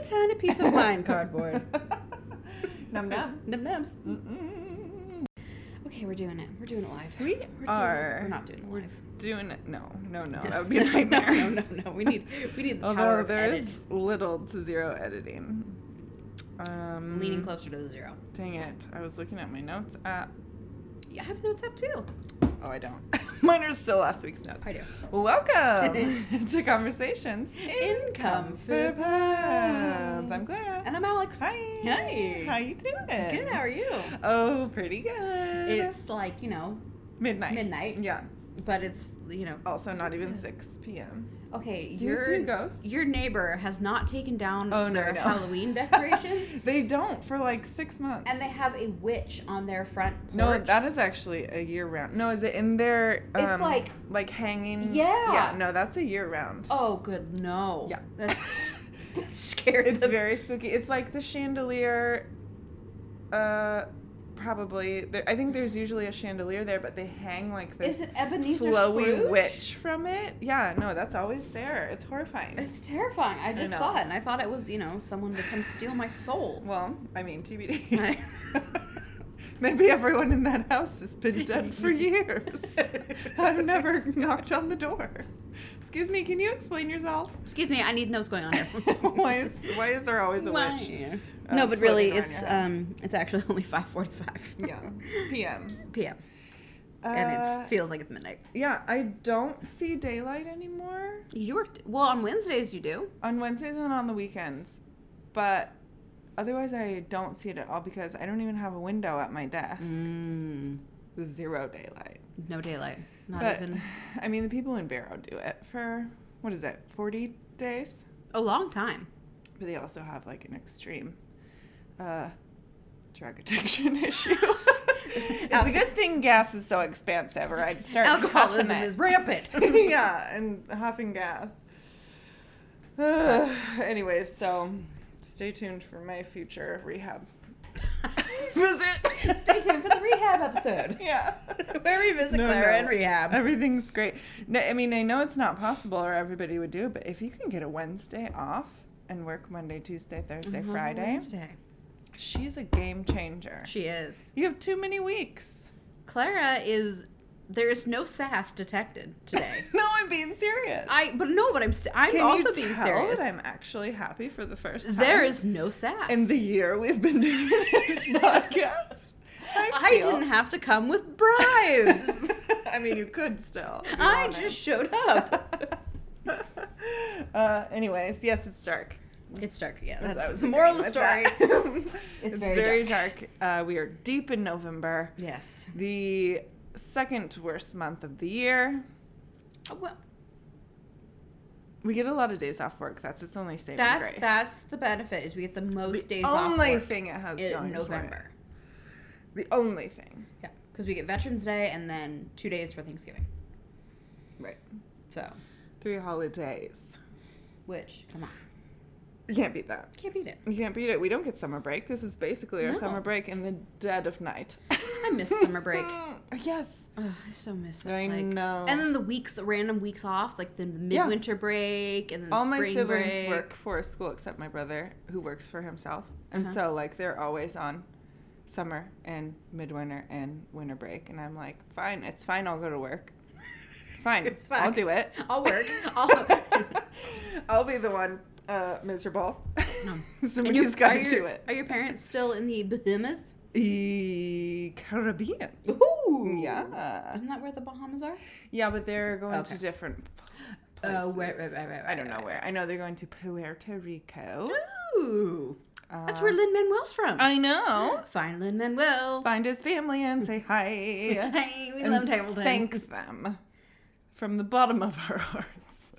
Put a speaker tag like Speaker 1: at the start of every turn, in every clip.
Speaker 1: tiny piece of wine cardboard.
Speaker 2: Num num.
Speaker 1: Num nums.
Speaker 2: Mm-mm.
Speaker 1: Okay, we're doing it. We're doing it live.
Speaker 2: We
Speaker 1: We're doing-
Speaker 2: are.
Speaker 1: we're not doing it live.
Speaker 2: Doing it. No, no, no. That would be a nightmare.
Speaker 1: no, no, no. We need we need the power
Speaker 2: Although
Speaker 1: of
Speaker 2: there
Speaker 1: edit.
Speaker 2: is little to zero editing. Um,
Speaker 1: Leaning closer to the zero.
Speaker 2: Dang it. I was looking at my notes app.
Speaker 1: Yeah, I have notes up too.
Speaker 2: Oh, I don't. Mine are still last week's notes.
Speaker 1: I do.
Speaker 2: Welcome to Conversations
Speaker 1: Income for
Speaker 2: for Pounds. I'm Clara.
Speaker 1: And I'm Alex.
Speaker 2: Hi.
Speaker 1: Hi.
Speaker 2: How you doing?
Speaker 1: Good. How are you?
Speaker 2: Oh, pretty good.
Speaker 1: It's like you know,
Speaker 2: midnight.
Speaker 1: midnight.
Speaker 2: Yeah.
Speaker 1: but it's you know.
Speaker 2: Also, not even 6 p.m.
Speaker 1: Okay,
Speaker 2: Oh. Do you
Speaker 1: your
Speaker 2: see ghosts?
Speaker 1: your neighbor has not taken down
Speaker 2: Oh, no.
Speaker 1: their
Speaker 2: no.
Speaker 1: Halloween decorations,
Speaker 2: they don't for like six months.
Speaker 1: and they have a witch on their front porch.
Speaker 2: No, that is actually a year round. No, is it in their? Um,
Speaker 1: It's like-
Speaker 2: like hanging.
Speaker 1: Yeah.
Speaker 2: Yeah. No, that's a year round.
Speaker 1: Oh, good no.
Speaker 2: Yeah.
Speaker 1: that's, that's scary.
Speaker 2: It's very spooky. It's like the chandelier. Uh, probably. There, I think there's usually a chandelier there, but they hang like
Speaker 1: Is
Speaker 2: this
Speaker 1: it Ebenezer
Speaker 2: flowy
Speaker 1: Scrooge?
Speaker 2: witch from it. Yeah. No, that's always there. It's horrifying.
Speaker 1: It's terrifying. I just
Speaker 2: know.
Speaker 1: saw it, and I thought it was you know someone to come steal my soul.
Speaker 2: Well, I mean, TBD.
Speaker 1: I-
Speaker 2: Maybe everyone in that house has been dead for years. I've never knocked on the door. Excuse me, can you explain yourself?
Speaker 1: Excuse me, I need to know what's going on here.
Speaker 2: why is why is there always a
Speaker 1: Why?
Speaker 2: witch? uh,
Speaker 1: no, but really,
Speaker 2: floating around
Speaker 1: it's
Speaker 2: your house?
Speaker 1: um, it's actually only five forty-five.
Speaker 2: Yeah, PM.
Speaker 1: p.m. and
Speaker 2: Uh,
Speaker 1: it feels like it's midnight.
Speaker 2: yeah, I don't see daylight anymore
Speaker 1: You worked well on Wednesdays. You do.
Speaker 2: on Wednesdays and on the weekends, but otherwise I don't see it at all because I don't even have a window at my desk.
Speaker 1: Mm,
Speaker 2: Zero daylight.
Speaker 1: no daylight. Not
Speaker 2: but
Speaker 1: even
Speaker 2: I mean, the people in Barrow do it for what is it, forty days?
Speaker 1: a long time.
Speaker 2: But they also have like an extreme uh, drug addiction issue. it's a good thing gas is so expensive, or I'd start
Speaker 1: Alcoholism
Speaker 2: huffing it.
Speaker 1: is rampant.
Speaker 2: yeah, and huffing gas. Ugh. anyways, so stay tuned for my future rehab visit.
Speaker 1: Stay tuned for the rehab episode.
Speaker 2: yeah.
Speaker 1: Where we visit
Speaker 2: No,
Speaker 1: Clara
Speaker 2: no.
Speaker 1: in rehab.
Speaker 2: Everything's great. No, I mean, I know it's not possible or everybody would do it, but if you can get a Wednesday off and work Monday, Tuesday, Thursday,
Speaker 1: Mhm,
Speaker 2: Friday,
Speaker 1: Wednesday.
Speaker 2: she's a game changer.
Speaker 1: She is.
Speaker 2: You have too many weeks.
Speaker 1: Clara is. There is no sass detected today.
Speaker 2: no, I'm being serious.
Speaker 1: I but no, but I'm s- I'm
Speaker 2: can
Speaker 1: also
Speaker 2: you
Speaker 1: being
Speaker 2: tell
Speaker 1: serious.
Speaker 2: that I'm actually happy for the first time
Speaker 1: there is no sass.
Speaker 2: in the year we've been doing this podcast? I,
Speaker 1: I
Speaker 2: feel-
Speaker 1: didn't have to come with bribes.
Speaker 2: I mean, you could still. if you
Speaker 1: I
Speaker 2: wanted.
Speaker 1: just showed up.
Speaker 2: uh, anyways, yes, it's dark.
Speaker 1: It's dark. Yeah,
Speaker 2: As
Speaker 1: that's,
Speaker 2: I was
Speaker 1: the moral of the
Speaker 2: agreeing
Speaker 1: story.
Speaker 2: with that. it's,
Speaker 1: very
Speaker 2: very, dark. Uh, we are deep in November,
Speaker 1: yes.
Speaker 2: the second worst month of the year.
Speaker 1: Uh, Well,
Speaker 2: We get a lot of days off work. That's its only saving
Speaker 1: that's
Speaker 2: grace.
Speaker 1: that's the benefit is we get the most days off
Speaker 2: only
Speaker 1: work
Speaker 2: thing it has going
Speaker 1: in
Speaker 2: for it.
Speaker 1: November.
Speaker 2: The only thing.
Speaker 1: Yeah, because we get Veterans Day and then two days for Thanksgiving.
Speaker 2: Right.
Speaker 1: So,
Speaker 2: Three holidays.
Speaker 1: which come on,
Speaker 2: You can't beat that.
Speaker 1: can't beat it.
Speaker 2: You can't beat it. We don't get summer break. This is basically our
Speaker 1: No.
Speaker 2: summer break in the dead of night.
Speaker 1: I miss summer break.
Speaker 2: yes.
Speaker 1: Ugh, I so miss it.
Speaker 2: I
Speaker 1: like-
Speaker 2: know.
Speaker 1: And then the weeks, the random weeks off, like the
Speaker 2: Yeah.
Speaker 1: midwinter break and then the
Speaker 2: all my
Speaker 1: spring
Speaker 2: siblings
Speaker 1: break.
Speaker 2: work for school except my brother who works for himself and
Speaker 1: Uh-huh.
Speaker 2: so like they're always on summer and midwinter and winter break and i'm like fine it's fine i'll go to work fine,
Speaker 1: It's
Speaker 2: i'll
Speaker 1: fine.
Speaker 2: do it
Speaker 1: I'll work. I'll-
Speaker 2: i'll be the one uh, miserable
Speaker 1: No. And your-
Speaker 2: somebody's got
Speaker 1: are
Speaker 2: to
Speaker 1: your-
Speaker 2: do it
Speaker 1: Are your parents still in the Bahamas?
Speaker 2: e- caribbean
Speaker 1: Ooh.
Speaker 2: yeah
Speaker 1: Isn't that where the Bahamas are?
Speaker 2: yeah but they're going
Speaker 1: Okay.
Speaker 2: to different p- places.
Speaker 1: Oh, right, right, right, right,
Speaker 2: i
Speaker 1: right,
Speaker 2: don't know
Speaker 1: right,
Speaker 2: Uh, where i know they're going to puerto rico
Speaker 1: Ooh. That's
Speaker 2: Uh,
Speaker 1: where Lin Manuel's from.
Speaker 2: I know.
Speaker 1: Find Lin Manuel.
Speaker 2: Find his family and say hi.
Speaker 1: Hey, we
Speaker 2: and
Speaker 1: love Hamilton.
Speaker 2: Thank them from the bottom of our hearts.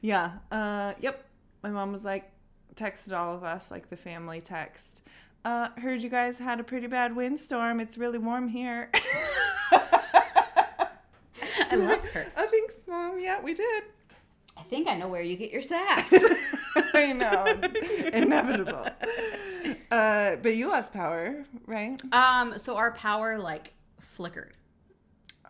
Speaker 2: yeah. Uh, yep. My mom was like, texted all of us, like the family text. Uh, heard you guys had a pretty bad windstorm. It's really warm here.
Speaker 1: I love her.
Speaker 2: oh, thanks, mom. Yeah, we did.
Speaker 1: I think I know where you get your sass.
Speaker 2: I know. It's inevitable. Uh, but you lost power, right?
Speaker 1: um, so our power like flickered.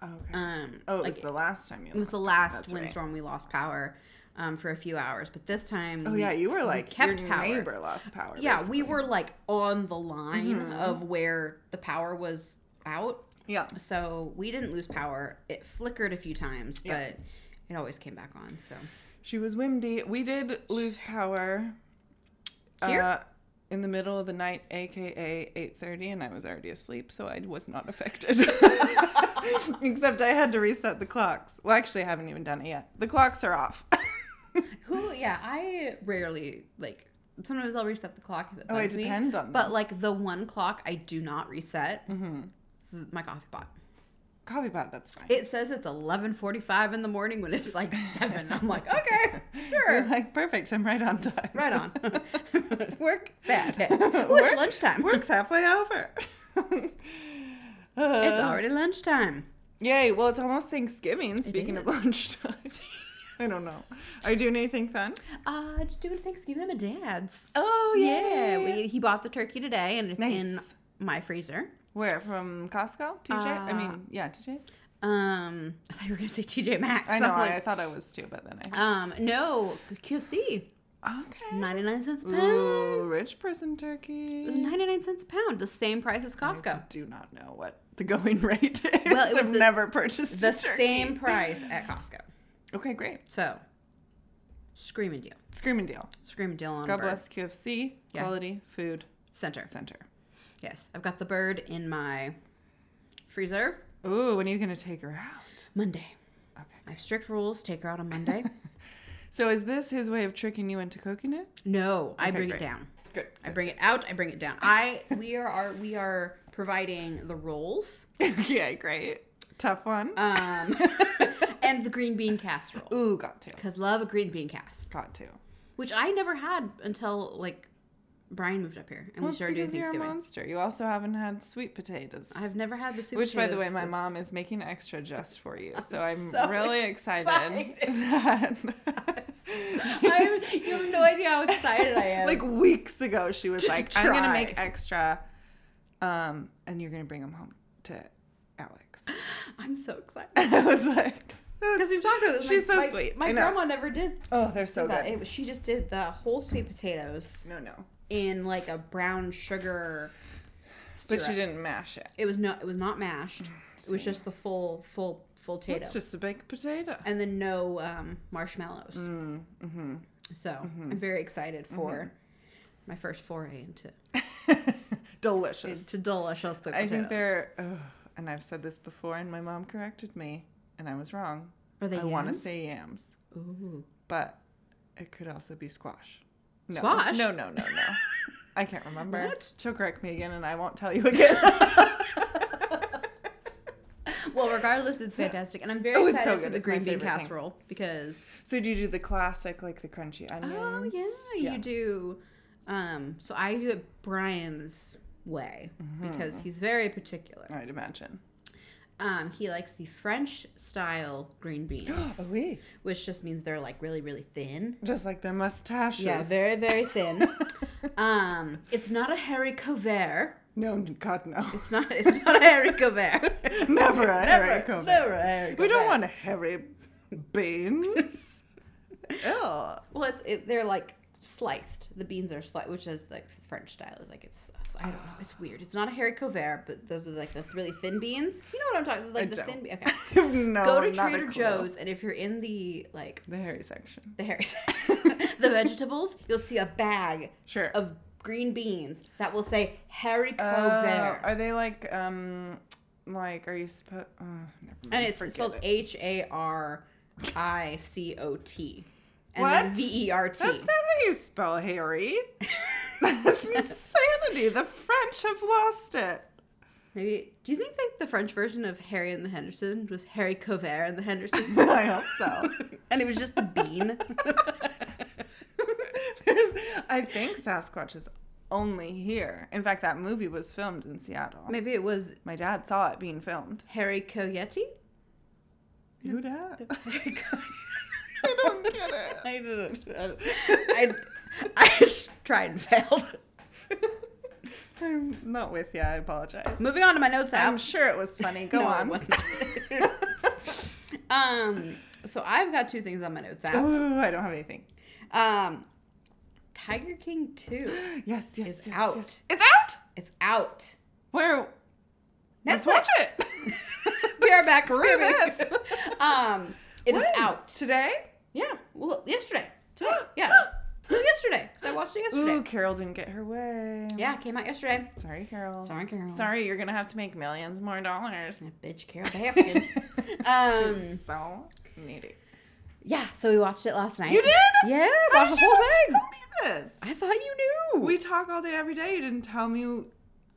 Speaker 2: Okay.
Speaker 1: Um, like,
Speaker 2: Oh, it Oh, was the last time you.
Speaker 1: it was
Speaker 2: lost
Speaker 1: the
Speaker 2: power.
Speaker 1: last
Speaker 2: That's right.
Speaker 1: windstorm we lost power. um, for a few hours. But this time,
Speaker 2: Oh
Speaker 1: we-
Speaker 2: yeah, you were
Speaker 1: we
Speaker 2: like
Speaker 1: kept
Speaker 2: your
Speaker 1: power.
Speaker 2: neighbor lost power.
Speaker 1: Yeah,
Speaker 2: basically. Mm-hmm.
Speaker 1: we were like on the line of where the power was out.
Speaker 2: Yeah.
Speaker 1: So we didn't lose power. It flickered a few times,
Speaker 2: Yeah.
Speaker 1: but it always came back on. So
Speaker 2: She was windy. We did lose power.
Speaker 1: Here?
Speaker 2: Uh, in the middle of the night, aka 8:30, and I was already asleep, so I was not affected. Except I had to reset the clocks. Well, actually, I haven't even done it yet. The clocks are off.
Speaker 1: who? Yeah, I rarely like. Sometimes I'll reset the clock if it
Speaker 2: Oh, I
Speaker 1: bugs me,
Speaker 2: depend on Mm-hmm.
Speaker 1: But like the one clock I do not reset, th- my coffee pot.
Speaker 2: Coffee pot. That's fine.
Speaker 1: It says it's eleven forty-five in the morning when it's like seven. I'm like, okay,
Speaker 2: You're
Speaker 1: sure,
Speaker 2: like perfect. I'm right on time.
Speaker 1: right on. Work fast. Oh,
Speaker 2: Work-
Speaker 1: it's lunchtime.
Speaker 2: Work's halfway over. Uh,
Speaker 1: It's already lunchtime.
Speaker 2: Yay! Well, it's almost Thanksgiving. Speaking of
Speaker 1: is.
Speaker 2: lunchtime, I don't know. Are you doing anything fun?
Speaker 1: Uh, just doing Thanksgiving at my dad's.
Speaker 2: Oh,
Speaker 1: yeah.
Speaker 2: yay.
Speaker 1: We, he bought the turkey today, and it's in
Speaker 2: Nice.
Speaker 1: my freezer.
Speaker 2: Where from Costco? TJ? I
Speaker 1: Uh,
Speaker 2: mean, yeah, TJ's.
Speaker 1: Um, I thought you were gonna say TJ Maxx.
Speaker 2: I know.
Speaker 1: I'm
Speaker 2: I, I
Speaker 1: like,
Speaker 2: thought I was too, but then
Speaker 1: um, no, QC,
Speaker 2: I. Okay.
Speaker 1: ninety-nine cents a pound.
Speaker 2: Ooh, rich person turkey.
Speaker 1: It was ninety-nine cents a pound, the same price as
Speaker 2: I
Speaker 1: Costco.
Speaker 2: do not know what the going rate is.
Speaker 1: Well, it was
Speaker 2: I've
Speaker 1: the-
Speaker 2: never purchased a
Speaker 1: The
Speaker 2: turkey.
Speaker 1: same price at Costco.
Speaker 2: Okay, great.
Speaker 1: So, screaming deal,
Speaker 2: Screaming deal.
Speaker 1: screaming deal on a
Speaker 2: God
Speaker 1: bird.
Speaker 2: bless QFC.
Speaker 1: Yeah.
Speaker 2: Quality food
Speaker 1: center.
Speaker 2: center.
Speaker 1: Yes, I've got the bird in my freezer.
Speaker 2: Ooh, when are you gonna take her out?
Speaker 1: Monday.
Speaker 2: Okay.
Speaker 1: I have strict rules. Take her out on Monday.
Speaker 2: So is this his way of tricking you into cooking it?
Speaker 1: no, I
Speaker 2: Okay,
Speaker 1: bring
Speaker 2: great.
Speaker 1: it down.
Speaker 2: Good.
Speaker 1: I bring it out. I bring it down. I we are, are we are providing the rolls
Speaker 2: okay, great. Tough one.
Speaker 1: um, and the green bean casserole
Speaker 2: Ooh, got to.
Speaker 1: because love a green bean cast,
Speaker 2: Got to.
Speaker 1: which I never had until like Brian moved up here and
Speaker 2: Well,
Speaker 1: we
Speaker 2: it's
Speaker 1: started doing
Speaker 2: because you're a
Speaker 1: Thanksgiving.
Speaker 2: monster. You also haven't had sweet potatoes.
Speaker 1: I've never had the sweet
Speaker 2: Which, by the way,
Speaker 1: potatoes,
Speaker 2: my
Speaker 1: but-
Speaker 2: mom is making extra just for you. So
Speaker 1: I'm
Speaker 2: I'm
Speaker 1: so
Speaker 2: really excited.
Speaker 1: excited.
Speaker 2: that-
Speaker 1: I'm, you have no idea how excited I am.
Speaker 2: like weeks ago, she was
Speaker 1: To
Speaker 2: like, I'm going to
Speaker 1: try.
Speaker 2: make extra um, and you're going to bring them home to Alex.
Speaker 1: I'm so excited
Speaker 2: I was like,
Speaker 1: because we've talked about this.
Speaker 2: She's
Speaker 1: my,
Speaker 2: so
Speaker 1: my-
Speaker 2: sweet. I
Speaker 1: My
Speaker 2: know.
Speaker 1: grandma never did
Speaker 2: oh, they're so
Speaker 1: that.
Speaker 2: good.
Speaker 1: It was- she just did the whole sweet potatoes
Speaker 2: No, no.
Speaker 1: in like a brown sugar.
Speaker 2: But
Speaker 1: syrup.
Speaker 2: she didn't mash it.
Speaker 1: It was no, it was not mashed. It was just the full, full, full potato,
Speaker 2: It's just a baked potato.
Speaker 1: and then no um, marshmallows.
Speaker 2: Mm, mm-hmm.
Speaker 1: So I'm very excited for my first foray into
Speaker 2: Delicious.
Speaker 1: into delicious sweet
Speaker 2: I
Speaker 1: potatoes.
Speaker 2: think they're, oh, and I've said this before, and my mom corrected me, and I was wrong.
Speaker 1: Are they
Speaker 2: I want to
Speaker 1: yams?
Speaker 2: say yams,
Speaker 1: Ooh.
Speaker 2: but it could also be squash. No.
Speaker 1: Squash?
Speaker 2: No, no, no, no. I can't remember.
Speaker 1: What?
Speaker 2: She'll correct me again, and I won't tell you again.
Speaker 1: Well, regardless, it's fantastic, and I'm very
Speaker 2: Oh, it's
Speaker 1: excited for
Speaker 2: so good.
Speaker 1: the
Speaker 2: It's my
Speaker 1: green bean
Speaker 2: favorite thing.
Speaker 1: casserole because
Speaker 2: so do you do the classic, like the crunchy onions?
Speaker 1: oh yeah, you do. Um, so I do it Brian's way
Speaker 2: Mm-hmm.
Speaker 1: because he's very particular.
Speaker 2: I'd imagine.
Speaker 1: Um, he likes the French style green beans.
Speaker 2: oui.
Speaker 1: which just means they're like really really thin
Speaker 2: Just like their mustaches.
Speaker 1: yeah very very thin um it's not a harry cover
Speaker 2: No, n- God, no.
Speaker 1: it's not it's not a harry cover
Speaker 2: Never a
Speaker 1: never,
Speaker 2: hairy cover.
Speaker 1: never a harry
Speaker 2: We don't
Speaker 1: cover.
Speaker 2: want hairy beans. Ew.
Speaker 1: well it's it, they're like sliced the beans are sliced which is like the french style is like it's i don't know it's weird it's not a harry cover but those are like the really thin beans you know what i'm talking like
Speaker 2: I
Speaker 1: the
Speaker 2: don't.
Speaker 1: thin be- okay
Speaker 2: no,
Speaker 1: go to
Speaker 2: not a
Speaker 1: trader
Speaker 2: clue.
Speaker 1: joe's and if you're in the like
Speaker 2: The hairy section.
Speaker 1: the harry the vegetables you'll see a bag
Speaker 2: Sure.
Speaker 1: of green beans that will say Harry
Speaker 2: Oh,
Speaker 1: Cover.
Speaker 2: are they like um like are you supposed? Uh, never mind.
Speaker 1: and it's
Speaker 2: forget
Speaker 1: spelled
Speaker 2: it.
Speaker 1: H A R I C O T. And
Speaker 2: What?
Speaker 1: then V E R T.
Speaker 2: That's not how you spell hairy. That's insanity. The French have lost it.
Speaker 1: Maybe do you think that the French version of Harry and the Henderson was Harry Cover and the Hendersons?
Speaker 2: I hope so.
Speaker 1: and it was just the bean.
Speaker 2: There's, I think Sasquatch is only here. In fact, that movie was filmed in Seattle.
Speaker 1: Maybe it was
Speaker 2: My dad saw it being filmed.
Speaker 1: Harry Coyeti?
Speaker 2: Who dat?
Speaker 1: Harry Co-
Speaker 2: I don't get it.
Speaker 1: I didn't. I, I just tried and failed.
Speaker 2: I'm not with you. I apologize.
Speaker 1: Moving on to my notes app.
Speaker 2: I'm sure it was funny. Go
Speaker 1: No, it
Speaker 2: on.
Speaker 1: wasn't. Um, so I've got two things on my notes app.
Speaker 2: Ooh, I don't have anything.
Speaker 1: Um, Tiger King 2.
Speaker 2: Yes, yes,
Speaker 1: It's
Speaker 2: yes,
Speaker 1: out.
Speaker 2: yes. It's out.
Speaker 1: It's out.
Speaker 2: Where? Let's
Speaker 1: Netflix.
Speaker 2: watch it.
Speaker 1: We are back.
Speaker 2: Screw
Speaker 1: We're
Speaker 2: this.
Speaker 1: back. Um, it is
Speaker 2: When?
Speaker 1: out.
Speaker 2: today.
Speaker 1: Yeah. Well, yesterday. Today. Yeah. No, yesterday. Because I watched it yesterday.
Speaker 2: Ooh, Carol didn't get her way.
Speaker 1: Yeah, it came out yesterday.
Speaker 2: Sorry, Carol.
Speaker 1: Sorry, Carol.
Speaker 2: Sorry, you're gonna have to make millions more dollars.
Speaker 1: Yeah, bitch, Carol Baskin. um,
Speaker 2: She's so needy.
Speaker 1: yeah, so we watched it last night.
Speaker 2: You did?
Speaker 1: Yeah,
Speaker 2: How
Speaker 1: watched
Speaker 2: did
Speaker 1: the
Speaker 2: you
Speaker 1: whole
Speaker 2: not
Speaker 1: thing.
Speaker 2: Tell me this.
Speaker 1: I thought you knew.
Speaker 2: We talk all day, every day. You didn't tell me you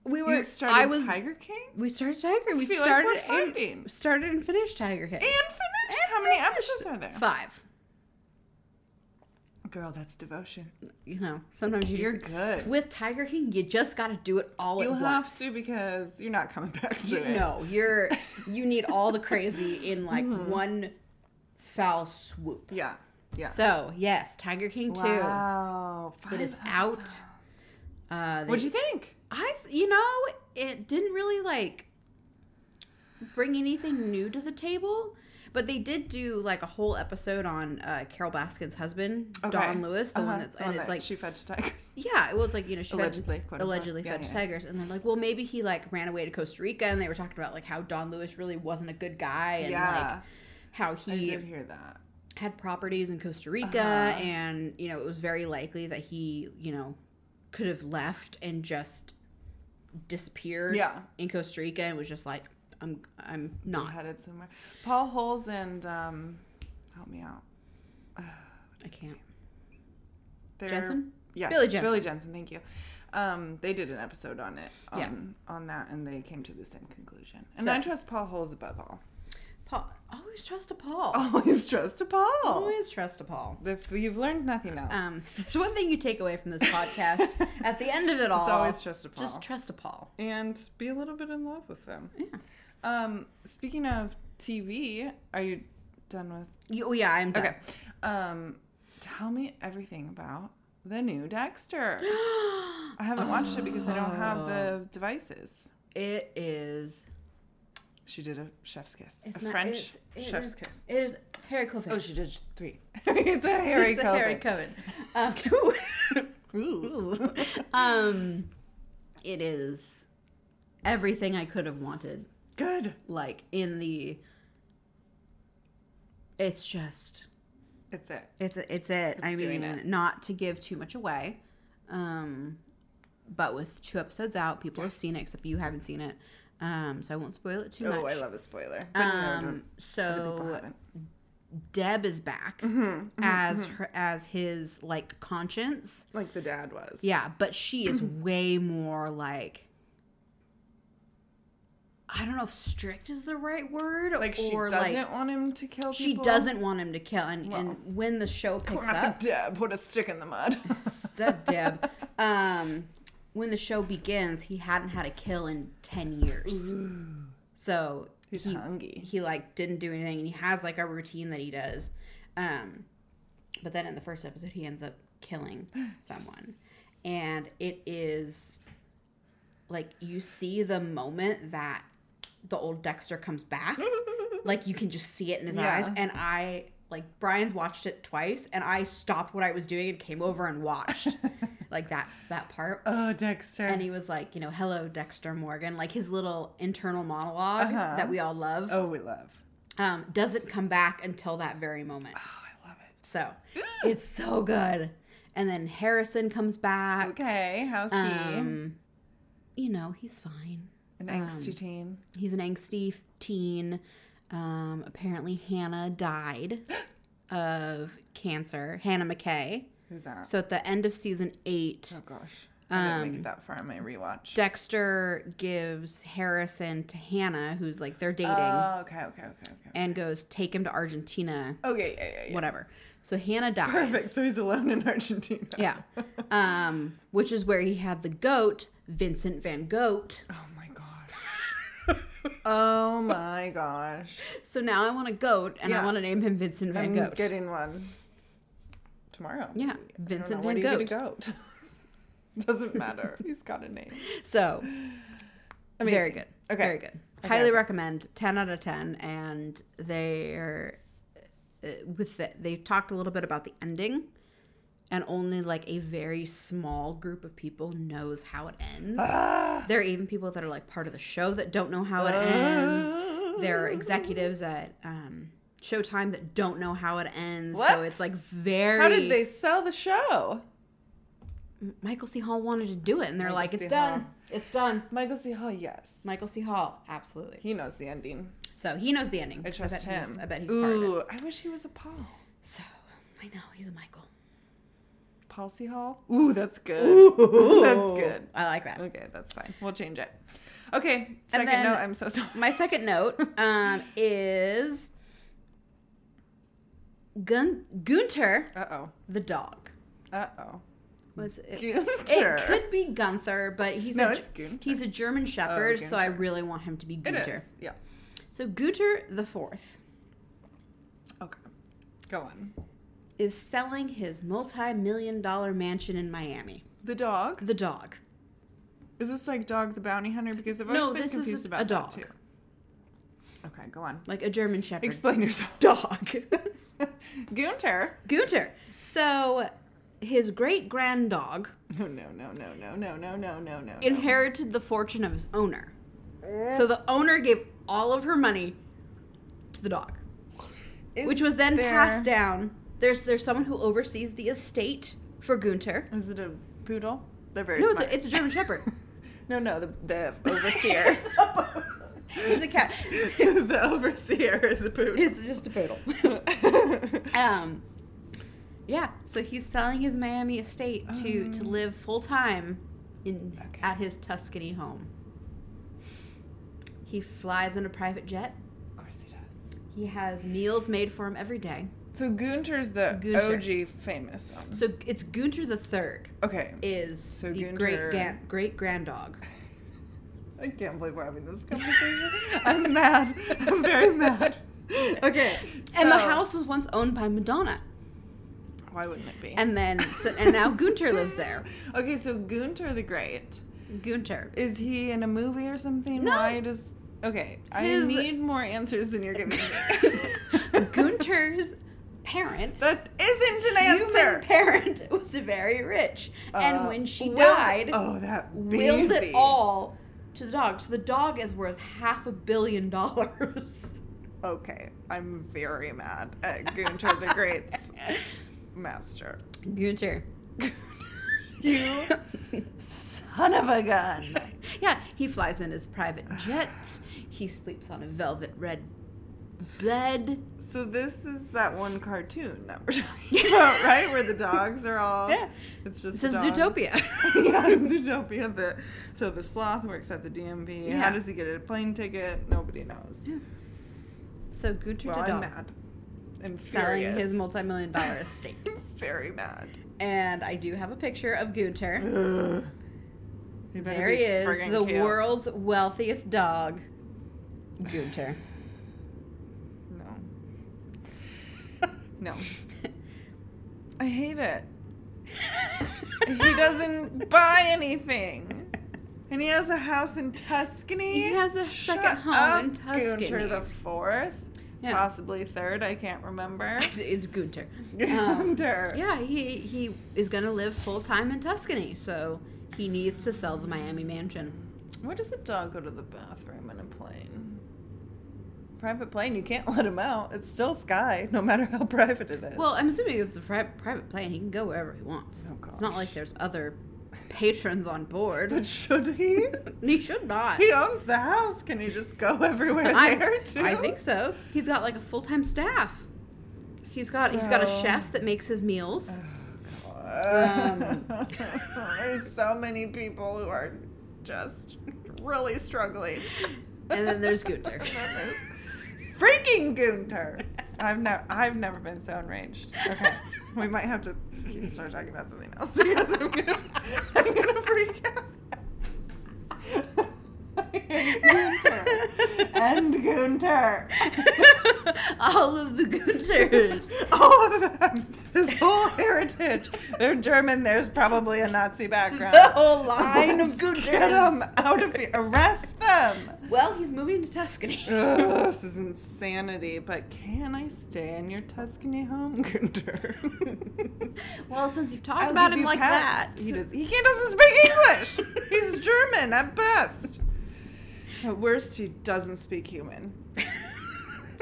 Speaker 1: we were.
Speaker 2: started
Speaker 1: I was.
Speaker 2: Tiger King
Speaker 1: We started Tiger. We
Speaker 2: feel like
Speaker 1: started
Speaker 2: we're
Speaker 1: and-
Speaker 2: fighting.
Speaker 1: started and finished Tiger King.
Speaker 2: and finished. How many episodes are there?
Speaker 1: Five.
Speaker 2: Girl, that's devotion.
Speaker 1: You know, sometimes you
Speaker 2: You're
Speaker 1: just,
Speaker 2: good.
Speaker 1: with Tiger King. You just got to do it all
Speaker 2: You
Speaker 1: at
Speaker 2: have
Speaker 1: once.
Speaker 2: to because you're not coming back to
Speaker 1: You
Speaker 2: it.
Speaker 1: know, you're you need all the crazy in like one foul swoop.
Speaker 2: Yeah. Mm-hmm. Yeah.
Speaker 1: So yes, Tiger King
Speaker 2: wow.
Speaker 1: two. It
Speaker 2: five
Speaker 1: is out.
Speaker 2: episodes.
Speaker 1: Uh, they
Speaker 2: What'd you think?
Speaker 1: I, th- you know, it didn't really like bring anything new to the table, but they did do like a whole episode on uh, Carol Baskin's husband, Don Lewis, the
Speaker 2: Uh-huh.
Speaker 1: one that's,
Speaker 2: The
Speaker 1: and
Speaker 2: one
Speaker 1: it's
Speaker 2: that
Speaker 1: like,
Speaker 2: she fetched tigers.
Speaker 1: yeah, it was like you know she
Speaker 2: Allegedly,
Speaker 1: fed,
Speaker 2: quote, unquote.
Speaker 1: allegedly
Speaker 2: Yeah,
Speaker 1: fed
Speaker 2: yeah.
Speaker 1: tigers, and they're like, well, maybe he like ran away to Costa Rica, and they were talking about like how Don Lewis really wasn't a good guy, and
Speaker 2: Yeah.
Speaker 1: like how
Speaker 2: I
Speaker 1: he
Speaker 2: did hear that.
Speaker 1: had properties in Costa Rica,
Speaker 2: Uh-huh.
Speaker 1: and you know it was very likely that he, you know, could have left and just disappeared
Speaker 2: Yeah.
Speaker 1: in Costa Rica and was just like, I'm, I'm
Speaker 2: I
Speaker 1: not,
Speaker 2: had it somewhere. Paul Holes and um, help me out.
Speaker 1: I can't.
Speaker 2: They're,
Speaker 1: Jensen?
Speaker 2: Yes,
Speaker 1: Billy
Speaker 2: Billy Jensen. Thank you. Um, they did an episode on it on,
Speaker 1: Yeah.
Speaker 2: on that, and they came to the same conclusion. And
Speaker 1: So-
Speaker 2: I trust Paul Holes above all.
Speaker 1: Paul, always trust a Paul.
Speaker 2: Always trust a Paul.
Speaker 1: Always trust a Paul.
Speaker 2: If you've learned nothing else,
Speaker 1: Um, if there's one thing you take away from this podcast at the end of it all.
Speaker 2: it's always trust a Paul.
Speaker 1: just trust a Paul.
Speaker 2: and be a little bit in love with them.
Speaker 1: Yeah.
Speaker 2: Um, speaking of TV, are you done with?
Speaker 1: You, oh yeah, I'm done.
Speaker 2: Okay. Um, tell me everything about the new Dexter. I haven't watched it because I don't have
Speaker 1: Oh.
Speaker 2: the devices.
Speaker 1: It is.
Speaker 2: She did a chef's kiss,
Speaker 1: It's
Speaker 2: a
Speaker 1: not-
Speaker 2: French
Speaker 1: it's- it
Speaker 2: chef's
Speaker 1: is-
Speaker 2: kiss.
Speaker 1: It is Harry Coven.
Speaker 2: Oh, she did three. it's a Harry
Speaker 1: it's a
Speaker 2: Coven.
Speaker 1: Harry Coven. Um, ooh. um, it is everything I could have wanted.
Speaker 2: Good.
Speaker 1: Like in the, it's just
Speaker 2: It's it.
Speaker 1: it's it's it. I
Speaker 2: It's
Speaker 1: mean,
Speaker 2: doing it.
Speaker 1: not to give too much away, um, but with two episodes out, people have seen it. Except you haven't seen it, um, so I won't spoil it too
Speaker 2: Oh,
Speaker 1: much.
Speaker 2: I love a spoiler. But no,
Speaker 1: um,
Speaker 2: don't. Other people Mm-hmm,
Speaker 1: so
Speaker 2: haven't.
Speaker 1: Deb is back as her as his like conscience.
Speaker 2: Like the dad was.
Speaker 1: Yeah, but she is way more like I don't know if strict is the right word
Speaker 2: Like she
Speaker 1: or
Speaker 2: doesn't
Speaker 1: like
Speaker 2: want him to kill people.
Speaker 1: she doesn't want him to kill and,
Speaker 2: Well,
Speaker 1: and when the show picks
Speaker 2: Classic
Speaker 1: up
Speaker 2: Deb. What a stick in the mud.
Speaker 1: Deb Deb um when the show begins he hadn't had a kill in 10 years. So
Speaker 2: He's
Speaker 1: he
Speaker 2: hungry.
Speaker 1: he like didn't do anything and he has like a routine that he does um but then in the first episode he ends up killing someone and it is like you see the moment that the old dexter comes back like you can just see it in his
Speaker 2: Yeah.
Speaker 1: eyes and i like brian's watched it twice and i stopped what i was doing and came over and watched like that that part
Speaker 2: Oh, Dexter.
Speaker 1: and he was like, you know, hello, Dexter Morgan, like his little internal monolog
Speaker 2: Uh-huh.
Speaker 1: that we all love,
Speaker 2: oh, we love.
Speaker 1: um, doesn't come back until that very moment.
Speaker 2: Oh, I love it.
Speaker 1: So it's so good. And then Harrison comes back.
Speaker 2: Okay, how's
Speaker 1: Um, you know, he's fine.
Speaker 2: he? An angsty teen.
Speaker 1: He's an angsty teen. Um, apparently, Hannah died of cancer. Hannah McKay.
Speaker 2: Who's that?
Speaker 1: So um, at the end of season eight,
Speaker 2: oh gosh, I didn't make it that far in my rewatch.
Speaker 1: Dexter gives Harrison to Hannah, who's like they're dating,
Speaker 2: Oh, okay, okay, okay, okay.
Speaker 1: and goes take him to Argentina,
Speaker 2: Okay, yeah, yeah, yeah.
Speaker 1: whatever. So Hannah dies.
Speaker 2: Perfect. So he's alone in Argentina.
Speaker 1: Yeah, um, which is where he had the goat, Vincent Van Goat.
Speaker 2: Oh my gosh. oh my gosh.
Speaker 1: So now I want a goat, and
Speaker 2: Yeah.
Speaker 1: I want to name him Vincent Van
Speaker 2: I'm
Speaker 1: Goat.
Speaker 2: getting one tomorrow.
Speaker 1: Yeah,
Speaker 2: I don't know,
Speaker 1: Vincent Van
Speaker 2: where do you get a goat? Doesn't matter. he's got a name.
Speaker 1: so
Speaker 2: Amazing.
Speaker 1: Very good.
Speaker 2: Okay.
Speaker 1: Very good.
Speaker 2: Okay,
Speaker 1: Highly
Speaker 2: okay.
Speaker 1: recommend. Ten out of ten. And they are uh, with the, they talked a little bit about the ending, and only like a very small group of people knows how it ends.
Speaker 2: Ah.
Speaker 1: there are even people that are like part of the show that don't know how it ends. There are executives at um, Showtime that don't know how it ends. So
Speaker 2: What?
Speaker 1: it's like very.
Speaker 2: How did they sell the show?
Speaker 1: Michael C. Hall wanted to do it, and they're
Speaker 2: Michael
Speaker 1: like,
Speaker 2: C.
Speaker 1: "It's
Speaker 2: Hall.
Speaker 1: done. It's done."
Speaker 2: Michael C. Hall, yes.
Speaker 1: Michael C. Hall, absolutely.
Speaker 2: He knows the ending.
Speaker 1: So he knows the ending.
Speaker 2: I
Speaker 1: so
Speaker 2: trust
Speaker 1: bet he's-
Speaker 2: him.
Speaker 1: I bet he's part of it.
Speaker 2: Ooh, I wish he was a Paul.
Speaker 1: So I know he's a Michael.
Speaker 2: Paul C. Hall? Ooh, that's good.
Speaker 1: Ooh.
Speaker 2: that's good.
Speaker 1: I like that.
Speaker 2: Okay, that's fine. We'll change it. Okay, second
Speaker 1: then-
Speaker 2: note. I'm so sorry.
Speaker 1: My second note um, is Gun- Gunter
Speaker 2: Uh oh.
Speaker 1: the dog.
Speaker 2: Uh oh.
Speaker 1: What's it?
Speaker 2: Gunter.
Speaker 1: It could be Gunther, but he's
Speaker 2: No,
Speaker 1: a,
Speaker 2: it's Gunter.
Speaker 1: he's a German Shepherd, so I
Speaker 2: Gunter.
Speaker 1: really want him to be
Speaker 2: It
Speaker 1: Gunter.
Speaker 2: is. Yeah.
Speaker 1: So Gunter the fourth
Speaker 2: Okay. Go on.
Speaker 1: is selling his multi-million dollar mansion in Miami.
Speaker 2: The dog.
Speaker 1: The dog.
Speaker 2: Is this like Dog the Bounty Hunter? Because I've always
Speaker 1: No,
Speaker 2: been
Speaker 1: this is
Speaker 2: confused
Speaker 1: a
Speaker 2: about that
Speaker 1: dog.
Speaker 2: too. Okay, go on.
Speaker 1: like a German Shepherd.
Speaker 2: Explain yourself. Dog. Gunter.
Speaker 1: Gunter. So his great grand dog
Speaker 2: No, no, no, no, no, no, no, no, no, no.
Speaker 1: inherited the fortune of his owner. So the owner gave all of her money to the dog,
Speaker 2: Is
Speaker 1: which was then
Speaker 2: there-
Speaker 1: passed down. There's there's someone who oversees the estate for Gunter.
Speaker 2: Is it a poodle? They're very
Speaker 1: No, it's
Speaker 2: smart.
Speaker 1: a, it's a German Shepherd.
Speaker 2: no, no, the, the overseer.
Speaker 1: it's a cat.
Speaker 2: the overseer is a poodle.
Speaker 1: It's just a poodle. Um, yeah. So he's selling his Miami estate to to live full time in
Speaker 2: Okay.
Speaker 1: at his Tuscany home. He flies in a private jet.
Speaker 2: of course he does.
Speaker 1: He has meals made for him every day.
Speaker 2: So Gunter's the
Speaker 1: Gunter.
Speaker 2: OG famous one.
Speaker 1: So it's Gunter the Third
Speaker 2: Okay.
Speaker 1: is
Speaker 2: So
Speaker 1: the great
Speaker 2: Gunter-
Speaker 1: gan- great grand dog.
Speaker 2: I can't believe we're having this conversation. I'm mad. I'm very mad. Okay.
Speaker 1: And the
Speaker 2: so-
Speaker 1: house was once owned by Madonna.
Speaker 2: Why wouldn't it be?
Speaker 1: And then so, and now Gunter lives there.
Speaker 2: okay, so Gunter the Great.
Speaker 1: Gunter.
Speaker 2: Is he in a movie or something?
Speaker 1: No.
Speaker 2: Why does. Okay.
Speaker 1: His-
Speaker 2: I need more answers than you're giving me.
Speaker 1: Gunter's parent
Speaker 2: That isn't an
Speaker 1: human
Speaker 2: answer.
Speaker 1: parent was very rich. and
Speaker 2: Uh,
Speaker 1: when she
Speaker 2: willed-
Speaker 1: died,
Speaker 2: oh, that
Speaker 1: willed
Speaker 2: busy.
Speaker 1: it all to the dog. So the dog is worth half a billion dollars.
Speaker 2: Okay, I'm very mad at Gunter the Great's master.
Speaker 1: Gunter.
Speaker 2: You son of a gun.
Speaker 1: yeah, he flies in his private jet. He sleeps on a velvet red bed.
Speaker 2: So this is that one cartoon that we're talking about, right? Where the dogs are all.
Speaker 1: Yeah.
Speaker 2: It's just.
Speaker 1: This is
Speaker 2: the dogs.
Speaker 1: Zootopia.
Speaker 2: yeah, Zootopia. The, so the sloth works at the DMV.
Speaker 1: Yeah.
Speaker 2: How does he get a plane ticket? Nobody knows.
Speaker 1: so Gunter
Speaker 2: Well,
Speaker 1: the
Speaker 2: I'm
Speaker 1: dog
Speaker 2: mad. And
Speaker 1: selling
Speaker 2: furious.
Speaker 1: his multi-million dollar estate.
Speaker 2: very mad.
Speaker 1: and I do have a picture of Gunter.
Speaker 2: Ugh. He better
Speaker 1: There
Speaker 2: be
Speaker 1: he is,
Speaker 2: friggin'
Speaker 1: the
Speaker 2: cute.
Speaker 1: world's wealthiest dog, Gunter.
Speaker 2: No. No. I hate it. He doesn't buy anything. And he has a house in Tuscany.
Speaker 1: He has a second
Speaker 2: Shut
Speaker 1: home
Speaker 2: up,
Speaker 1: in Tuscany.
Speaker 2: Gunter the fourth,
Speaker 1: Yeah.
Speaker 2: possibly third. I can't remember.
Speaker 1: it's Gunter. Um,
Speaker 2: Gunter.
Speaker 1: yeah, he he is gonna live full time in Tuscany, so he needs to sell the Miami mansion.
Speaker 2: Where does a dog go to the bathroom in a plane? Private plane. You can't let him out. It's still sky, no matter how private it is.
Speaker 1: Well, I'm assuming it's a pri- private plane. He can go wherever he wants.
Speaker 2: Oh,
Speaker 1: It's not like there's other patrons on board.
Speaker 2: but should he?
Speaker 1: he should not.
Speaker 2: He owns the house. Can he just go everywhere there
Speaker 1: I,
Speaker 2: too?
Speaker 1: I think so. He's got like a full time staff. He's got he's got a
Speaker 2: So-
Speaker 1: chef that makes his meals. Um.
Speaker 2: There's so many people who are just really struggling.
Speaker 1: And then there's Gunter.
Speaker 2: And then there's freaking Gunter. I've never, I've never been so enraged. Okay, we might have to start talking about something else because I'm gonna, I'm gonna freak out. Gunter and Gunter.
Speaker 1: All of the Gunters.
Speaker 2: All of them. This whole heritage. They're German. There's probably a Nazi background.
Speaker 1: The whole line of
Speaker 2: Let's Get them
Speaker 1: Gunters.
Speaker 2: out of here. Arrest him.
Speaker 1: Well, he's moving to Tuscany.
Speaker 2: Ugh, this is insanity, but can I stay in your Tuscany home, Gunter?
Speaker 1: Well, since you've talked about him like that,
Speaker 2: He, does, he can't, doesn't speak English. He's German at best. At worst, he doesn't speak human.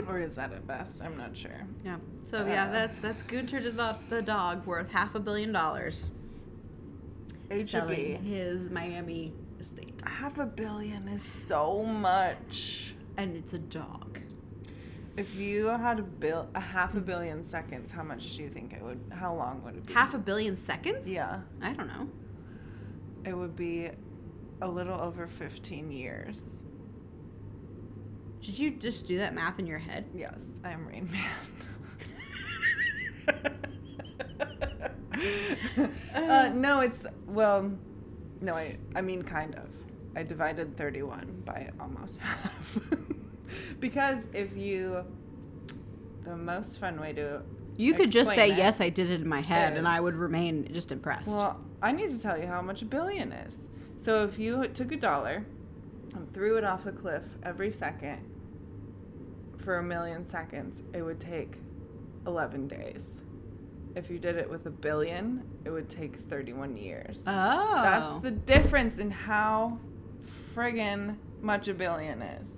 Speaker 2: Or is that at best? I'm not sure.
Speaker 1: yeah. So yeah,
Speaker 2: Uh.
Speaker 1: that's that's Gunter to the, the dog worth half a billion dollars selling
Speaker 2: E H-E-B.
Speaker 1: his Miami estate,
Speaker 2: Half a billion is so much.
Speaker 1: and it's a dog.
Speaker 2: If you had a bill, a half a billion seconds, how much do you think it would? How long would it be?
Speaker 1: Half a billion seconds?
Speaker 2: Yeah,
Speaker 1: I don't know.
Speaker 2: it would be a little over 15 years.
Speaker 1: Did you just do that math in your head?
Speaker 2: Yes, I'm Rain Man. uh, no, it's well, no, I I mean kind of. I divided 31 by almost half because if you, the most fun way to
Speaker 1: You could just
Speaker 2: Explain
Speaker 1: say
Speaker 2: it.
Speaker 1: yes, I did it in my head, and I
Speaker 2: Yes.
Speaker 1: would remain just impressed.
Speaker 2: Well, I need to tell you how much a billion is. So if you took a dollar and threw it off a cliff every second for a million seconds, it would take 11 days. If you did it with a billion, it would take 31 years.
Speaker 1: oh,
Speaker 2: That's the difference in how friggin' much a billion is.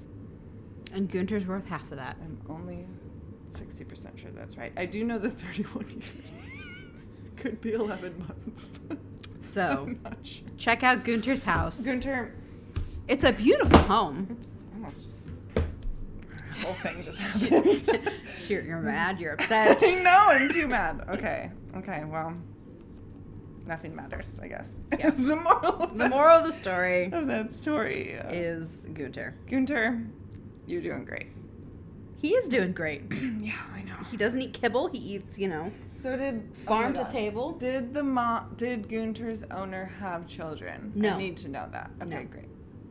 Speaker 1: and Gunter's worth half of that.
Speaker 2: I'm only 60% sure that's right. I do know the 31 years could be 11 months.
Speaker 1: So
Speaker 2: I'm not sure.
Speaker 1: check out Gunter's house.
Speaker 2: Gunter,
Speaker 1: It's a beautiful home.
Speaker 2: Oops, I almost just. The whole thing just happened.
Speaker 1: Shoot, you're mad. You're
Speaker 2: I
Speaker 1: upset.
Speaker 2: know, I'm too mad. Okay, okay, well, nothing matters, I guess. Is the moral of
Speaker 1: the
Speaker 2: that,
Speaker 1: moral of the story
Speaker 2: of that story. Uh,
Speaker 1: is Gunter.
Speaker 2: Gunter, you're doing great.
Speaker 1: He is doing great.
Speaker 2: yeah, I know.
Speaker 1: He doesn't eat kibble. He eats, you know,
Speaker 2: So did oh
Speaker 1: farm
Speaker 2: my
Speaker 1: to
Speaker 2: God.
Speaker 1: table.
Speaker 2: Did the mom? Did Gunter's owner have children?
Speaker 1: No.
Speaker 2: I need to know that.
Speaker 1: No.
Speaker 2: Okay, great.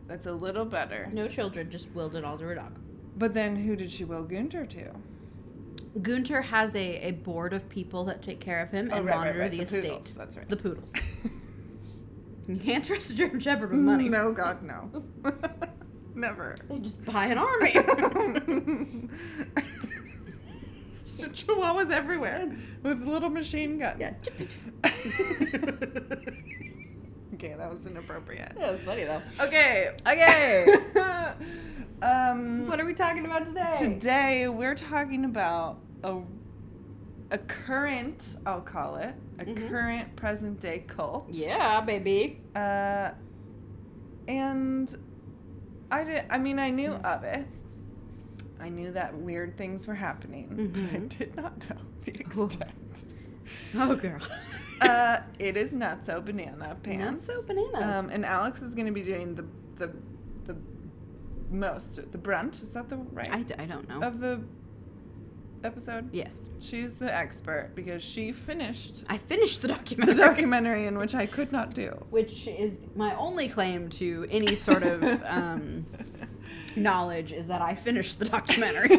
Speaker 2: That's a little better.
Speaker 1: No children. Just willed it all to her dog.
Speaker 2: But then, who did she will Gunter to? Oh,
Speaker 1: Gunter has a, a board of people that take care of him
Speaker 2: Oh,
Speaker 1: and
Speaker 2: right, right,
Speaker 1: monitor
Speaker 2: right,
Speaker 1: the,
Speaker 2: the
Speaker 1: estate.
Speaker 2: poodles, that's right.
Speaker 1: The poodles. you can't trust a German Shepherd with money.
Speaker 2: No, God, no. Never.
Speaker 1: They just buy an army.
Speaker 2: Chihuahuas everywhere with little machine guns.
Speaker 1: yeah.
Speaker 2: okay, that was inappropriate.
Speaker 1: That was funny though.
Speaker 2: Okay.
Speaker 1: Okay.
Speaker 2: um,
Speaker 1: what are we talking about today?
Speaker 2: today we're talking about a a current, I'll call it, a
Speaker 1: Mhm.
Speaker 2: current present day cult.
Speaker 1: Yeah, baby.
Speaker 2: Uh, and I did, I mean, I knew of it. I knew that weird things were happening, but I
Speaker 1: Mhm.
Speaker 2: did not know the
Speaker 1: Cool.
Speaker 2: extent.
Speaker 1: Oh girl.
Speaker 2: uh, it is not so banana pants.
Speaker 1: so bananas.
Speaker 2: Um, and Alex is going to be doing the the the most the brunt. Is that the right
Speaker 1: I, d- I don't know.
Speaker 2: of the episode?
Speaker 1: yes.
Speaker 2: She's the expert because she finished
Speaker 1: I finished the
Speaker 2: the
Speaker 1: documentary.
Speaker 2: documentary in which I could not do.
Speaker 1: which is my only claim to any sort of um, knowledge is that I finished the documentary.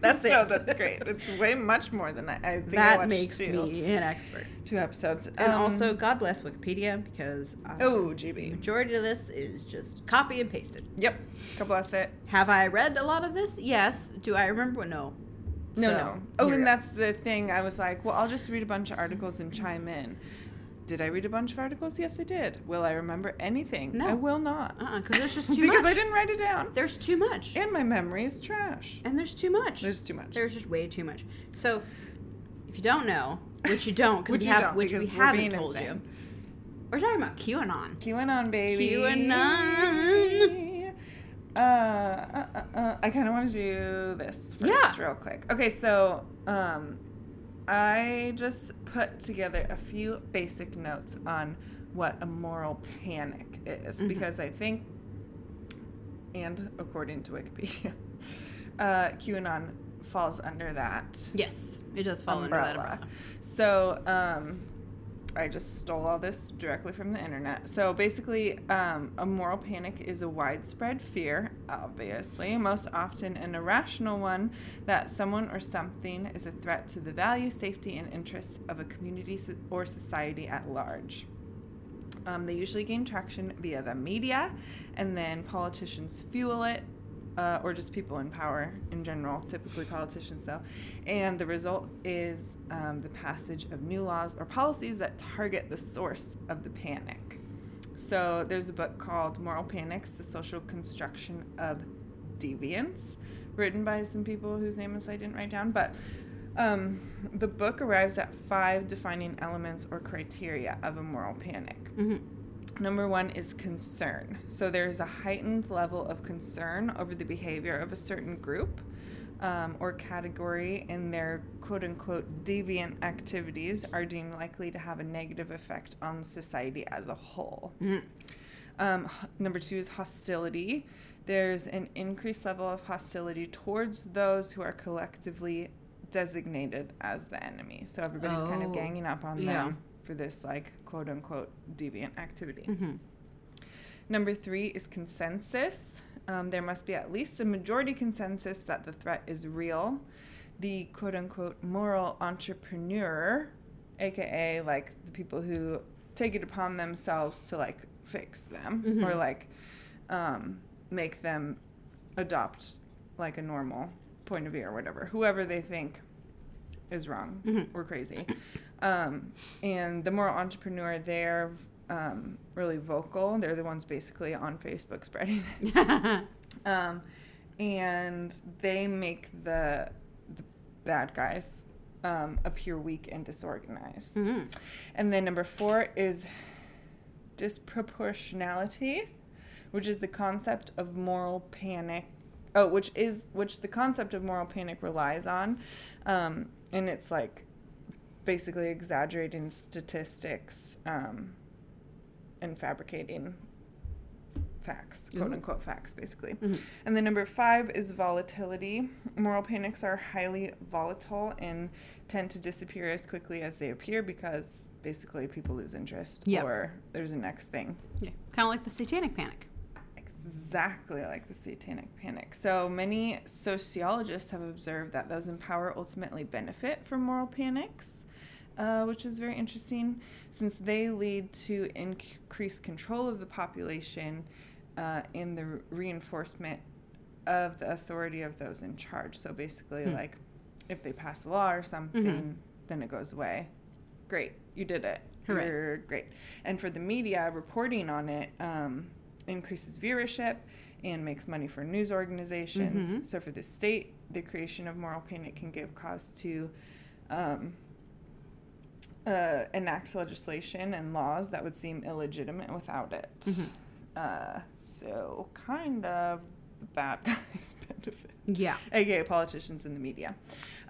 Speaker 1: That's
Speaker 2: so
Speaker 1: it.
Speaker 2: that's great. It's way much more than I, I think I
Speaker 1: that
Speaker 2: watched
Speaker 1: makes
Speaker 2: two,
Speaker 1: me an expert.
Speaker 2: two episodes.
Speaker 1: And
Speaker 2: Um,
Speaker 1: also, God bless Wikipedia because uh,
Speaker 2: oh,
Speaker 1: the
Speaker 2: GB.
Speaker 1: majority of this is just copy and pasted.
Speaker 2: Yep. God bless it.
Speaker 1: Have I read a lot of this? Yes. Do I remember? No.
Speaker 2: No,
Speaker 1: So,
Speaker 2: no. Oh,
Speaker 1: here we
Speaker 2: and
Speaker 1: go.
Speaker 2: that's the thing. I was like, well, I'll just read a bunch of articles and chime in. Did I read a bunch of articles? Yes, I did. Will I remember anything?
Speaker 1: No.
Speaker 2: I will not.
Speaker 1: uh-uh, because there's just too
Speaker 2: because
Speaker 1: much.
Speaker 2: I didn't write it down.
Speaker 1: There's too much,
Speaker 2: And my memory is trash.
Speaker 1: and there's too much.
Speaker 2: There's too much.
Speaker 1: There's just way too much. So, if you don't know, which you don't, 'cause
Speaker 2: Which
Speaker 1: we
Speaker 2: you
Speaker 1: have,
Speaker 2: don't,
Speaker 1: which we
Speaker 2: because we're
Speaker 1: haven't
Speaker 2: being
Speaker 1: told you,
Speaker 2: insane.
Speaker 1: we're talking about QAnon.
Speaker 2: QAnon, baby.
Speaker 1: QAnon.
Speaker 2: Uh, uh, uh, uh, I kind of want to do this first,
Speaker 1: Yeah.
Speaker 2: real quick. Okay, so um, I just put together a few basic notes on what a moral panic is
Speaker 1: Mhm.
Speaker 2: because I think, and according to Wikipedia, uh, QAnon falls under that
Speaker 1: Yes, it does fall under that umbrella.
Speaker 2: so um, I just stole all this directly from the internet. So basically, um, a moral panic is a widespread fear, obviously, most often an irrational one, that someone or something is a threat to the value, safety, and interests of a community so- or society at large. Um, they usually gain traction via the media, and then politicians fuel it, uh, or just people in power in general, typically politicians, though. And the result is um, the passage of new laws or policies that target the source of the panic. So there's a book called Moral Panics The Social Construction of Deviance, written by some people whose names I didn't write down, but. Um, the book arrives at five defining elements or criteria of a moral panic.
Speaker 1: Mhm.
Speaker 2: Number one is concern. So there's a heightened level of concern over the behavior of a certain group um, or category, and their quote unquote deviant activities are deemed likely to have a negative effect on society as a whole.
Speaker 1: Mm-hmm,
Speaker 2: Um, h- number two is hostility. There's an increased level of hostility towards those who are collectively designated as the enemy. So everybody's kind of
Speaker 1: Oh,
Speaker 2: ganging up on
Speaker 1: yeah.
Speaker 2: them for this, like, quote unquote, deviant activity.
Speaker 1: Mhm.
Speaker 2: Number three is consensus. Um, there must be at least a majority consensus that the threat is real. The quote unquote moral entrepreneur, aka like the people who take it upon themselves to like fix them or like um, make them adopt like a normal point of view or whatever, whoever they think is wrong
Speaker 1: mm-hmm,
Speaker 2: or crazy. Um, and the moral entrepreneur, they're um, really vocal. They're the ones basically on Facebook spreading it.
Speaker 1: mm-hmm.
Speaker 2: Um, and they make the, the bad guys um, appear weak and disorganized.
Speaker 1: Mhm.
Speaker 2: And then number four is disproportionality, which is the concept of moral panic. Oh, which is which the concept of moral panic relies on, um, and it's like basically exaggerating statistics um, and fabricating facts, quote
Speaker 1: Ooh.
Speaker 2: unquote facts, basically.
Speaker 1: Mhm.
Speaker 2: And then number five is volatility. Moral panics are highly volatile and tend to disappear as quickly as they appear because basically people lose interest
Speaker 1: Yeah.
Speaker 2: or there's a next thing.
Speaker 1: Yeah. Kind of like the satanic panic.
Speaker 2: Exactly like the satanic panic. So many sociologists have observed that those in power ultimately benefit from moral panics, uh, which is very interesting since they lead to increased control of the population uh, and the re- reinforcement of the authority of those in charge. So basically,
Speaker 1: Hmm.
Speaker 2: like if they pass a law or something, then it goes away. Great, you did it.
Speaker 1: Hooray.
Speaker 2: You're great. And for the media, reporting on it um, increases viewership and makes money for news organizations.
Speaker 1: Mhm.
Speaker 2: So for the state, the creation of moral panic can give cause to um, uh, enact legislation and laws that would seem illegitimate without it.
Speaker 1: Mhm.
Speaker 2: Uh, so kind of the bad guys benefit,
Speaker 1: Yeah.
Speaker 2: aka politicians and the media.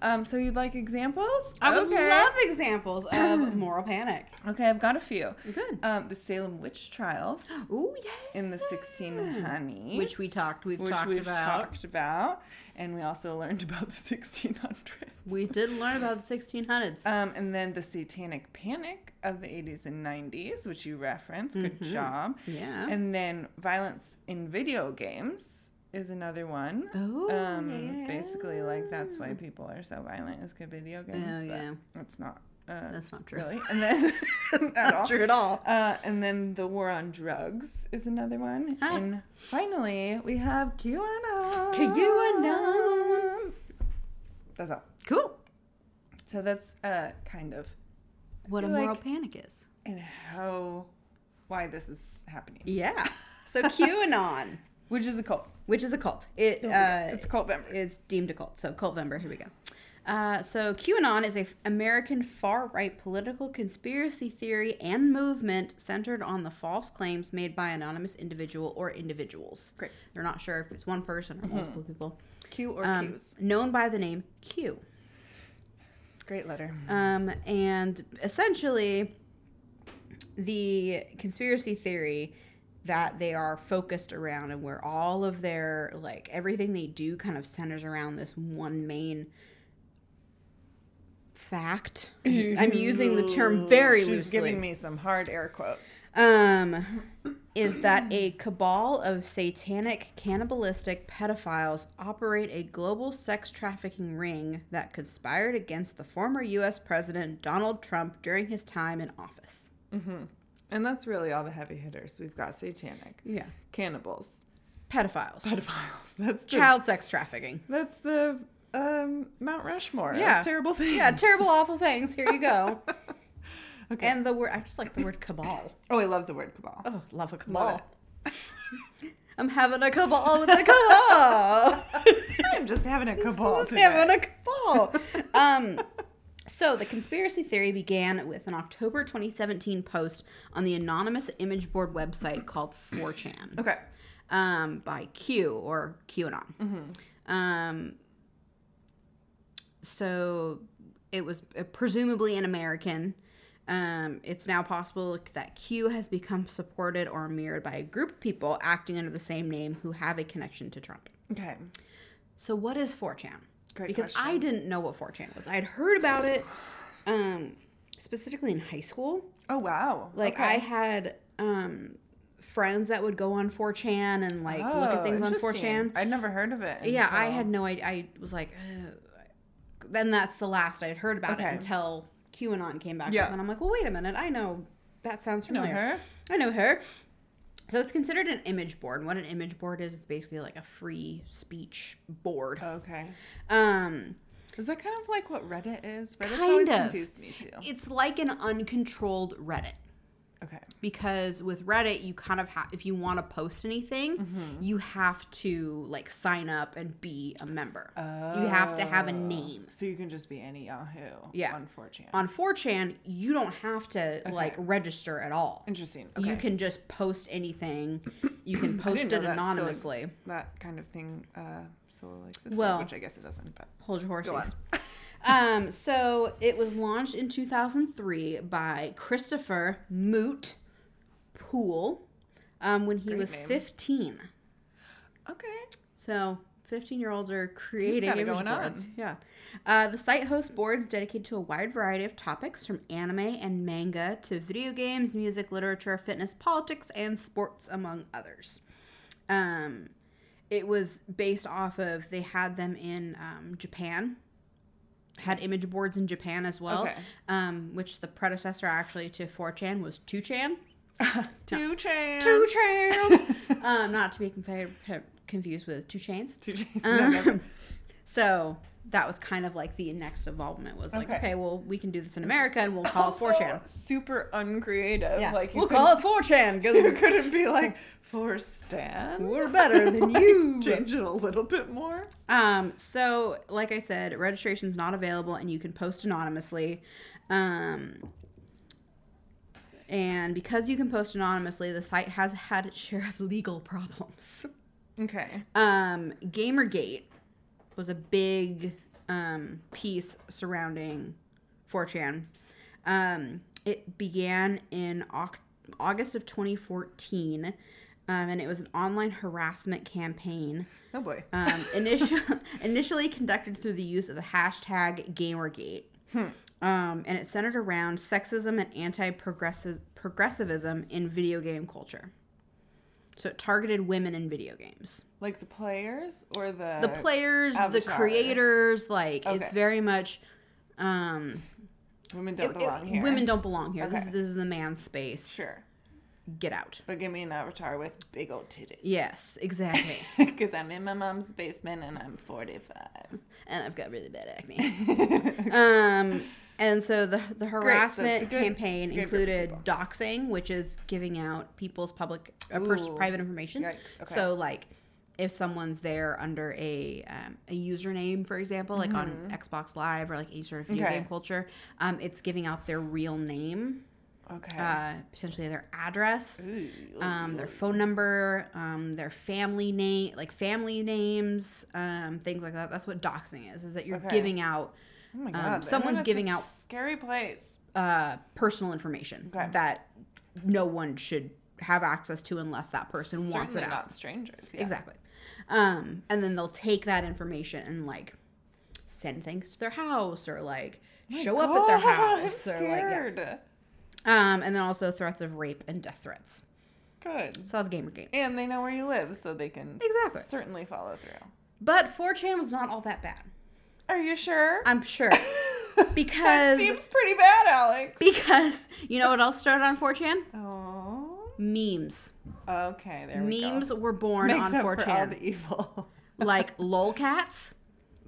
Speaker 2: Um, so you'd like examples?
Speaker 1: I would
Speaker 2: Okay.
Speaker 1: love examples of moral panic.
Speaker 2: Okay, I've got a few.
Speaker 1: Good.
Speaker 2: Um, the Salem witch trials
Speaker 1: Ooh, yeah.
Speaker 2: in the 1600s,
Speaker 1: Which we talked- we've
Speaker 2: which
Speaker 1: talked
Speaker 2: we've
Speaker 1: about.
Speaker 2: talked about, and we also learned about the 1600s.
Speaker 1: We did learn about the 1600s.
Speaker 2: Um, and then the Satanic Panic of the 80s and 90s, which you referenced. Good job.
Speaker 1: Mm-hmm. yeah.
Speaker 2: And then violence in video games is another one.
Speaker 1: oh,
Speaker 2: um,
Speaker 1: yeah.
Speaker 2: Basically, like that's why people are so violent is good video games.
Speaker 1: Oh,
Speaker 2: but
Speaker 1: yeah.
Speaker 2: It's not. Uh,
Speaker 1: That's not true.
Speaker 2: really. And then at all.
Speaker 1: Not true at all.
Speaker 2: Uh, and then the war on drugs is another one.
Speaker 1: Huh.
Speaker 2: And finally, we have QAnon.
Speaker 1: QAnon.
Speaker 2: That's all.
Speaker 1: Cool.
Speaker 2: So that's uh, kind of
Speaker 1: What a
Speaker 2: feel like-
Speaker 1: moral panic is.
Speaker 2: and how why this is happening,
Speaker 1: Yeah. So QAnon,
Speaker 2: which is a cult.
Speaker 1: which is a cult. It
Speaker 2: Don't
Speaker 1: uh,
Speaker 2: forget, it's a cult member.
Speaker 1: is deemed a cult. So cult member. Here we go. Uh, so QAnon is a f- American far-right political conspiracy theory and movement centered on the false claims made by anonymous individual or individuals.
Speaker 2: Great.
Speaker 1: They're not sure if it's one person or multiple people.
Speaker 2: Q or
Speaker 1: Um,
Speaker 2: Q's.
Speaker 1: known by the name Q.
Speaker 2: Great letter.
Speaker 1: Um, and essentially, the conspiracy theory that they are focused around and where all of their, like, everything they do kind of centers around this one main fact. I'm using the term very
Speaker 2: She's
Speaker 1: loosely
Speaker 2: giving me some hard air quotes.
Speaker 1: um, is that a cabal of satanic, cannibalistic pedophiles operate a global sex trafficking ring that conspired against the former U.S. President Donald Trump during his time in office.
Speaker 2: And that's really all the heavy hitters. We've got satanic,
Speaker 1: Yeah.
Speaker 2: cannibals,
Speaker 1: Pedophiles.
Speaker 2: pedophiles. That's the,
Speaker 1: Child sex trafficking.
Speaker 2: That's the um, Mount Rushmore. of
Speaker 1: Yeah.
Speaker 2: terrible things.
Speaker 1: Yeah, terrible, awful things. Here you go.
Speaker 2: Okay.
Speaker 1: And the word, I just like the word cabal.
Speaker 2: oh, I love the word cabal.
Speaker 1: Oh, love a
Speaker 2: Love
Speaker 1: cabal. I'm having a cabal with a cabal.
Speaker 2: I'm just having a cabal
Speaker 1: Just
Speaker 2: today.
Speaker 1: having a cabal. Um, so the conspiracy theory began with an October 2017 post on the anonymous image board website called 4chan
Speaker 2: okay.
Speaker 1: um, by Q or QAnon. Um, so it was uh, presumably an American. Um, it's now possible that Q has become supported or mirrored by a group of people acting under the same name who have a connection to Trump.
Speaker 2: Okay.
Speaker 1: So what is 4chan?
Speaker 2: Great
Speaker 1: because
Speaker 2: question.
Speaker 1: I didn't know what 4chan was. I'd heard about it um, specifically in high school.
Speaker 2: Oh wow.
Speaker 1: Like
Speaker 2: Okay.
Speaker 1: I had um, friends that would go on 4chan and like look
Speaker 2: Oh,
Speaker 1: at things on
Speaker 2: interesting.
Speaker 1: 4chan.
Speaker 2: I'd never heard of it.
Speaker 1: Yeah, I
Speaker 2: until-
Speaker 1: had no idea. I was like, uh, then that's the last I had heard about
Speaker 2: Okay.
Speaker 1: it until QAnon came back
Speaker 2: Yeah.
Speaker 1: up, and I'm like, well, wait a minute, I know that sounds
Speaker 2: know
Speaker 1: familiar.
Speaker 2: her.
Speaker 1: I know her. So it's considered an image board. And what an image board is, it's basically like a free speech board.
Speaker 2: Okay.
Speaker 1: Um,
Speaker 2: Is that kind of like what Reddit is? Reddit's
Speaker 1: Kind
Speaker 2: always
Speaker 1: of.
Speaker 2: confused me too.
Speaker 1: it's like an uncontrolled Reddit
Speaker 2: Okay.
Speaker 1: because with Reddit, you kind of have, if you want to post anything,
Speaker 2: Mm-hmm.
Speaker 1: you have to like sign up and be a member. You have to have a
Speaker 2: Oh.
Speaker 1: name.
Speaker 2: So you can just be any Yahoo.
Speaker 1: Yeah.
Speaker 2: On 4chan.
Speaker 1: On 4chan, you don't have to like register at all.
Speaker 2: Interesting. Okay.
Speaker 1: You can just post anything. You can post it
Speaker 2: know that, so it's-
Speaker 1: anonymously.
Speaker 2: that kind of thing uh, still existed,
Speaker 1: Well-
Speaker 2: which I guess it doesn't. But
Speaker 1: Hold your
Speaker 2: Go
Speaker 1: horses. um, so it was launched in 2003 by Christopher Moot Poole um, when he
Speaker 2: Great
Speaker 1: was
Speaker 2: name.
Speaker 1: 15.
Speaker 2: okay.
Speaker 1: So 15 year olds are creating
Speaker 2: got it
Speaker 1: image
Speaker 2: going
Speaker 1: boards.
Speaker 2: on.
Speaker 1: Yeah. Uh, the site hosts boards dedicated to a wide variety of topics from anime and manga to video games, music, literature, fitness, politics, and sports, among others. Um, it was based off of, they had them in um, Japan. Had image boards in Japan as well,
Speaker 2: Okay.
Speaker 1: um, which the predecessor actually to 4chan was 2chan.
Speaker 2: Two chains.
Speaker 1: Two Chain, um, not to be confa- confused with Two Chains.
Speaker 2: Two chains.
Speaker 1: Um, So that was kind of like the next involvement was like,
Speaker 2: Okay.
Speaker 1: okay, well, we can do this in America and we'll call it 4chan.
Speaker 2: Super uncreative.
Speaker 1: Yeah,
Speaker 2: Like you
Speaker 1: we'll
Speaker 2: couldn't-
Speaker 1: call it 4chan
Speaker 2: You
Speaker 1: because
Speaker 2: couldn't be like for Stan.
Speaker 1: we're better than you.
Speaker 2: Change it a little bit more.
Speaker 1: Um, so, like I said, registration's not available and you can post anonymously. Um, and because you can post anonymously, the site has had its share of legal problems.
Speaker 2: Okay.
Speaker 1: Um, Gamergate was a big um, piece surrounding 4chan. Um, it began in Oc- August of 2014, um, and it was an online harassment campaign
Speaker 2: Oh boy.
Speaker 1: um, initial, initially conducted through the use of the hashtag Gamergate. Um, and it centered around sexism and anti progressivism in video game culture. So it targeted women in video games
Speaker 2: Like the players or the
Speaker 1: the players, the
Speaker 2: Uh, avatars.
Speaker 1: creators, like
Speaker 2: Okay.
Speaker 1: it's very much um
Speaker 2: women
Speaker 1: it-
Speaker 2: don't
Speaker 1: it-
Speaker 2: belong here.
Speaker 1: women don't belong here. This
Speaker 2: Okay.
Speaker 1: is this is the man's space.
Speaker 2: Sure.
Speaker 1: Get out.
Speaker 2: But give me an avatar with big old titties.
Speaker 1: Yes, exactly.
Speaker 2: Because I'm in my mom's basement and I'm 45.
Speaker 1: and I've got really bad acne. um and so the the harassment
Speaker 2: good- it's
Speaker 1: campaign
Speaker 2: good for
Speaker 1: included
Speaker 2: people.
Speaker 1: doxing, which is giving out people's public uh, pers-
Speaker 2: Ooh.
Speaker 1: private information.
Speaker 2: Yikes, okay.
Speaker 1: So like if someone's there under a um, a username, for example, like on Xbox Live or like any sort of video
Speaker 2: Mm-hmm. Okay.
Speaker 1: game culture, um, it's giving out their real name.
Speaker 2: Okay.
Speaker 1: uh, potentially their address,
Speaker 2: Ooh,
Speaker 1: um, their phone number, um, their family name, like family names, um, things like that. That's what doxing is: is that you're
Speaker 2: Okay.
Speaker 1: giving out
Speaker 2: oh my
Speaker 1: um,
Speaker 2: god. the
Speaker 1: someone's
Speaker 2: internet's
Speaker 1: giving
Speaker 2: such a
Speaker 1: out-
Speaker 2: Scary place.
Speaker 1: uh, personal information
Speaker 2: Okay.
Speaker 1: that no one should have access to unless that person wants it
Speaker 2: Certainly
Speaker 1: out.
Speaker 2: Not strangers. Yeah.
Speaker 1: Exactly. Um, and then they'll take that information and like send things to their house or like
Speaker 2: Oh My
Speaker 1: show up at their
Speaker 2: God, I'm
Speaker 1: house or like yeah.
Speaker 2: scared.
Speaker 1: um, and then also threats of rape and death threats.
Speaker 2: Good.
Speaker 1: So that's Gamergate.
Speaker 2: And they know where you live, so they can
Speaker 1: Exactly.
Speaker 2: certainly follow through.
Speaker 1: But 4chan was not all that bad.
Speaker 2: Are you sure?
Speaker 1: I'm sure.
Speaker 2: that
Speaker 1: Because
Speaker 2: seems pretty bad, Alex.
Speaker 1: because you know what else started on 4chan?
Speaker 2: Oh,
Speaker 1: memes.
Speaker 2: Okay, there we go.
Speaker 1: Memes were born
Speaker 2: Makes
Speaker 1: on
Speaker 2: up
Speaker 1: 4chan.
Speaker 2: for all the evil.
Speaker 1: like lolcats.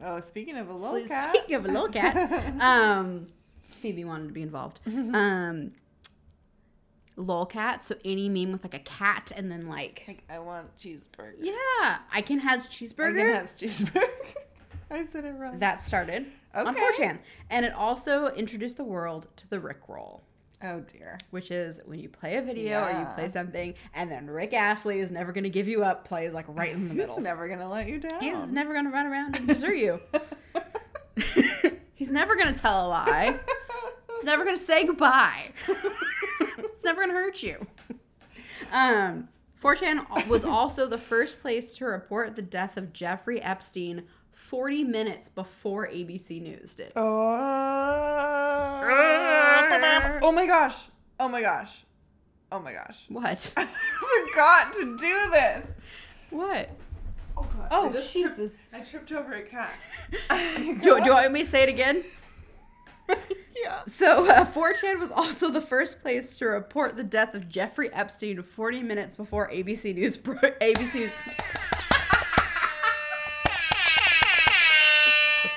Speaker 2: Oh, speaking of a
Speaker 1: Sle-
Speaker 2: lolcat,
Speaker 1: Speak of a lolcat. um, Phoebe wanted to be involved. Um, lolcat. So any meme with like a cat and then like
Speaker 2: like I want cheeseburger.
Speaker 1: yeah, I can has cheeseburger.
Speaker 2: Again, that's cheeseburger. I said it wrong.
Speaker 1: that started on
Speaker 2: Okay.
Speaker 1: 4chan, and it also introduced the world to the Rick roll.
Speaker 2: oh dear.
Speaker 1: Which is when you play a video or you
Speaker 2: Yeah.
Speaker 1: play something, and then Rick Ashley is never going to give you up. Plays like right in the middle. Um,
Speaker 2: He's never gonna let you down.
Speaker 1: He's never gonna run around and desert you. He's never gonna tell a lie. He's never gonna say goodbye. He's never gonna hurt you. Um, 4chan was also the first place to report the death of Jeffrey Epstein 40 minutes before ABC News did.
Speaker 2: Oh. oh my gosh. Oh my gosh. Oh my gosh.
Speaker 1: What?
Speaker 2: I forgot to do this.
Speaker 1: What?
Speaker 2: Oh, God.
Speaker 1: Oh,
Speaker 2: I just tripped-
Speaker 1: Jesus.
Speaker 2: I tripped over a cat.
Speaker 1: Do, do I want me to say it again?
Speaker 2: yeah.
Speaker 1: So, uh, 4chan was also the first place to report the death of Jeffrey Epstein 40 minutes before ABC News. Bro- ABC. News-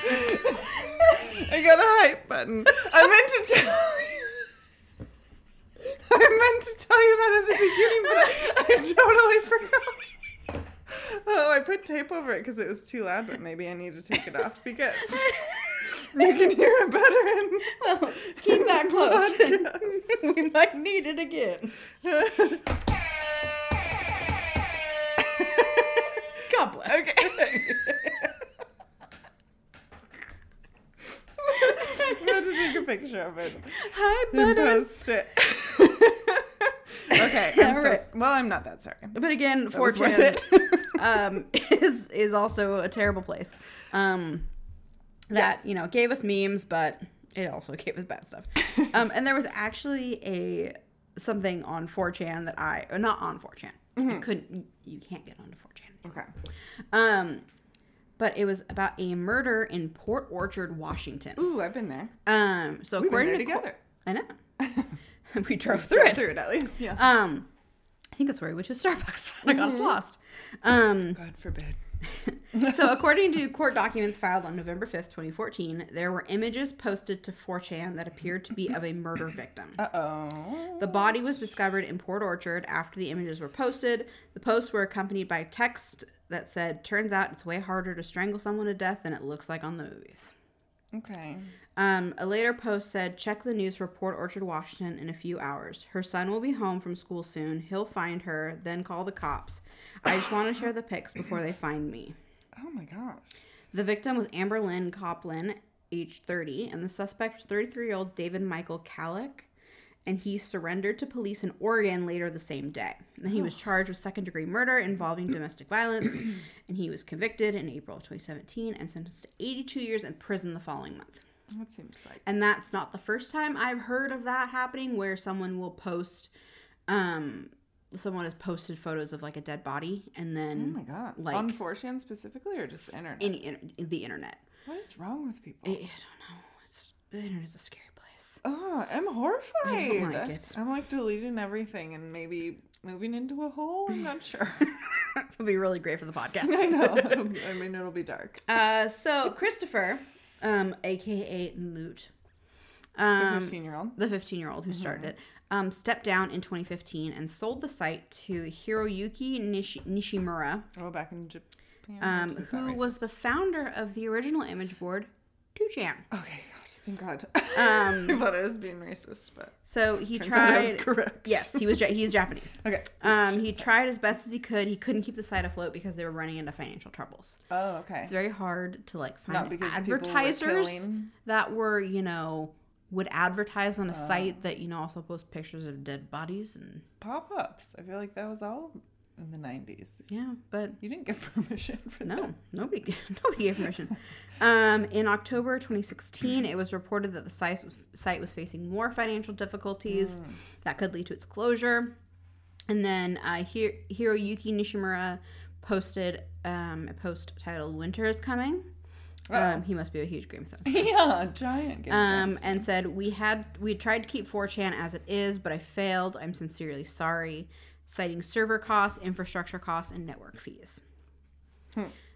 Speaker 2: I got a hype button. I meant to tell you. I meant to tell you that at the beginning, but I, I totally forgot. Oh, I put tape over it because it was too loud, but maybe I need to take it off because you can hear it better.
Speaker 1: Well, keep that close.
Speaker 2: Podcast.
Speaker 1: we might need it again.
Speaker 2: In...
Speaker 1: God bless.
Speaker 2: okay. I'm going to take a picture of it.
Speaker 1: Hi,
Speaker 2: and
Speaker 1: button.
Speaker 2: post it. okay, I'm so
Speaker 1: Alright.
Speaker 2: s- well. I'm not that sorry.
Speaker 1: But again,
Speaker 2: That was worth
Speaker 1: 4chan
Speaker 2: it.
Speaker 1: um, is is also a terrible place. Um, that
Speaker 2: Yes.
Speaker 1: you know gave us memes, but it also gave us bad stuff. um, and there was actually a something on 4chan that I or not on 4chan.
Speaker 2: Mm-hmm.
Speaker 1: You couldn't. You can't get onto 4chan.
Speaker 2: okay.
Speaker 1: Um, but it was about a murder in Port Orchard, Washington.
Speaker 2: Ooh, I've been there.
Speaker 1: Um, so
Speaker 2: We've been
Speaker 1: according to
Speaker 2: there
Speaker 1: co-
Speaker 2: together.
Speaker 1: I know we drove through it.
Speaker 2: Through it at least. Yeah.
Speaker 1: Um, I think that's where we went to Starbucks. and I got us lost. Um,
Speaker 2: God forbid.
Speaker 1: so according to court documents filed on November fifth, twenty fourteen, there were images posted to 4chan that appeared to be of a murder victim.
Speaker 2: Uh oh.
Speaker 1: The body was discovered in Port Orchard after the images were posted. The posts were accompanied by text that said, "Turns out it's way harder to strangle someone to death than it looks like on the movies."
Speaker 2: Okay.
Speaker 1: Um, a later post said, "Check the news for Port Orchard, Washington, in a few hours. Her son will be home from school soon. He'll find her, then call the cops. I just want to share the pics before they find me."
Speaker 2: Oh my gosh.
Speaker 1: The victim was Amber Lynn Coplin, age 30, and the suspect was 33 year old David Michael Kallick, and he surrendered to police in Oregon later the same day. And he was charged with second degree murder involving domestic violence, and he was convicted in April of 2017 and sentenced to 82 years in prison the following month.
Speaker 2: That seems like.
Speaker 1: And that's not the first time I've heard of that happening where someone will post, um, someone has posted photos of like a dead body and
Speaker 2: Oh
Speaker 1: then
Speaker 2: my god.
Speaker 1: Like-
Speaker 2: On 4chan specifically, or just the internet?
Speaker 1: any in the internet.
Speaker 2: what is wrong with
Speaker 1: I I
Speaker 2: people?
Speaker 1: don't know. It's the internet's a scary place.
Speaker 2: oh, I'm horrified.
Speaker 1: like it.
Speaker 2: I'm like deleting everything and maybe moving into a hole. I'm not sure.
Speaker 1: It'll be really great for the
Speaker 2: I
Speaker 1: podcast.
Speaker 2: know. It'll- I mean, it'll be dark.
Speaker 1: uh, so Christopher, um, aka Moot, um,
Speaker 2: 15 year old.
Speaker 1: the 15 year old who started it, um, stepped down in 2015 and sold the site to Hiroyuki Nishi- Nishimura,
Speaker 2: Oh, back in Japan.
Speaker 1: um,
Speaker 2: Oops, is that
Speaker 1: who
Speaker 2: racist?
Speaker 1: was the founder of the original image board, 2chan.
Speaker 2: Okay, God, thank God. I
Speaker 1: Um,
Speaker 2: thought I was being racist, but
Speaker 1: So he
Speaker 2: turns out I was
Speaker 1: tried.
Speaker 2: correct. Oh,
Speaker 1: Yes, he was. Ja- he's Japanese.
Speaker 2: Okay.
Speaker 1: Um, he tried as best as he could. He couldn't keep the site afloat because they were running into financial troubles.
Speaker 2: Oh, okay.
Speaker 1: It's very hard to like
Speaker 2: Not
Speaker 1: find
Speaker 2: because people were
Speaker 1: advertisers
Speaker 2: killing.
Speaker 1: that were, you know, would advertise on a
Speaker 2: Uh.
Speaker 1: site that you know also post pictures of dead bodies and
Speaker 2: Pop ups. I feel like that was all in the nineties.
Speaker 1: yeah, but
Speaker 2: You didn't get permission for that.
Speaker 1: no, nobody nobody gave permission. Um, in October 2016, it was reported that the site was, site was facing more financial difficulties that could lead to its closure. And then uh, Hi- Hiroyuki Nishimura posted um, a post titled "Winter is Coming." Um, he must be a huge Game of Thrones
Speaker 2: yeah, giant. Game of
Speaker 1: um,
Speaker 2: Thrones.
Speaker 1: and said we had we tried to keep 4chan as it is, but I failed. I'm sincerely sorry, citing server costs, infrastructure costs, and network fees.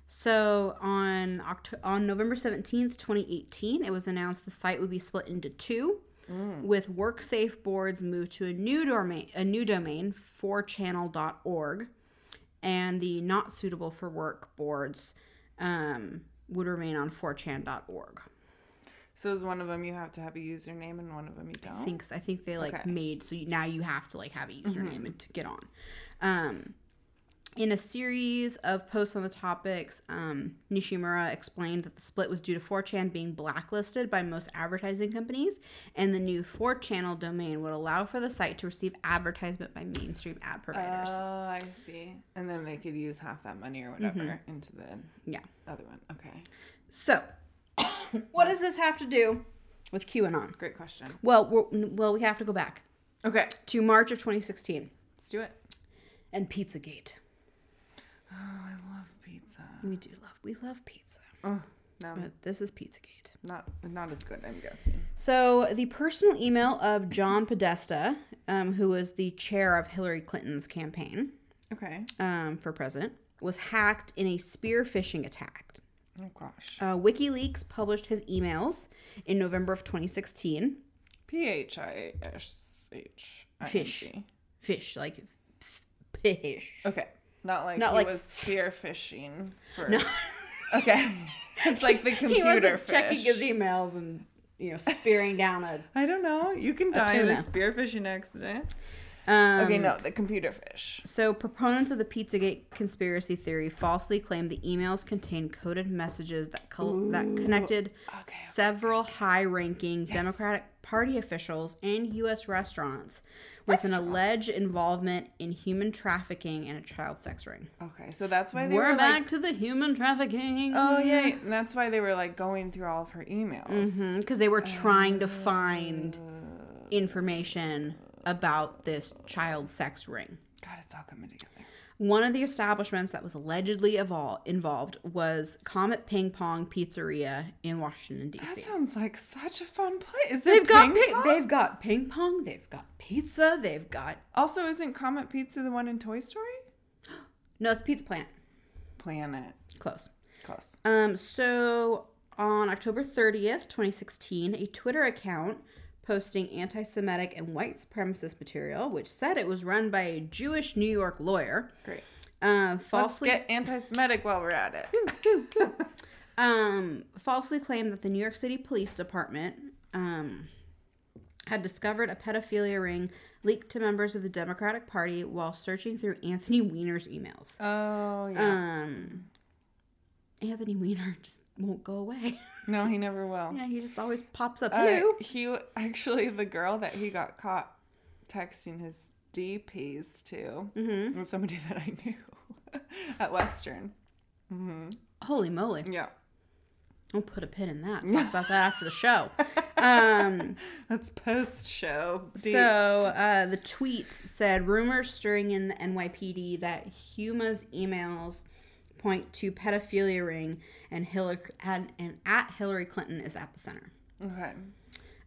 Speaker 1: So on Oct- on November 17th, 2018, it was announced the site would be split into two, with WorkSafe boards moved to a new domain a new domain 4channel.org, and the not suitable for work boards um, would remain on 4chan.org.
Speaker 2: so is one of them you have to have a username and one of them you don't.
Speaker 1: I think so. I think they like
Speaker 2: Oh. Okay. Mm-hmm.
Speaker 1: made so you, now you have to like have a username and to get on. Um, in a series of posts on the topics, um, Nishimura explained that the split was due to 4chan being blacklisted by most advertising companies, and the new 4channel domain would allow for the site to receive advertisement by mainstream ad providers.
Speaker 2: Oh, I see. And then they could use half that money or
Speaker 1: Mm-hmm.
Speaker 2: whatever into the
Speaker 1: yeah.
Speaker 2: other one. Okay,
Speaker 1: So, what does this have to do with QAnon?
Speaker 2: great question.
Speaker 1: Well, we're, well, we have to go back
Speaker 2: Okay,
Speaker 1: to March of 2016
Speaker 2: let's do it.
Speaker 1: and Pizzagate.
Speaker 2: Oh, I love pizza.
Speaker 1: We do love we love pizza.
Speaker 2: Oh, no,
Speaker 1: But this is Pizzagate.
Speaker 2: not not as good. I'm guessing.
Speaker 1: So the personal email of John Podesta, um, who was the chair of Hillary Clinton's campaign
Speaker 2: Okay.
Speaker 1: um, for president, was hacked in a spear phishing attack.
Speaker 2: Oh gosh.
Speaker 1: Uh, WikiLeaks published his emails in November of 2016.
Speaker 2: P H I S H. I N G.
Speaker 1: Fish. Fish, like f- fish.
Speaker 2: Okay. Not like
Speaker 1: Not
Speaker 2: he
Speaker 1: like-
Speaker 2: was spear fishing for. Okay. it's like the computer
Speaker 1: He wasn't
Speaker 2: fish.
Speaker 1: checking his emails and you know spearing down a.
Speaker 2: I don't know. You can die in a
Speaker 1: tuna.
Speaker 2: spear fishing accident.
Speaker 1: Um,
Speaker 2: Okay, no, the computer fish.
Speaker 1: So, proponents of the Pizzagate conspiracy theory falsely claimed the emails contained coded messages that col- that connected several high-ranking Democratic Party officials and U.S. restaurants with an alleged involvement in human trafficking and a child sex ring.
Speaker 2: Okay, so that's why they
Speaker 1: We're
Speaker 2: were
Speaker 1: back Mm-hmm.
Speaker 2: like,
Speaker 1: to the human trafficking.
Speaker 2: oh yay, and that's why they were like going through all of her emails.
Speaker 1: because Mm-hmm, they were trying to find
Speaker 2: Uh.
Speaker 1: information about this child sex ring.
Speaker 2: God, it's all coming together.
Speaker 1: One of the establishments that was allegedly evol- involved was Comet Ping Pong Pizzeria in Washington
Speaker 2: That
Speaker 1: D.C.
Speaker 2: sounds like such a fun place. Is there
Speaker 1: They've got
Speaker 2: ping
Speaker 1: ping
Speaker 2: pong?
Speaker 1: they've got ping pong, they've got pizza, they've got
Speaker 2: Also, isn't Comet Pizza the one in Toy Story?
Speaker 1: no, it's Pizza Planet.
Speaker 2: Planet.
Speaker 1: Close.
Speaker 2: Close.
Speaker 1: Um, so on October 30th, 2016, a Twitter account posting anti Semitic and white supremacist material, which said it was run by a Jewish New York lawyer,
Speaker 2: Great.
Speaker 1: uh,
Speaker 2: Let's
Speaker 1: falsely
Speaker 2: get anti-Semitic while we're at it.
Speaker 1: Hmm. um, falsely claimed that the New York City Police Department um, had discovered a pedophilia ring leaked to members of the Democratic Party while searching through Anthony Weiner's emails.
Speaker 2: Oh yeah.
Speaker 1: Um, Anthony Weiner just won't go away.
Speaker 2: no, he never will.
Speaker 1: yeah, he just always pops up.
Speaker 2: Uh,
Speaker 1: Hello.
Speaker 2: he actually the girl that he got caught texting his DPs to
Speaker 1: Mm-hmm.
Speaker 2: was somebody that I knew at Western.
Speaker 1: Holy moly.
Speaker 2: Yeah,
Speaker 1: I'll put a pin in that. Talk about that after the show. Um,
Speaker 2: that's post show.
Speaker 1: So uh, the tweet said rumors stirring in the NYPD that Huma's emails point to pedophilia ring and Hillary and, and at Hillary Clinton is at the center.
Speaker 2: okay,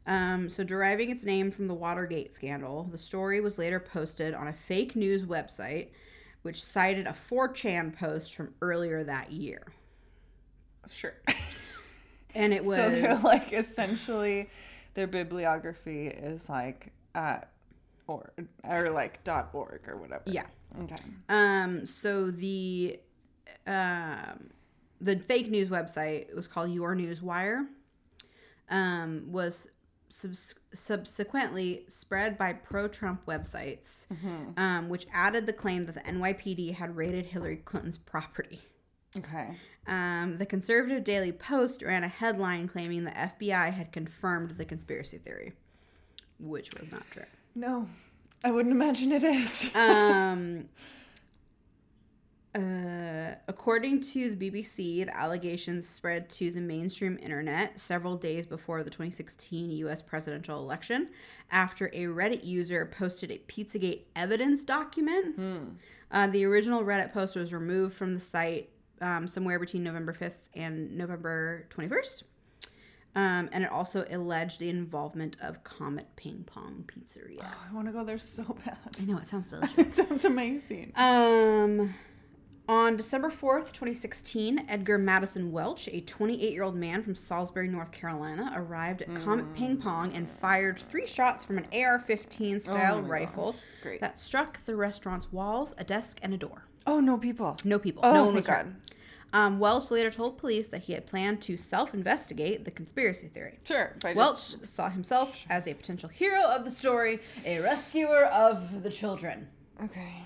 Speaker 1: Um, so deriving its name from the Watergate scandal, the story was later posted on a fake news website, which cited a 4chan post from earlier that year,
Speaker 2: sure.
Speaker 1: and it was
Speaker 2: so they're like essentially their bibliography is like at or or like dot org or whatever.
Speaker 1: yeah.
Speaker 2: Okay.
Speaker 1: Um, so the um, the fake news website it was called Your News Wire. Um, was subs- subsequently spread by pro-Trump websites, um, which added the claim that the NYPD had raided Hillary Clinton's property.
Speaker 2: Okay.
Speaker 1: Um, the conservative Daily Post ran a headline claiming the FBI had confirmed the conspiracy theory, which was not true.
Speaker 2: No, I wouldn't imagine it is.
Speaker 1: um, uh, according to the BBC, the allegations spread to the mainstream internet several days before the 2016 U.S. presidential election, after a Reddit user posted a Hmm. PizzaGate evidence document. Uh, the original Reddit post was removed from the site um, somewhere between November 5th and November 21st. Um, and it also alleged the involvement of Comet Ping Pong Pizzeria.
Speaker 2: I want to go there so bad.
Speaker 1: I know it sounds delicious.
Speaker 2: it sounds amazing.
Speaker 1: Um, on December 4th, 2016, Edgar Madison Welch, a 28 year old man from Salisbury, North Carolina, arrived at
Speaker 2: Mm.
Speaker 1: Comet Ping Pong and fired three shots from an AR 15 style
Speaker 2: Oh my
Speaker 1: rifle
Speaker 2: gosh. Great.
Speaker 1: that struck the restaurant's walls, a desk, and a door.
Speaker 2: Oh no, people.
Speaker 1: No people.
Speaker 2: Oh
Speaker 1: no
Speaker 2: my
Speaker 1: one was hurt.
Speaker 2: God.
Speaker 1: Um, Welch later told police that he had planned to self investigate the conspiracy theory.
Speaker 2: Sure. If I
Speaker 1: Welch saw himself as a potential hero of the story, a rescuer of the children.
Speaker 2: just- okay.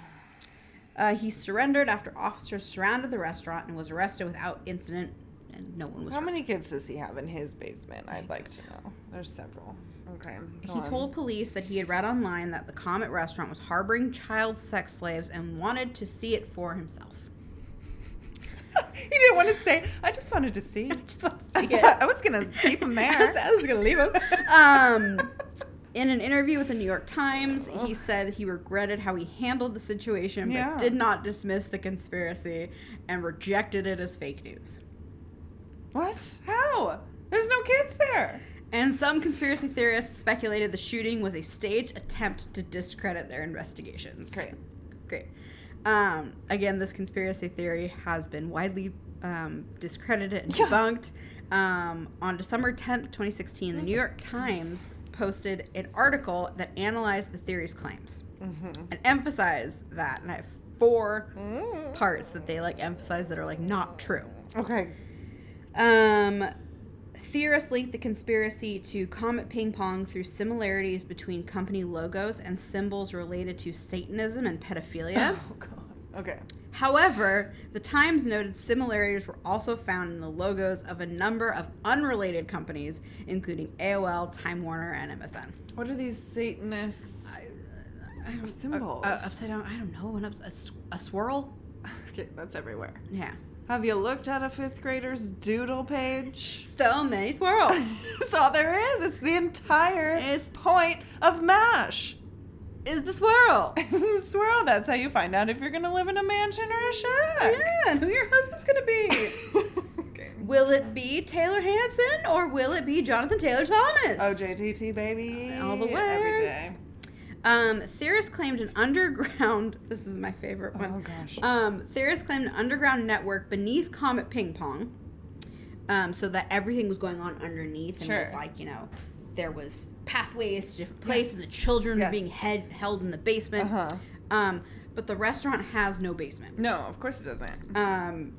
Speaker 1: Uh, he surrendered after officers surrounded the restaurant and was arrested without incident, and no one was
Speaker 2: How
Speaker 1: hurt.
Speaker 2: many kids does he have in his basement? I'd like to know. There's several. Okay. go
Speaker 1: He
Speaker 2: on.
Speaker 1: told police that he had read online that the Comet restaurant was harboring child sex slaves and wanted to see it for himself.
Speaker 2: he didn't want to say. I just wanted to see.
Speaker 1: Just wanted to see it.
Speaker 2: I was gonna keep him there.
Speaker 1: I was gonna leave him. Um, in an interview with the New York Times, he said he regretted how he handled the situation, but
Speaker 2: Yeah.
Speaker 1: did not dismiss the conspiracy and rejected it as fake news.
Speaker 2: What? How? There's no kids there.
Speaker 1: And some conspiracy theorists speculated the shooting was a staged attempt to discredit their investigations.
Speaker 2: Great.
Speaker 1: Great. Um, again, this conspiracy theory has been widely um, discredited and
Speaker 2: Yeah.
Speaker 1: debunked. Um, on December 10th, 2016, the New York Times posted an article that analyzed the theory's claims
Speaker 2: Mm-hmm.
Speaker 1: and emphasized that. And I have 4
Speaker 2: Mm.
Speaker 1: parts that they like emphasize that are like not true.
Speaker 2: Okay.
Speaker 1: Um, theorists linked the conspiracy to Comet Ping Pong through similarities between company logos and symbols related to Satanism and pedophilia.
Speaker 2: Oh god. Okay.
Speaker 1: However, the Times noted similarities were also found in the logos of a number of unrelated companies, including AOL, Time Warner, and MSN.
Speaker 2: What are these Satanists?
Speaker 1: I don't-
Speaker 2: Symbols.
Speaker 1: Uh, upside down. I don't know. An ups, a, s- a swirl.
Speaker 2: Okay, that's everywhere.
Speaker 1: Yeah.
Speaker 2: Have you looked at a fifth grader's doodle page?
Speaker 1: So many swirls.
Speaker 2: That's all there is. It's the entire
Speaker 1: It's-
Speaker 2: point of MASH.
Speaker 1: is the swirl?
Speaker 2: Swirl, that's how you find out if you're gonna live in a mansion or a shack.
Speaker 1: Yeah. And who your husband's gonna be?
Speaker 2: okay.
Speaker 1: Will it be Taylor Hanson or will it be Jonathan Taylor Thomas?
Speaker 2: Oh, JTT, baby.
Speaker 1: All the way.
Speaker 2: Every day.
Speaker 1: Um, theorists claimed an underground. This is my favorite one.
Speaker 2: Oh, gosh.
Speaker 1: Um, theorists claimed an underground network beneath Comet Ping Pong, um, so that everything was going on underneath, and it
Speaker 2: Sure.
Speaker 1: was like you know, there was pathways to different places. The children were
Speaker 2: Yes.
Speaker 1: being head, held in the basement.
Speaker 2: Uh-huh.
Speaker 1: Um, but the restaurant has no basement.
Speaker 2: No, of course it doesn't.
Speaker 1: Um,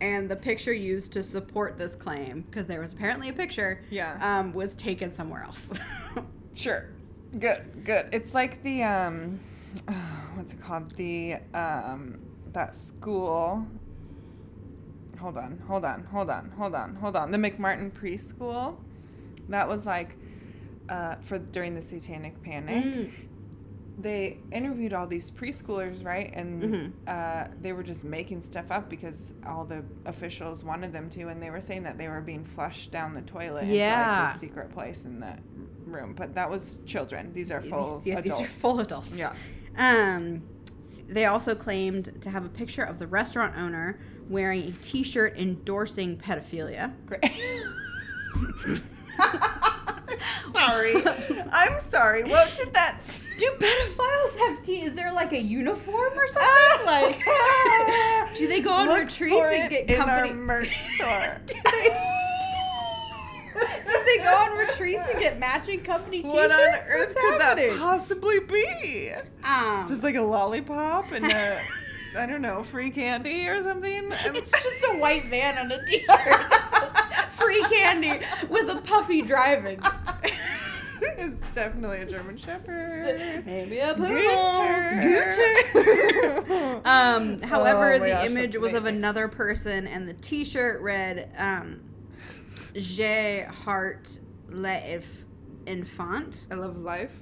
Speaker 1: and the picture used to support this claim, because there was apparently a picture,
Speaker 2: Yeah.
Speaker 1: um, was taken somewhere else.
Speaker 2: Sure. Good, good. It's like the um what's it called? The um that school Hold on, hold on, hold on, hold on, hold on. The McMartin preschool. That was like uh, for during the Satanic Panic,
Speaker 1: Mm.
Speaker 2: they interviewed all these preschoolers, right? And
Speaker 1: Mm-hmm.
Speaker 2: uh, they were just making stuff up because all the officials wanted them to, and they were saying that they were being flushed down the toilet into like,
Speaker 1: Yeah.
Speaker 2: this secret place in the room. But that was children. These are full
Speaker 1: yeah,
Speaker 2: adults.
Speaker 1: these are full adults.
Speaker 2: Yeah.
Speaker 1: Um, th- they also claimed to have a picture of the restaurant owner wearing a T-shirt endorsing pedophilia.
Speaker 2: Great. sorry, I'm sorry. What did that? s-
Speaker 1: Do pedophiles have T? Is there like a uniform or something? like, do they go on
Speaker 2: Look
Speaker 1: retreats
Speaker 2: for
Speaker 1: and
Speaker 2: it
Speaker 1: get
Speaker 2: in
Speaker 1: company?
Speaker 2: our merch store?
Speaker 1: do they, do they go on retreats and get matching company T-shirts?
Speaker 2: What on
Speaker 1: What's
Speaker 2: earth could
Speaker 1: happening?
Speaker 2: that possibly be?
Speaker 1: Um,
Speaker 2: Just like a lollipop and a, I don't know, free candy or something. I'm-
Speaker 1: it's just a white van on a T-shirt. It says free candy with a puppy driving.
Speaker 2: it's definitely a German Shepherd.
Speaker 1: Maybe a
Speaker 2: Guter.
Speaker 1: Guter. um, however,
Speaker 2: Oh my
Speaker 1: the
Speaker 2: gosh,
Speaker 1: image
Speaker 2: that's
Speaker 1: was of
Speaker 2: amazing.
Speaker 1: another person, and the T-shirt read um, "Je heart l'enf enfant,"
Speaker 2: I love life.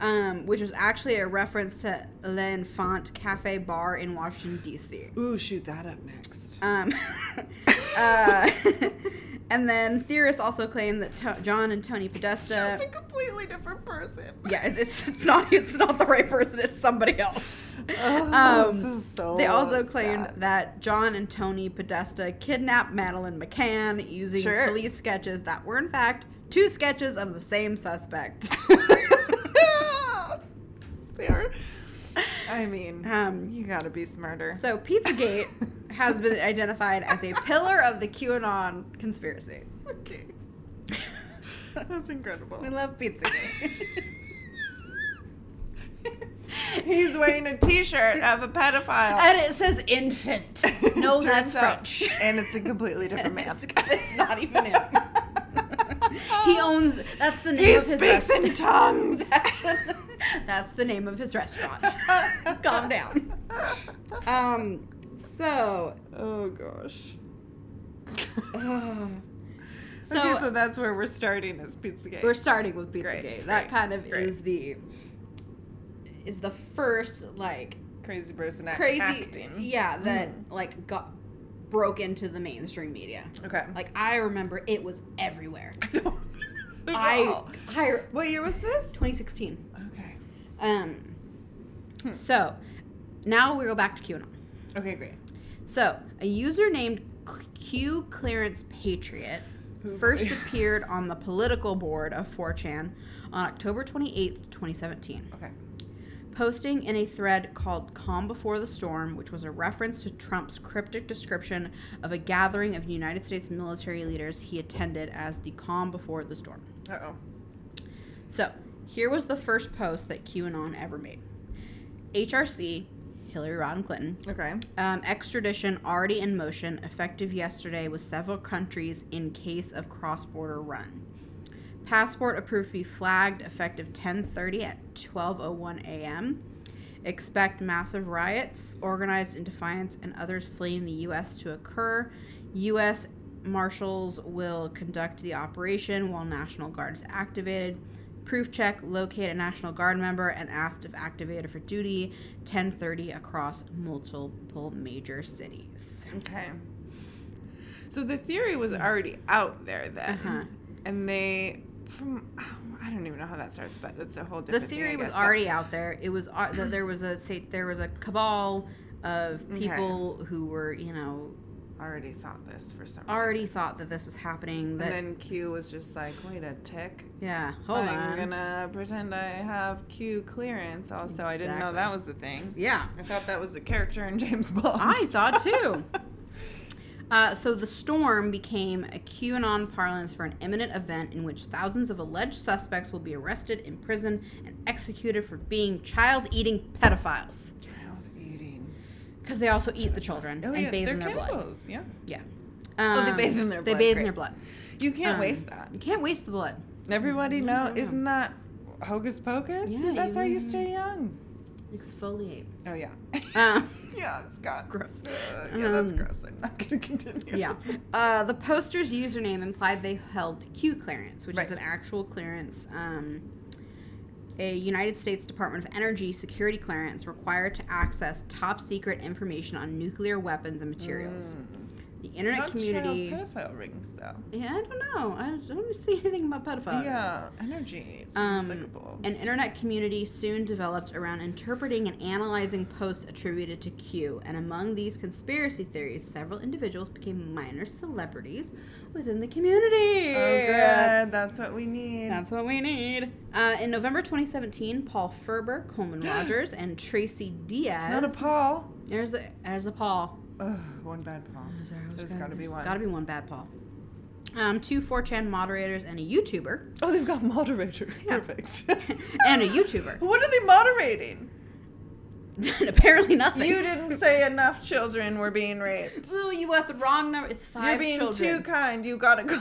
Speaker 1: um, which was actually a reference to L'Enfant Cafe Bar in Washington D.C.
Speaker 2: Ooh, shoot that up next.
Speaker 1: Um, uh, and then theorists also claim that to- John and Tony Podesta.
Speaker 2: Just a completely different person.
Speaker 1: Yeah, it's, it's it's not it's not the right person. It's somebody else.
Speaker 2: Oh,
Speaker 1: Um,
Speaker 2: this is so
Speaker 1: They also claimed
Speaker 2: sad.
Speaker 1: that John and Tony Podesta kidnapped Madeline McCann using
Speaker 2: Sure.
Speaker 1: police sketches that were, in fact, two sketches of the same suspect.
Speaker 2: they are. I mean,
Speaker 1: Um,
Speaker 2: you gotta be smarter.
Speaker 1: so Pizzagate has been identified as a pillar of the QAnon conspiracy.
Speaker 2: okay. That's incredible.
Speaker 1: We love Pizzagate.
Speaker 2: He's wearing a T-shirt of a pedophile.
Speaker 1: and it says infant. No,
Speaker 2: Turns
Speaker 1: that's
Speaker 2: out-
Speaker 1: French.
Speaker 2: and it's a completely different
Speaker 1: It's-
Speaker 2: mask.
Speaker 1: it's not even him. he owns. That's the name
Speaker 2: Oh. He
Speaker 1: of his
Speaker 2: speaks
Speaker 1: restaurant.
Speaker 2: in tongues.
Speaker 1: that's the name of his restaurant. Calm down. Um. So.
Speaker 2: Oh gosh.
Speaker 1: So,
Speaker 2: okay, so that's where we're starting is Pizzagate.
Speaker 1: we're starting with Pizza
Speaker 2: Great,
Speaker 1: Gate. That
Speaker 2: great,
Speaker 1: kind of
Speaker 2: great.
Speaker 1: is the is the first like
Speaker 2: crazy person act-
Speaker 1: crazy
Speaker 2: acting.
Speaker 1: yeah that like got broke into the mainstream media.
Speaker 2: Okay.
Speaker 1: Like I remember it was everywhere.
Speaker 2: I don't remember that at
Speaker 1: I
Speaker 2: all.
Speaker 1: I
Speaker 2: What year was this?
Speaker 1: 2016.
Speaker 2: Okay.
Speaker 1: Um,
Speaker 2: Hmm.
Speaker 1: So now we go back to QAnon.
Speaker 2: Okay, great.
Speaker 1: So a user named Q Clearance Patriot
Speaker 2: Oh
Speaker 1: first
Speaker 2: boy.
Speaker 1: appeared on the political board of 4chan on October 28th, 2017,
Speaker 2: Okay.
Speaker 1: posting in a thread called Calm Before the Storm, which was a reference to Trump's cryptic description of a gathering of United States military leaders he attended as the Calm Before the Storm.
Speaker 2: Uh oh.
Speaker 1: So, here was the first post that QAnon ever made. HRC, Hillary Rodham Clinton,
Speaker 2: Okay.
Speaker 1: um, extradition already in motion, effective yesterday with several countries in case of cross-border run. Passport approved to be flagged, effective 10:30 at 12:01 a.m. Expect massive riots organized in defiance and others fleeing the U.S. to occur. U.S. Marshals will conduct the operation while National Guard is activated. Proof check, locate a National Guard member and asked if activated for duty. 1030 across multiple major cities.
Speaker 2: Okay. So the theory was already out there then,
Speaker 1: Uh-huh.
Speaker 2: and they from I don't even know how that starts, but that's a whole
Speaker 1: The
Speaker 2: different. thing, I
Speaker 1: theory was
Speaker 2: guess, but-
Speaker 1: already out there. It was ar- that there was a state, there was a cabal of people who were, you know,
Speaker 2: already thought this for some
Speaker 1: already
Speaker 2: reason.
Speaker 1: thought that this was happening. That
Speaker 2: And then Q was just like, wait a tick.
Speaker 1: yeah, hold
Speaker 2: I'm
Speaker 1: on.
Speaker 2: gonna pretend I have Q clearance. Also, I didn't know
Speaker 1: Exactly.
Speaker 2: that was the thing.
Speaker 1: Yeah,
Speaker 2: I thought that was a character in James Bond.
Speaker 1: I thought too. Uh, so the storm became a QAnon parlance for an imminent event in which thousands of alleged suspects will be arrested, imprisoned, and executed for being child-eating pedophiles.
Speaker 2: Child eating.
Speaker 1: Because they also eat the children
Speaker 2: Oh
Speaker 1: and
Speaker 2: yeah,
Speaker 1: bathe
Speaker 2: they're
Speaker 1: in their blood.
Speaker 2: cannibals. Yeah.
Speaker 1: Yeah.
Speaker 2: Oh, they
Speaker 1: Um,
Speaker 2: bathe in their
Speaker 1: They
Speaker 2: blood,
Speaker 1: bathe
Speaker 2: great.
Speaker 1: in their blood.
Speaker 2: You can't
Speaker 1: Um,
Speaker 2: waste that.
Speaker 1: You can't waste the blood.
Speaker 2: Everybody
Speaker 1: No,
Speaker 2: know,
Speaker 1: no, no.
Speaker 2: isn't that hocus pocus?
Speaker 1: Mm-hmm. Yeah,
Speaker 2: That's
Speaker 1: you-
Speaker 2: how you stay young.
Speaker 1: Exfoliate.
Speaker 2: Oh yeah.
Speaker 1: Um,
Speaker 2: yeah, it's got
Speaker 1: Gross.
Speaker 2: Uh, yeah, that's
Speaker 1: Um,
Speaker 2: gross. I'm not gonna continue.
Speaker 1: yeah. Uh, the poster's username implied they held Q clearance, which
Speaker 2: Right.
Speaker 1: is an actual clearance, um, a United States Department of Energy security clearance required to access top secret information on nuclear weapons and materials. The internet
Speaker 2: Mm. Not
Speaker 1: community.
Speaker 2: Sure how pedophile rings though.
Speaker 1: yeah, I don't know. I don't see anything about pedophiles.
Speaker 2: yeah, energy seems
Speaker 1: Um,
Speaker 2: like a bull.
Speaker 1: An internet community soon developed around interpreting and analyzing posts attributed to Q, and among these conspiracy theories, several individuals became minor celebrities within the community.
Speaker 2: Oh good, that's what we need.
Speaker 1: That's what we need. Uh, in November 2017, Paul Ferber, Coleman Rogers, and Tracy Diaz.
Speaker 2: Not a Paul. Oh,
Speaker 1: There's the there's a Paul.
Speaker 2: Ugh, one bad Paul. There's gotta be one.
Speaker 1: Got to be one bad Paul. Um, two 4chan moderators and a YouTuber,
Speaker 2: Oh, they've got moderators.
Speaker 1: Yeah.
Speaker 2: Perfect.
Speaker 1: and a YouTuber,
Speaker 2: what are they moderating?
Speaker 1: and apparently nothing.
Speaker 2: You didn't say enough children were being raped.
Speaker 1: Ooh, you got the wrong number. It's 5
Speaker 2: You're being
Speaker 1: children.
Speaker 2: too kind. You gotta go.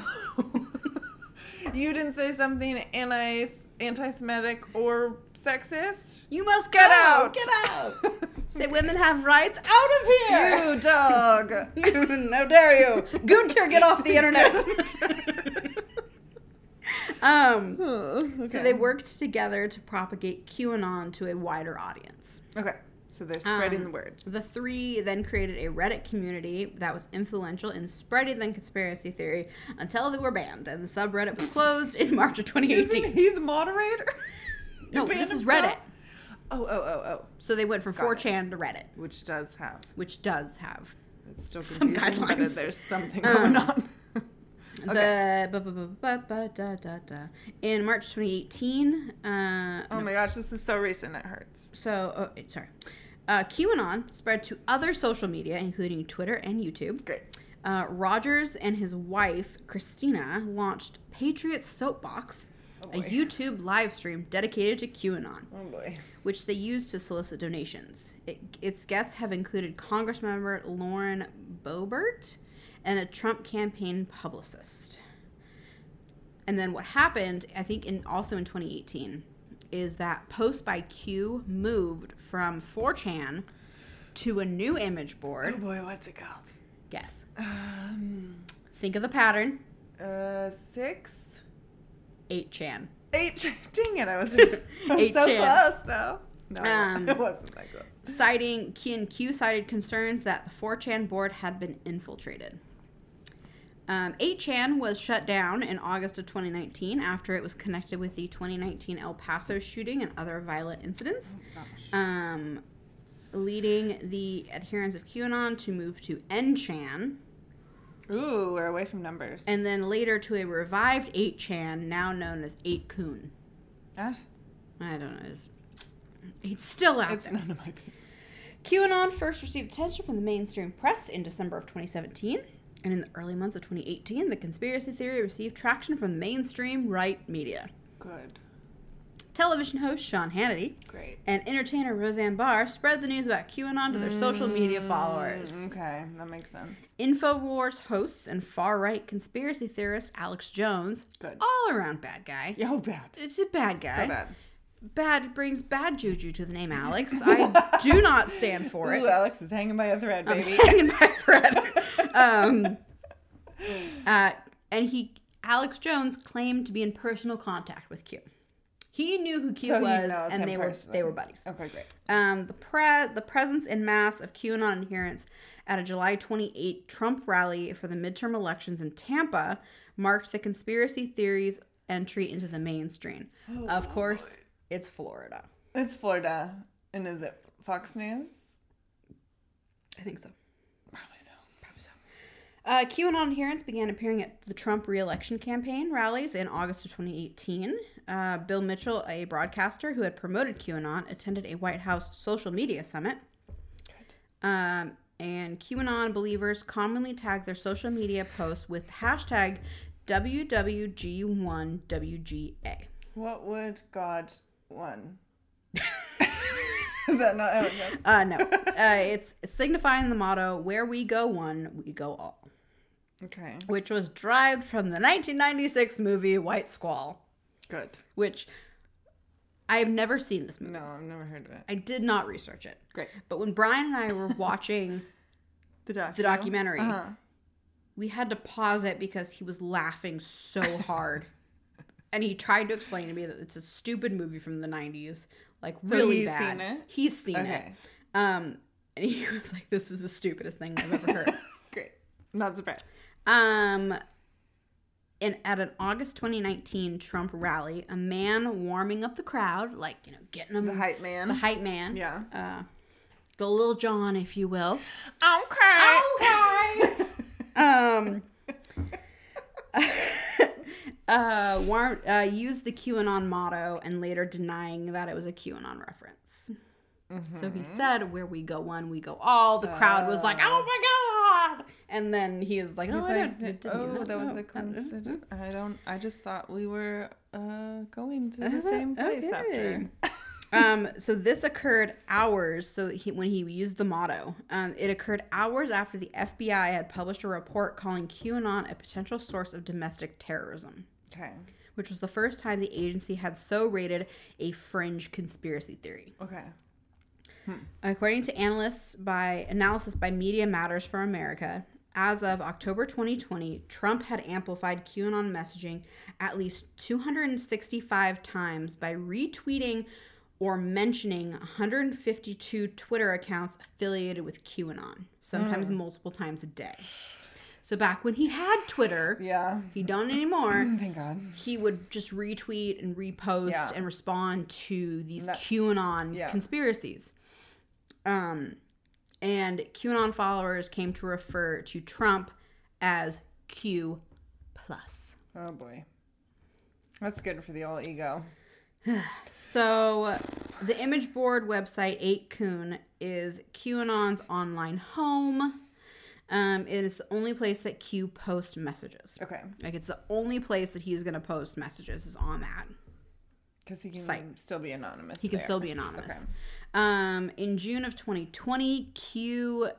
Speaker 2: you didn't say something anti anti-Semitic or sexist.
Speaker 1: you must
Speaker 2: Get
Speaker 1: go.
Speaker 2: out!
Speaker 1: Get out! Say women have rights. Out of here!
Speaker 2: you dog.
Speaker 1: How dare you, Gunter? Get off the internet. um. So they worked together to propagate QAnon to a wider audience.
Speaker 2: Okay. So they're spreading
Speaker 1: Um,
Speaker 2: the word.
Speaker 1: The three then created a Reddit community that was influential in spreading the conspiracy theory until they were banned and the subreddit was closed in March of 2018.
Speaker 2: Isn't he the moderator?
Speaker 1: No,
Speaker 2: He banned
Speaker 1: this is
Speaker 2: himself?
Speaker 1: Reddit.
Speaker 2: Oh, oh, oh, oh.
Speaker 1: So they went from
Speaker 2: Got it.
Speaker 1: 4chan to Reddit,
Speaker 2: Which does have
Speaker 1: which does have
Speaker 2: it's still
Speaker 1: Some
Speaker 2: confusing, but
Speaker 1: guidelines.
Speaker 2: there's something
Speaker 1: Um,
Speaker 2: going on.
Speaker 1: the bu- bu- bu- bu- bu- da- da- da. in March 2018. Uh,
Speaker 2: Oh my gosh, this is so recent. It hurts.
Speaker 1: So, oh, it- sorry. Uh, QAnon spread to other social media, including Twitter and YouTube.
Speaker 2: Great.
Speaker 1: Uh, Rogers and his wife, Christina, launched Patriot Soapbox, a
Speaker 2: boy.
Speaker 1: YouTube live stream dedicated to QAnon,
Speaker 2: Oh boy.
Speaker 1: which they used to solicit donations. It, its guests have included Congressmember Lauren Boebert and a Trump campaign publicist. And then what happened, I think, in also in 2018, is that post by Q moved from 4chan to a new image
Speaker 2: Oh
Speaker 1: board.
Speaker 2: boy, what's it called?
Speaker 1: Guess.
Speaker 2: Um,
Speaker 1: Think of the pattern.
Speaker 2: uh, six,
Speaker 1: 8chan.
Speaker 2: eight. Dang it, I was, I was
Speaker 1: Eight
Speaker 2: so
Speaker 1: chan.
Speaker 2: close though. No,
Speaker 1: Um,
Speaker 2: it wasn't that close.
Speaker 1: Citing Q and Q cited concerns that the 4chan board had been infiltrated. Um, 8chan was shut down in August of 2019 after it was connected with the 2019 El Paso shooting and other violent incidents, um, leading the adherents of QAnon to move to Nchan,
Speaker 2: Ooh, we're away from numbers.
Speaker 1: and then later to a revived 8chan now known as 8kun.
Speaker 2: Ah,
Speaker 1: I don't know. It's, it's still out
Speaker 2: it's
Speaker 1: there.
Speaker 2: none of my business.
Speaker 1: QAnon first received attention from the mainstream press in December of 2017, and in the early months of 2018, the conspiracy theory received traction from the mainstream right media.
Speaker 2: Good.
Speaker 1: Television host Sean Hannity
Speaker 2: Great.
Speaker 1: and entertainer Roseanne Barr spread the news about QAnon to their social media
Speaker 2: Mm.
Speaker 1: followers.
Speaker 2: Okay, that makes sense.
Speaker 1: InfoWars hosts and far right conspiracy theorist Alex Jones,
Speaker 2: Good.
Speaker 1: all around bad guy.
Speaker 2: Yo, bad.
Speaker 1: It's a bad guy.
Speaker 2: So bad.
Speaker 1: Bad brings bad juju to the name Alex. I do not stand for it. Um,
Speaker 2: Ooh, Alex is hanging by a thread,
Speaker 1: I'm
Speaker 2: baby.
Speaker 1: hanging by a thread. um, uh, and he, Alex Jones, claimed to be in personal contact with Q. He knew who Q
Speaker 2: So he
Speaker 1: was,
Speaker 2: knows
Speaker 1: and
Speaker 2: him
Speaker 1: they were
Speaker 2: personally.
Speaker 1: they were buddies.
Speaker 2: okay, great.
Speaker 1: Um, the pre the presence in mass of QAnon adherents at a July 28 Trump rally for the midterm elections in Tampa marked the conspiracy theories entry into the mainstream.
Speaker 2: Oh,
Speaker 1: of course, it's Florida.
Speaker 2: It's Florida, and is it Fox News?
Speaker 1: I think so.
Speaker 2: Probably so.
Speaker 1: Uh, QAnon adherents began appearing at the Trump reelection campaign rallies in August of 2018. Uh, Bill Mitchell, a broadcaster who had promoted QAnon, attended a White House social media summit. Um, and QAnon believers commonly tag their social media posts with hashtag WWG1WGA.
Speaker 2: What would God want? is that not how it goes?
Speaker 1: Uh, no, uh, it's signifying the motto, where we go one, we go all,
Speaker 2: Okay,
Speaker 1: which was derived from the 1996 movie White Squall.
Speaker 2: good.
Speaker 1: which I've never seen this movie.
Speaker 2: No, I've never heard of it.
Speaker 1: I did not research it.
Speaker 2: Great.
Speaker 1: But when Brian and I were watching,
Speaker 2: The, doc-
Speaker 1: The documentary.
Speaker 2: Uh-huh.
Speaker 1: we had to pause it because he was laughing so hard. and he tried to explain to me that it's a stupid movie from the 90s, like really
Speaker 2: he's
Speaker 1: bad.
Speaker 2: seen it?
Speaker 1: He's seen it.
Speaker 2: Okay,
Speaker 1: Um and he was like this is the stupidest thing I've ever heard.
Speaker 2: great. Not surprised.
Speaker 1: Um, and at an August 2019 Trump rally, a man warming up the crowd, like you know, getting them
Speaker 2: The hype man.
Speaker 1: the hype man,
Speaker 2: Yeah.
Speaker 1: uh, the Lil John, if you will.
Speaker 2: Okay. Okay.
Speaker 1: Um, uh, warm, uh, used the QAnon motto and later denying that it was a QAnon reference. So he said, "Where we go one, we go all." The crowd was like, "Oh my god!" And then he is like, "No,
Speaker 2: He's
Speaker 1: I
Speaker 2: like,
Speaker 1: don't- it didn't mean
Speaker 2: oh, that was
Speaker 1: No,
Speaker 2: a
Speaker 1: I don't-
Speaker 2: coincidence. I don't. I just thought we were uh, going to the
Speaker 1: Uh-huh,
Speaker 2: same place
Speaker 1: okay.
Speaker 2: after.
Speaker 1: um, so this occurred hours. So he, when he used the motto, um, it occurred hours after the FBI had published a report calling QAnon a potential source of domestic terrorism,
Speaker 2: Okay.
Speaker 1: which was the first time the agency had so rated a fringe conspiracy theory.
Speaker 2: Okay.
Speaker 1: According to analysts by analysis by Media Matters for America, as of October 2020, Trump had amplified QAnon messaging at least 265 times by retweeting or mentioning 152 Twitter accounts affiliated with QAnon, sometimes multiple times a day. So back when he had Twitter,
Speaker 2: Yeah.
Speaker 1: he don't anymore.
Speaker 2: Thank God.
Speaker 1: He would just retweet and repost
Speaker 2: Yeah.
Speaker 1: and respond to these
Speaker 2: Nuts.
Speaker 1: QAnon
Speaker 2: Yeah.
Speaker 1: conspiracies. Um, and QAnon followers came to refer to Trump as Q plus.
Speaker 2: Oh boy. That's good for the old ego.
Speaker 1: So, the image board website 8kun is QAnon's online home. Um, it is the only place that Q posts messages.
Speaker 2: Okay.
Speaker 1: Like, it's the only place that he's going to post messages is on that.
Speaker 2: Because he can
Speaker 1: Site.
Speaker 2: still be anonymous.
Speaker 1: He can
Speaker 2: there.
Speaker 1: still be anonymous.
Speaker 2: Okay.
Speaker 1: Um, in June of 2020, Q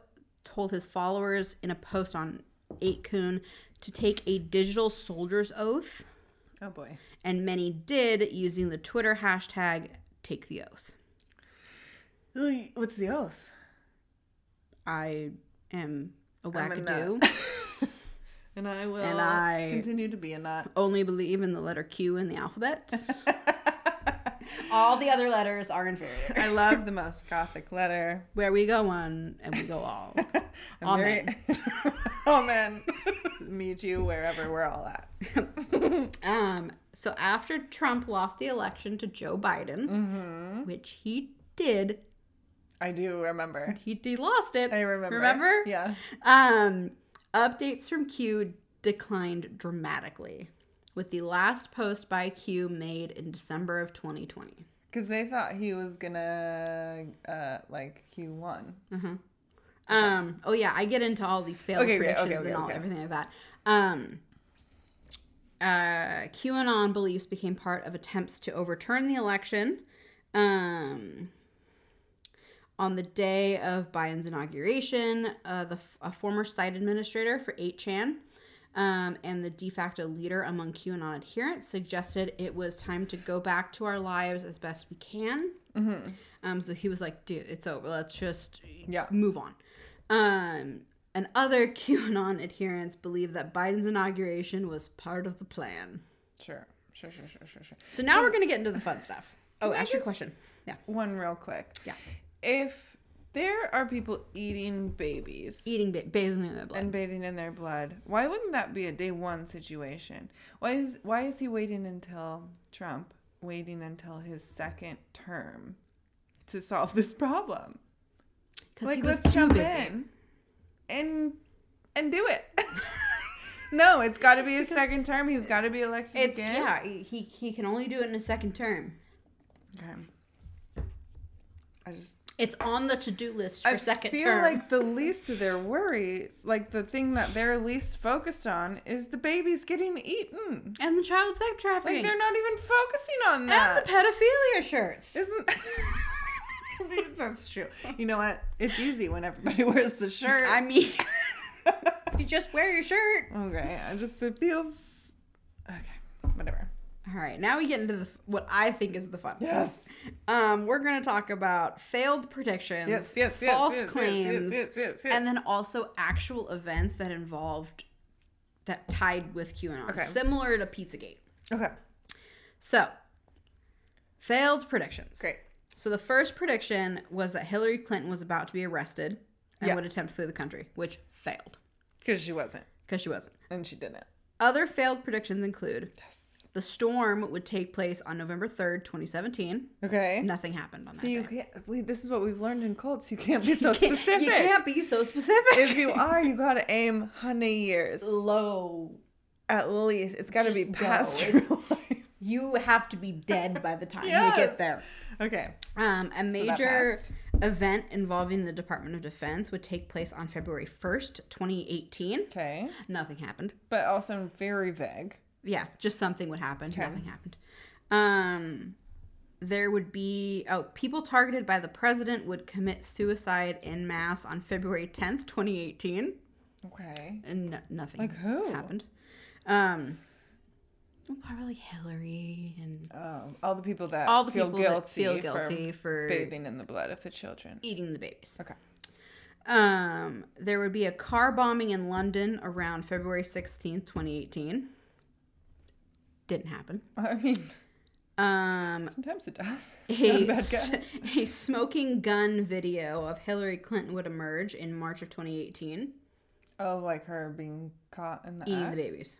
Speaker 1: told his followers in a post on 8kun to take a digital soldier's oath,
Speaker 2: Oh boy.
Speaker 1: and many did using the Twitter hashtag take the oath.
Speaker 2: Ugh, What's the oath?
Speaker 1: I am a
Speaker 2: I'm a
Speaker 1: wackadoo.
Speaker 2: And I will
Speaker 1: And I-
Speaker 2: continue to be a nut.
Speaker 1: Only believe in the letter Q in the alphabet. all the other letters are inferior.
Speaker 2: I love the most gothic letter.
Speaker 1: Where we go one and we go all.
Speaker 2: I'm Very... Amen. Oh, Meet you wherever we're all at.
Speaker 1: Um, so after Trump lost the election to Joe Biden,
Speaker 2: Mm-hmm.
Speaker 1: which he did,
Speaker 2: I do remember.
Speaker 1: he, he lost it.
Speaker 2: I remember.
Speaker 1: Remember?
Speaker 2: Yeah.
Speaker 1: Um, updates from Q declined dramatically, with the last post by Q made in December of 2020.
Speaker 2: Because they thought he was gonna, uh, like, he won.
Speaker 1: Um. Oh yeah, I get into all these failed
Speaker 2: Okay, great. Okay,
Speaker 1: predictions
Speaker 2: okay,
Speaker 1: and all
Speaker 2: okay.
Speaker 1: everything like that. Um. Uh, QAnon beliefs became part of attempts to overturn the election. Um. On the day of Biden's inauguration, uh, the f- a former site administrator for 8chan um, and the de facto leader among QAnon adherents suggested it was time to go back to our lives as best we can. Um, so he was like, dude, it's over. Let's just
Speaker 2: Mm-hmm. Yeah.
Speaker 1: move on. Um, and other QAnon adherents believe that Biden's inauguration was part of the plan.
Speaker 2: Sure. Sure. Sure. Sure. Sure. Sure.
Speaker 1: So now we're going to get into the fun stuff. Oh, ask your question. Yeah.
Speaker 2: One real quick.
Speaker 1: Yeah.
Speaker 2: If there are people eating babies
Speaker 1: Eating, ba- bathing in their blood.
Speaker 2: and bathing in their blood, why wouldn't that be a day one situation? Why is why is he waiting until Trump waiting until his second term to solve this problem?
Speaker 1: Because
Speaker 2: like
Speaker 1: he was
Speaker 2: let's
Speaker 1: too
Speaker 2: jump
Speaker 1: busy.
Speaker 2: in and and do it. no, it's got to be his second term. He's got to be elected
Speaker 1: It's,
Speaker 2: again.
Speaker 1: yeah, he, he can only do it in a second term.
Speaker 2: Okay. I just
Speaker 1: It's on the to do list for
Speaker 2: I
Speaker 1: second
Speaker 2: feel
Speaker 1: term.
Speaker 2: like the least of their worries, like the thing that they're least focused on, is the babies getting eaten.
Speaker 1: and the child sex
Speaker 2: Like
Speaker 1: trafficking.
Speaker 2: they're not even focusing on
Speaker 1: and the
Speaker 2: that.
Speaker 1: pedophilia shirts.
Speaker 2: Isn't that's true? You know what? It's easy when everybody wears the shirt.
Speaker 1: I mean, if you just wear your shirt.
Speaker 2: okay, I just it feels okay. Whatever.
Speaker 1: All right, now we get into the, what I think is the fun stuff.
Speaker 2: Yes.
Speaker 1: Um, we're going to talk about failed predictions,
Speaker 2: Yes. Yes. Yes.
Speaker 1: false
Speaker 2: yes,
Speaker 1: claims,
Speaker 2: Yes. Yes. Yes. Yes. yes.
Speaker 1: and then also actual events that involved that tied with QAnon,
Speaker 2: Okay.
Speaker 1: similar to Pizzagate.
Speaker 2: okay.
Speaker 1: So, failed predictions.
Speaker 2: Great.
Speaker 1: So the first prediction was that Hillary Clinton was about to be arrested and
Speaker 2: Yeah.
Speaker 1: would attempt to flee the country, which failed
Speaker 2: Because she wasn't,
Speaker 1: because she wasn't.
Speaker 2: and she didn't.
Speaker 1: Other failed predictions include
Speaker 2: Yes.
Speaker 1: the storm would take place on November 3rd, 2017.
Speaker 2: Okay.
Speaker 1: Nothing happened on that.
Speaker 2: So you
Speaker 1: day.
Speaker 2: can't. We, this is what we've learned in cults. You can't be so
Speaker 1: You can't-
Speaker 2: specific.
Speaker 1: You can't be so specific.
Speaker 2: if you are, you gotta aim honey years
Speaker 1: low.
Speaker 2: at least. It's gotta be
Speaker 1: Just go.
Speaker 2: past your
Speaker 1: It's-
Speaker 2: life.
Speaker 1: You have to be dead by the time you
Speaker 2: Yes.
Speaker 1: get there.
Speaker 2: Okay.
Speaker 1: Um, a major
Speaker 2: passed.
Speaker 1: event involving the Department of Defense would take place on February 1st, 2018.
Speaker 2: Okay.
Speaker 1: Nothing happened.
Speaker 2: But also very vague.
Speaker 1: yeah, just something would happen. Nothing happened. Um, there would be oh, people targeted by the president would commit suicide in mass on February tenth, twenty eighteen,
Speaker 2: Okay.
Speaker 1: and n- nothing
Speaker 2: Like who?
Speaker 1: happened. Um, well, probably like Hillary and
Speaker 2: Um, all the people that
Speaker 1: all the
Speaker 2: feel
Speaker 1: people
Speaker 2: guilty
Speaker 1: that feel
Speaker 2: for
Speaker 1: guilty for
Speaker 2: bathing in the blood of the children.
Speaker 1: eating the babies.
Speaker 2: Okay.
Speaker 1: Um, there would be a car bombing in London around February sixteenth, twenty eighteen. Didn't happen.
Speaker 2: I mean,
Speaker 1: Um,
Speaker 2: sometimes it does. It's not a
Speaker 1: a,
Speaker 2: bad
Speaker 1: s-
Speaker 2: guess.
Speaker 1: a smoking gun video of Hillary Clinton would emerge in March of 2018.
Speaker 2: Oh, like her being caught in the
Speaker 1: eating the
Speaker 2: act?
Speaker 1: babies.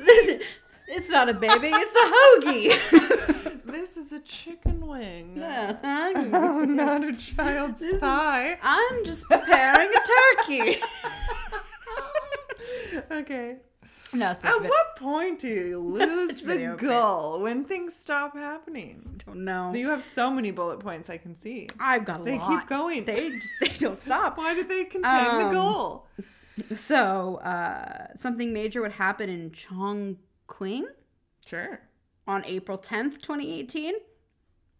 Speaker 1: This, it's not a baby, it's a hoagie.
Speaker 2: This is a chicken wing.
Speaker 1: No,
Speaker 2: Oh,
Speaker 1: I'm-
Speaker 2: not a child's
Speaker 1: This is-
Speaker 2: pie.
Speaker 1: I'm just preparing a turkey.
Speaker 2: okay.
Speaker 1: No, such
Speaker 2: At
Speaker 1: vid-
Speaker 2: what point do you lose
Speaker 1: such
Speaker 2: the
Speaker 1: video clip.
Speaker 2: goal when things stop happening?
Speaker 1: don't know.
Speaker 2: You have so many bullet points I can see.
Speaker 1: I've got a
Speaker 2: They
Speaker 1: lot.
Speaker 2: keep going.
Speaker 1: They just, they don't stop.
Speaker 2: Why did they contain the
Speaker 1: Um,
Speaker 2: goal?
Speaker 1: So uh, something major would happen in Chongqing
Speaker 2: Sure.
Speaker 1: on April 10th, 2018.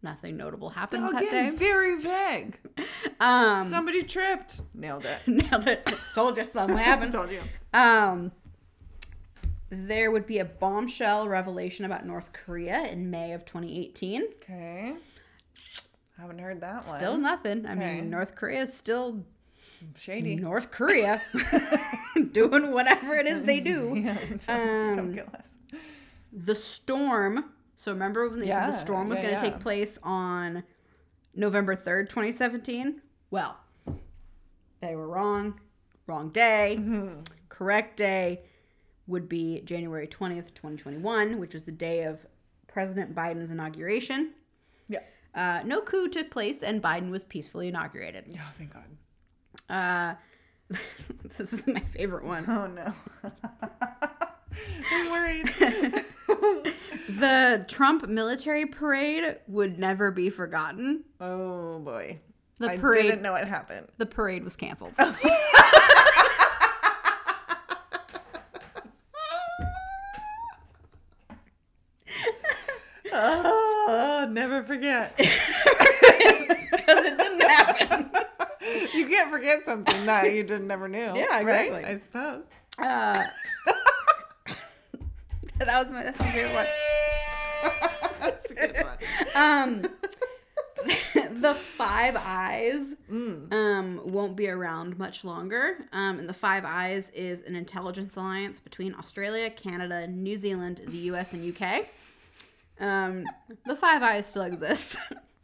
Speaker 1: Nothing notable happened that
Speaker 2: Again,
Speaker 1: day.
Speaker 2: very vague.
Speaker 1: Um,
Speaker 2: Somebody tripped. Nailed it.
Speaker 1: nailed it. Told you something happened.
Speaker 2: Told you.
Speaker 1: Um, there would be a bombshell revelation about North Korea in May of 2018.
Speaker 2: Okay. Haven't heard that one.
Speaker 1: Still nothing. I
Speaker 2: Okay.
Speaker 1: mean, North Korea is still
Speaker 2: shady.
Speaker 1: North Korea, doing whatever it is they do.
Speaker 2: Yeah,
Speaker 1: Um,
Speaker 2: Come kill us.
Speaker 1: The storm. So remember when they said
Speaker 2: Yeah,
Speaker 1: the storm was
Speaker 2: yeah,
Speaker 1: going
Speaker 2: yeah.
Speaker 1: to take place on November 3rd, 2017? Well, they were wrong. Wrong day.
Speaker 2: Mm-hmm.
Speaker 1: Correct day would be January 20th, 2021, which was the day of President Biden's inauguration.
Speaker 2: Yeah.
Speaker 1: Uh, no coup took place and Biden was peacefully inaugurated.
Speaker 2: Oh, thank God.
Speaker 1: Uh, this is my favorite one.
Speaker 2: Oh no. I'm worried.
Speaker 1: The Trump military parade would never be forgotten.
Speaker 2: Oh boy.
Speaker 1: The
Speaker 2: I
Speaker 1: parade-
Speaker 2: didn't know it happened.
Speaker 1: The parade was canceled.
Speaker 2: Oh, never forget.
Speaker 1: Because it didn't happen.
Speaker 2: you can't forget something that you didn't never knew.
Speaker 1: Yeah,
Speaker 2: right?
Speaker 1: exactly.
Speaker 2: I suppose.
Speaker 1: Uh, that was my, that's my favorite one.
Speaker 2: That's a good one.
Speaker 1: Um, the Five Eyes um, won't be around much longer. Um, and the Five Eyes is an intelligence alliance between Australia, Canada, New Zealand, the US, and UK. Um, the Five Eyes still exists.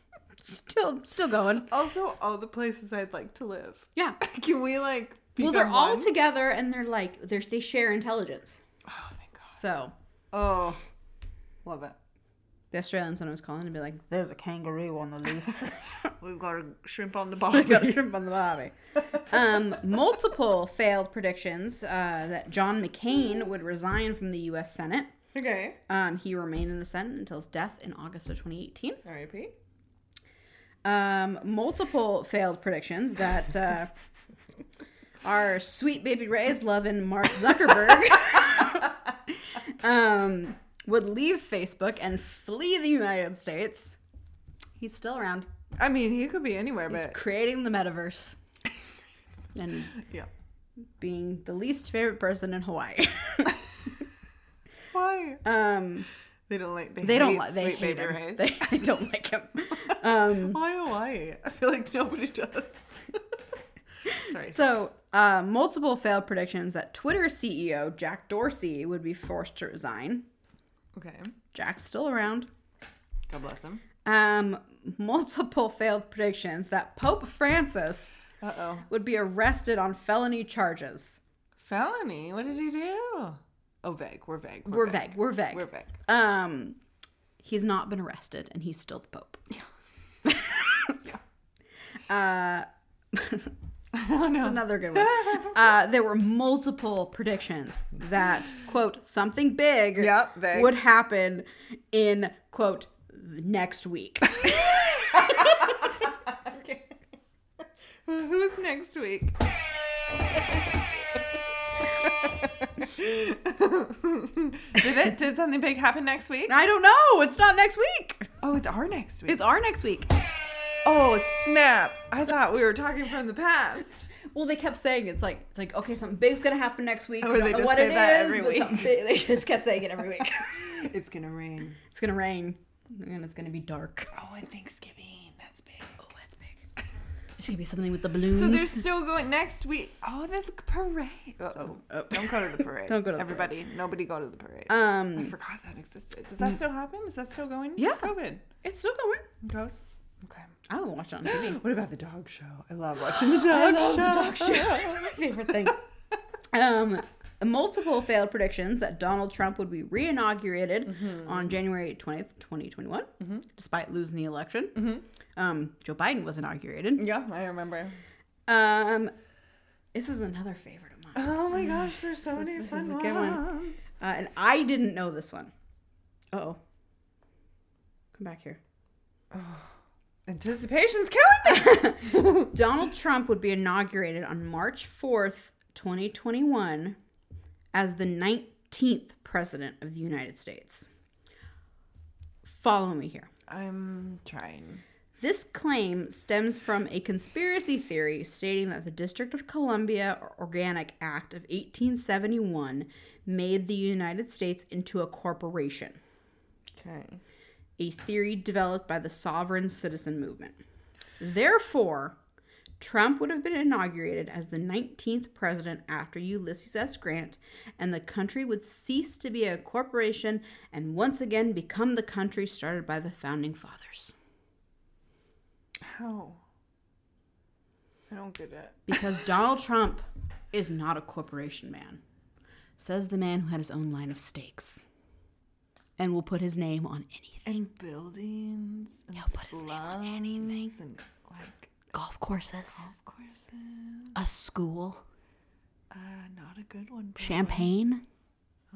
Speaker 1: still, still going.
Speaker 2: Also, all the places I'd like to live.
Speaker 1: Yeah.
Speaker 2: Can we like?
Speaker 1: Well, they're
Speaker 2: become
Speaker 1: all
Speaker 2: one?
Speaker 1: together and they're like they're, they share intelligence.
Speaker 2: Oh, thank God.
Speaker 1: So
Speaker 2: Oh, love it.
Speaker 1: the Australians sometimes calling and be like, "There's a kangaroo on the loose."
Speaker 2: We've got a shrimp on the bottom.
Speaker 1: Got a shrimp on the barbie. Um, multiple failed predictions uh, that John McCain would resign from the U.S. Senate.
Speaker 2: okay.
Speaker 1: Um, he remained in the Senate until his death in August of 2018.
Speaker 2: R.I.P.
Speaker 1: Um, multiple failed predictions that uh, our sweet baby Ray's loving Mark Zuckerberg um, would leave Facebook and flee the United States. He's still around.
Speaker 2: I mean, he could be anywhere,
Speaker 1: He's
Speaker 2: but
Speaker 1: creating the metaverse and
Speaker 2: yeah.
Speaker 1: being the least favorite person in Hawaii.
Speaker 2: Why?
Speaker 1: um,
Speaker 2: They don't like. They,
Speaker 1: they don't
Speaker 2: hate
Speaker 1: like they
Speaker 2: sweet
Speaker 1: hate
Speaker 2: baby
Speaker 1: him.
Speaker 2: rays.
Speaker 1: They, they don't like him. Um,
Speaker 2: Why Hawaii? I feel like nobody does. Sorry.
Speaker 1: So, uh, multiple failed predictions that Twitter CEO Jack Dorsey would be forced to resign.
Speaker 2: okay.
Speaker 1: Jack's still around.
Speaker 2: God bless him.
Speaker 1: Um, multiple failed predictions that Pope Francis
Speaker 2: Uh oh.
Speaker 1: would be arrested on felony charges.
Speaker 2: Felony. What did he do? Oh, vague. We're vague.
Speaker 1: We're vague. We're vague.
Speaker 2: We're vague.
Speaker 1: Um, he's not been arrested, and he's still the Pope.
Speaker 2: Oh no.
Speaker 1: Another good one. Uh, there were multiple predictions that, quote, something big
Speaker 2: Yep, vague.
Speaker 1: would happen in, quote, next week.
Speaker 2: Okay. Who's next week? did it? Did something big happen next week?
Speaker 1: I don't know. It's not next week.
Speaker 2: Oh, it's our next week.
Speaker 1: It's our next week.
Speaker 2: oh snap! I thought we were talking from the past.
Speaker 1: Well, they kept saying it's like it's like okay, something big's gonna happen next week.
Speaker 2: Oh,
Speaker 1: We don't
Speaker 2: they
Speaker 1: know
Speaker 2: just
Speaker 1: what
Speaker 2: say
Speaker 1: it is,
Speaker 2: that every
Speaker 1: but
Speaker 2: week.
Speaker 1: something big- they just kept saying it every week.
Speaker 2: It's gonna rain.
Speaker 1: it's gonna rain and it's gonna be dark.
Speaker 2: Oh, and Thanksgiving. That's big.
Speaker 1: Oh, that's big. It's gonna be something with the balloons.
Speaker 2: So they're still going next week. Oh, the f- parade. Uh-oh. Oh, Don't go to the parade.
Speaker 1: Don't go to the
Speaker 2: Everybody, nobody go to the parade. I
Speaker 1: um,
Speaker 2: forgot that existed. Does that still happen? Is that still going?
Speaker 1: Yeah.
Speaker 2: It's COVID.
Speaker 1: it's still going.
Speaker 2: Goes. Okay.
Speaker 1: I haven't watched it on TV.
Speaker 2: What about the dog show? I love watching the dog
Speaker 1: I love
Speaker 2: show.
Speaker 1: the talk show. It's my favorite thing. Um, multiple failed predictions that Donald Trump would be re-inaugurated on January 20th, 2021, despite losing the election. Um, Joe Biden was inaugurated.
Speaker 2: Yeah, I remember.
Speaker 1: Um, this is another favorite of mine.
Speaker 2: Oh my gosh, there's so
Speaker 1: This is-
Speaker 2: many
Speaker 1: this
Speaker 2: fun
Speaker 1: is a good one.
Speaker 2: ones.
Speaker 1: Uh, and I didn't know this one. Oh. Come back here.
Speaker 2: Anticipation's killing me.
Speaker 1: Donald Trump would be inaugurated on March 4th, 2021, as the 19th president of the United States. Follow me here.
Speaker 2: I'm trying.
Speaker 1: This claim stems from a conspiracy theory stating that the District of Columbia Organic Act of 1871 made the United States into a corporation,
Speaker 2: Okay.
Speaker 1: a theory developed by the sovereign citizen movement. Therefore, Trump would have been inaugurated as the 19th president after Ulysses S. Grant, and the country would cease to be a corporation and once again become the country started by the founding fathers.
Speaker 2: How? I don't get it.
Speaker 1: Because Donald Trump is not a corporation man, says the man who had his own line of steaks and will put his name on anything
Speaker 2: And buildings and
Speaker 1: put his name on anything.
Speaker 2: slums and like
Speaker 1: golf courses,
Speaker 2: of course
Speaker 1: a school,
Speaker 2: uh, not a good one. probably.
Speaker 1: champagne.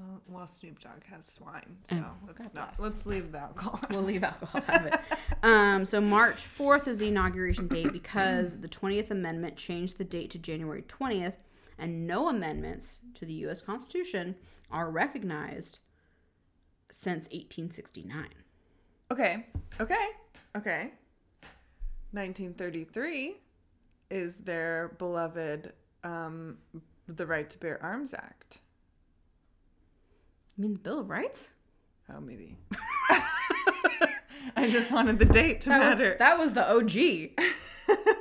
Speaker 2: Oh, well, Snoop Dogg has swine, so let's
Speaker 1: God
Speaker 2: not.
Speaker 1: bless.
Speaker 2: Let's leave the alcohol.
Speaker 1: We'll leave alcohol out of it. Um, so March 4th is the inauguration date because the 20th Amendment changed the date to January 20th, and no amendments to the U.S. Constitution are recognized since 1869.
Speaker 2: Okay. Okay. Okay. 1933 is their beloved um, the Right to Bear Arms Act.
Speaker 1: I mean, the Bill of Rights?
Speaker 2: Oh, maybe. I just wanted the date to
Speaker 1: That
Speaker 2: matter.
Speaker 1: was, that was the OG.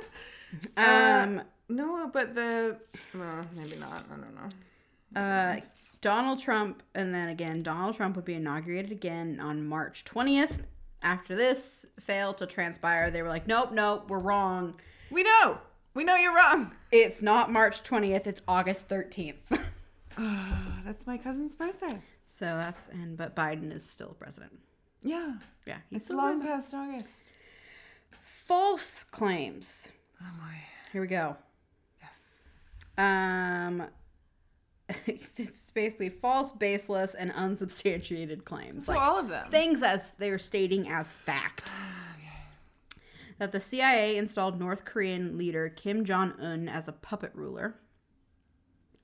Speaker 1: um,
Speaker 2: no, but the no, maybe not. I don't know.
Speaker 1: uh, Donald Trump, and then again, Donald Trump would be inaugurated again on March 20th. After this failed to transpire, they were like, nope, nope, we're wrong.
Speaker 2: We know. We know you're wrong.
Speaker 1: It's not March 20th, it's August 13th. so
Speaker 2: That's my cousin's birthday.
Speaker 1: that's, and but Biden is still president.
Speaker 2: Yeah.
Speaker 1: Yeah, he's
Speaker 2: It's
Speaker 1: still
Speaker 2: long
Speaker 1: president.
Speaker 2: past August.
Speaker 1: False claims.
Speaker 2: Oh my.
Speaker 1: Here we go.
Speaker 2: Yes.
Speaker 1: Um, it's basically false, baseless, and unsubstantiated claims.
Speaker 2: So
Speaker 1: like
Speaker 2: all of them.
Speaker 1: things as they're stating as fact. That the CIA installed North Korean leader Kim Jong Un as a puppet ruler.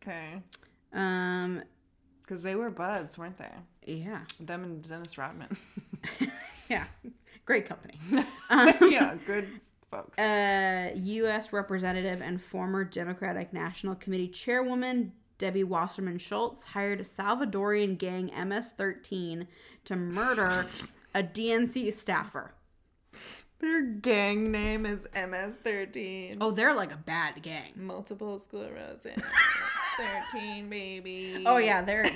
Speaker 2: okay.
Speaker 1: Um,
Speaker 2: Because they were buds, weren't they?
Speaker 1: yeah,
Speaker 2: Them and Dennis Rodman.
Speaker 1: yeah, great company. Um,
Speaker 2: yeah, good folks.
Speaker 1: Uh, U.S. Representative and former Democratic National Committee Chairwoman Debbie Wasserman Schultz hired Salvadorian gang MS-13 to murder a DNC staffer.
Speaker 2: Their gang name is MS13.
Speaker 1: Oh, they're like a bad gang.
Speaker 2: Multiple sclerosis. 13, baby.
Speaker 1: Oh yeah, they're th-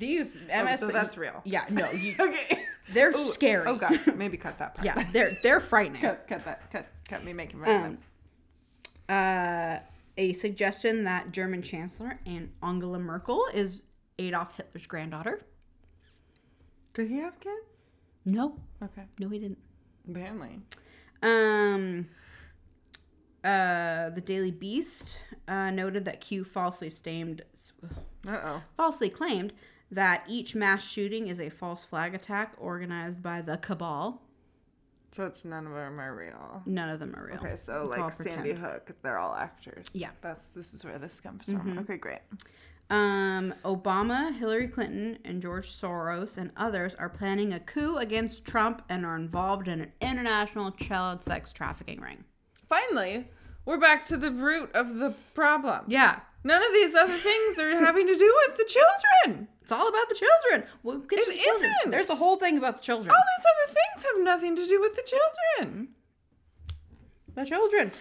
Speaker 1: these MS.
Speaker 2: so that's real.
Speaker 1: Yeah, no, you,
Speaker 2: Okay.
Speaker 1: they're
Speaker 2: Ooh,
Speaker 1: scary.
Speaker 2: Oh god, maybe cut that part.
Speaker 1: Yeah, they're they're frightening.
Speaker 2: Cut, cut that. Cut, cut me making right
Speaker 1: Um, uh, a suggestion that German Chancellor and Angela Merkel is Adolf Hitler's granddaughter.
Speaker 2: Did he have kids?
Speaker 1: No,
Speaker 2: Okay.
Speaker 1: no, he didn't.
Speaker 2: Apparently.
Speaker 1: Um, uh, the Daily Beast uh, noted that Q falsely stamed,
Speaker 2: Uh oh.
Speaker 1: falsely claimed that each mass shooting is a false flag attack organized by the cabal.
Speaker 2: So it's none of them are real.
Speaker 1: None of them are real.
Speaker 2: Okay, so
Speaker 1: It's all
Speaker 2: like Sandy
Speaker 1: pretend.
Speaker 2: Hook, they're all actors.
Speaker 1: Yeah. Mm-hmm.
Speaker 2: That's this is where this comes from. Okay, great.
Speaker 1: Um, Obama, Hillary Clinton, and George Soros and others are planning a coup against Trump and are involved in an international child sex trafficking ring.
Speaker 2: Finally, we're back to the root of the problem.
Speaker 1: Yeah,
Speaker 2: None of these other things are having to do with the children.
Speaker 1: it's all about the children. We'll get to
Speaker 2: It
Speaker 1: the children.
Speaker 2: isn't. Oh,
Speaker 1: There's a whole thing about the children.
Speaker 2: All these other things have nothing to do with the children.
Speaker 1: The children.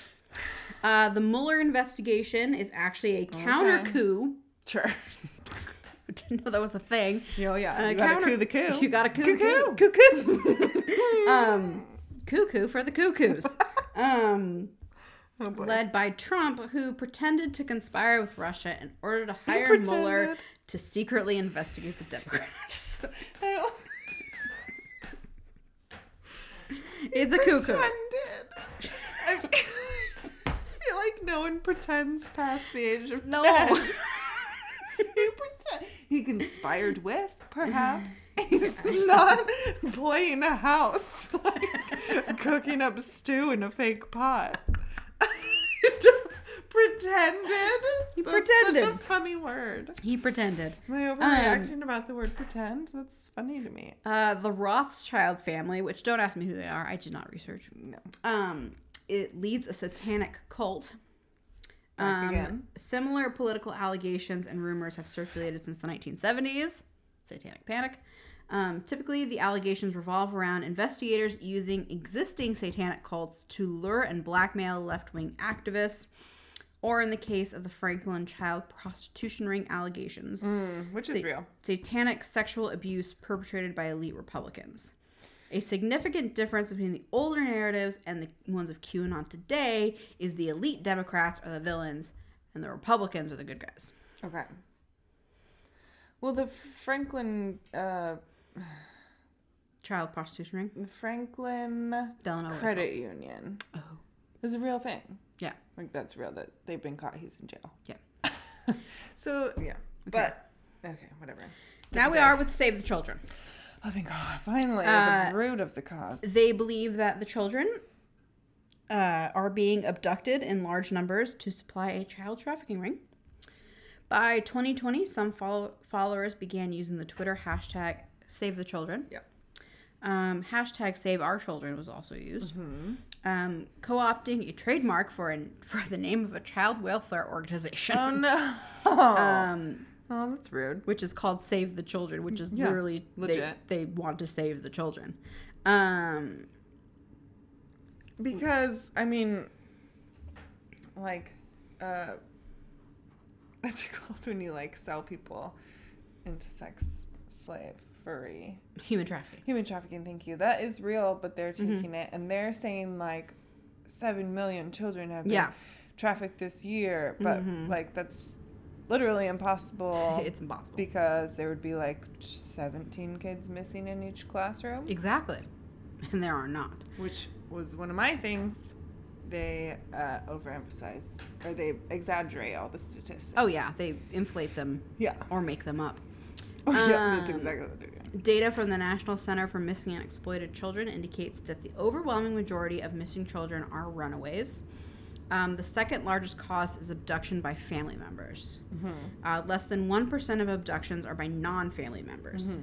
Speaker 1: Uh, the Mueller investigation is actually a counter coup.
Speaker 2: Sure.
Speaker 1: Didn't know that was a thing.
Speaker 2: Oh yeah.
Speaker 1: Uh,
Speaker 2: you gotta
Speaker 1: counter-
Speaker 2: coup the coup.
Speaker 1: You got a coup.
Speaker 2: Cuckoo.
Speaker 1: Cuckoo. Cuckoo. um, cuckoo for the cuckoos. um,
Speaker 2: Oh boy.
Speaker 1: led by Trump, who pretended to conspire with Russia in order to hire
Speaker 2: pretended?
Speaker 1: Mueller to secretly investigate the Democrats.
Speaker 2: I al-
Speaker 1: it's a cuckoo.
Speaker 2: pretended. I feel like no one pretends past the age of
Speaker 1: No.
Speaker 2: 10. he, pretend- he conspired with, perhaps. He's not playing a house, like cooking up stew in a fake pot. pretended.
Speaker 1: He
Speaker 2: That's Such a
Speaker 1: pretended.
Speaker 2: funny word.
Speaker 1: He pretended.
Speaker 2: My overreaction about the word pretend. That's funny to me.
Speaker 1: Uh, the Rothschild family, which don't ask me who they are, I did not research.
Speaker 2: No.
Speaker 1: Um, it leads a satanic cult. Um,
Speaker 2: Back again.
Speaker 1: Similar political allegations and rumors have circulated since the 1970s. Satanic panic. Um, typically, the allegations revolve around investigators using existing satanic cults to lure and blackmail left wing activists, or in the case of the Franklin child prostitution ring allegations,
Speaker 2: Mm, which is real.
Speaker 1: satanic sexual abuse perpetrated by elite Republicans. A significant difference between the older narratives and the ones of QAnon today is the elite Democrats are the villains and the Republicans are the good guys.
Speaker 2: Okay. Well, the Franklin, uh,
Speaker 1: Child prostitution ring.
Speaker 2: Franklin
Speaker 1: Delano Roosevelt.
Speaker 2: Credit Union
Speaker 1: Oh.
Speaker 2: is a real thing.
Speaker 1: Yeah.
Speaker 2: Like that's real. That they've been caught. He's in jail.
Speaker 1: Yeah.
Speaker 2: so yeah, but okay, whatever.
Speaker 1: Now we are with Save the Children.
Speaker 2: Oh, thank God! Finally,
Speaker 1: Uh,
Speaker 2: the root of the cause.
Speaker 1: They believe that the children uh, are being abducted in large numbers to supply a child trafficking ring. By 2020, some follow- followers began using the Twitter hashtag Save the Children.
Speaker 2: Yep.
Speaker 1: Um, hashtag Save Our Children was also used.
Speaker 2: Mm-hmm.
Speaker 1: Um, co-opting a trademark for an, for the name of a child welfare organization,
Speaker 2: Oh no!
Speaker 1: um,
Speaker 2: oh, that's rude.
Speaker 1: which is called Save the Children, which is
Speaker 2: Yeah,
Speaker 1: literally
Speaker 2: legit.
Speaker 1: They, they want to save the children. Um,
Speaker 2: Because I mean, like, uh, what's it called when you like sell people into sex slave furry?
Speaker 1: human trafficking.
Speaker 2: Human trafficking, thank you. That is real, but they're
Speaker 1: Mm-hmm.
Speaker 2: taking it and they're saying like seven million children have been
Speaker 1: Yeah. Mm-hmm.
Speaker 2: trafficked this year, but like that's literally impossible
Speaker 1: It's impossible.
Speaker 2: because there would be like 17 kids missing in each classroom,
Speaker 1: exactly, and there are not.
Speaker 2: which was one of my things. They uh, overemphasize or they exaggerate all the statistics.
Speaker 1: Oh yeah, they inflate them
Speaker 2: yeah.
Speaker 1: or make them up.
Speaker 2: Oh, yeah, that's
Speaker 1: Um,
Speaker 2: exactly what they're doing.
Speaker 1: Data from the National Center for Missing and Exploited Children indicates that the overwhelming majority of missing children are runaways. Um, the second largest cause is abduction by family members.
Speaker 2: Mm-hmm.
Speaker 1: Uh, less than 1% of abductions are by non family members.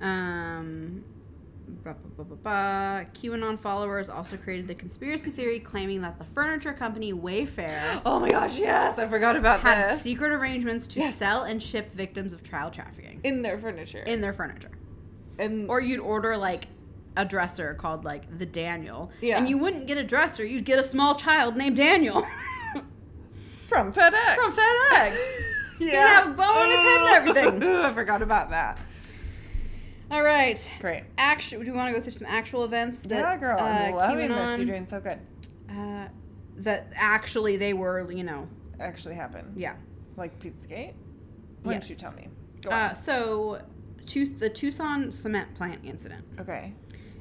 Speaker 1: Um, ba, ba, ba, ba, ba. QAnon followers also created the conspiracy theory claiming that the furniture company Wayfair
Speaker 2: Oh my gosh, yes, I forgot about
Speaker 1: had
Speaker 2: this.
Speaker 1: secret arrangements to
Speaker 2: Yes.
Speaker 1: sell and ship victims of child trafficking
Speaker 2: in their furniture.
Speaker 1: in their furniture
Speaker 2: and
Speaker 1: or you'd order like a dresser called like the Daniel.
Speaker 2: Yeah.
Speaker 1: And you wouldn't get a dresser, you'd get a small child named Daniel.
Speaker 2: From FedEx. Oh.
Speaker 1: From FedEx. Yeah, bow on his head and everything.
Speaker 2: I forgot about that.
Speaker 1: All right.
Speaker 2: Great.
Speaker 1: Actually, do you want to go through some actual events that
Speaker 2: yeah, girl, I'm
Speaker 1: uh,
Speaker 2: loving this.
Speaker 1: QAnon,
Speaker 2: You're doing so good.
Speaker 1: uh, that actually they were, you know,
Speaker 2: Actually happened.
Speaker 1: yeah.
Speaker 2: Like Pizzagate? Why don't you
Speaker 1: Yes.
Speaker 2: tell me? Go
Speaker 1: Uh, so, Tus- the Tucson cement plant incident.
Speaker 2: on. Okay.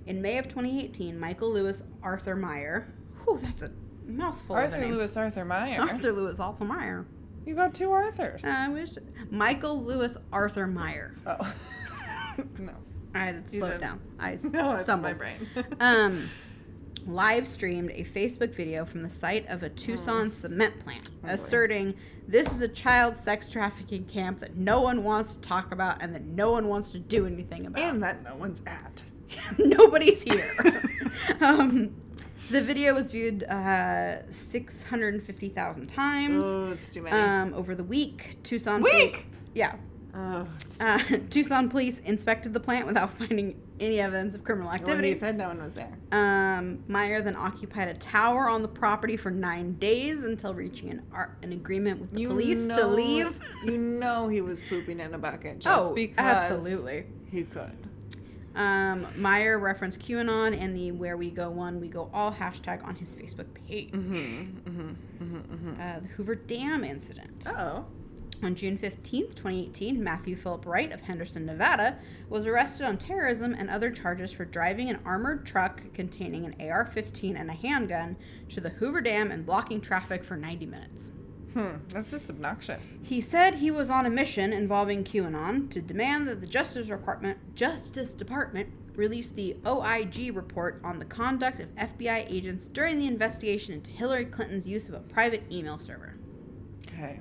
Speaker 1: In May of 2018, Michael Lewis Arthur Meyer. Whew, that's a mouthful. of a
Speaker 2: Arthur
Speaker 1: name.
Speaker 2: Lewis Arthur Meyer.
Speaker 1: Arthur Lewis Arthur Meyer.
Speaker 2: You got two Arthurs.
Speaker 1: I wish Michael Lewis Arthur Meyer.
Speaker 2: oh. no.
Speaker 1: I had to
Speaker 2: You
Speaker 1: slow it
Speaker 2: did.
Speaker 1: down. I
Speaker 2: No, it's
Speaker 1: stumbled.
Speaker 2: my brain.
Speaker 1: um, live streamed a Facebook video from the site of a
Speaker 2: Hmm.
Speaker 1: Tucson cement plant,
Speaker 2: Oh,
Speaker 1: asserting this is a child sex trafficking camp that no one wants to talk about and that no one wants to do anything about.
Speaker 2: and that no one's at.
Speaker 1: Nobody's here. um, the video was viewed uh, 650,000 times
Speaker 2: Oh, it's too many.
Speaker 1: um, over the week. Tucson. poli-
Speaker 2: Week!
Speaker 1: yeah.
Speaker 2: oh,
Speaker 1: Uh, Tucson police inspected the plant without finding any evidence of criminal
Speaker 2: when you
Speaker 1: activity.
Speaker 2: said no one was there.
Speaker 1: Um, Meyer then occupied a tower on the property for nine days until reaching an, ar- an agreement with the police to
Speaker 2: know-
Speaker 1: leave.
Speaker 2: You know he was pooping in a bucket just
Speaker 1: oh,
Speaker 2: because
Speaker 1: absolutely.
Speaker 2: he could.
Speaker 1: Um, Meyer referenced QAnon and the Where We Go One, We Go All hashtag on his Facebook page.
Speaker 2: Mm-hmm,
Speaker 1: Uh, the Hoover Dam incident.
Speaker 2: Oh.
Speaker 1: On June 15th, 2018, Matthew Philip Wright of Henderson, Nevada, was arrested on terrorism and other charges for driving an armored truck containing an AR 15 and a handgun to the Hoover Dam and blocking traffic for 90 minutes.
Speaker 2: Hmm. That's just obnoxious.
Speaker 1: He said he was on a mission involving QAnon to demand that the Justice Department, Justice Department release the OIG report on the conduct of FBI agents during the investigation into Hillary Clinton's use of a private email server.
Speaker 2: Okay.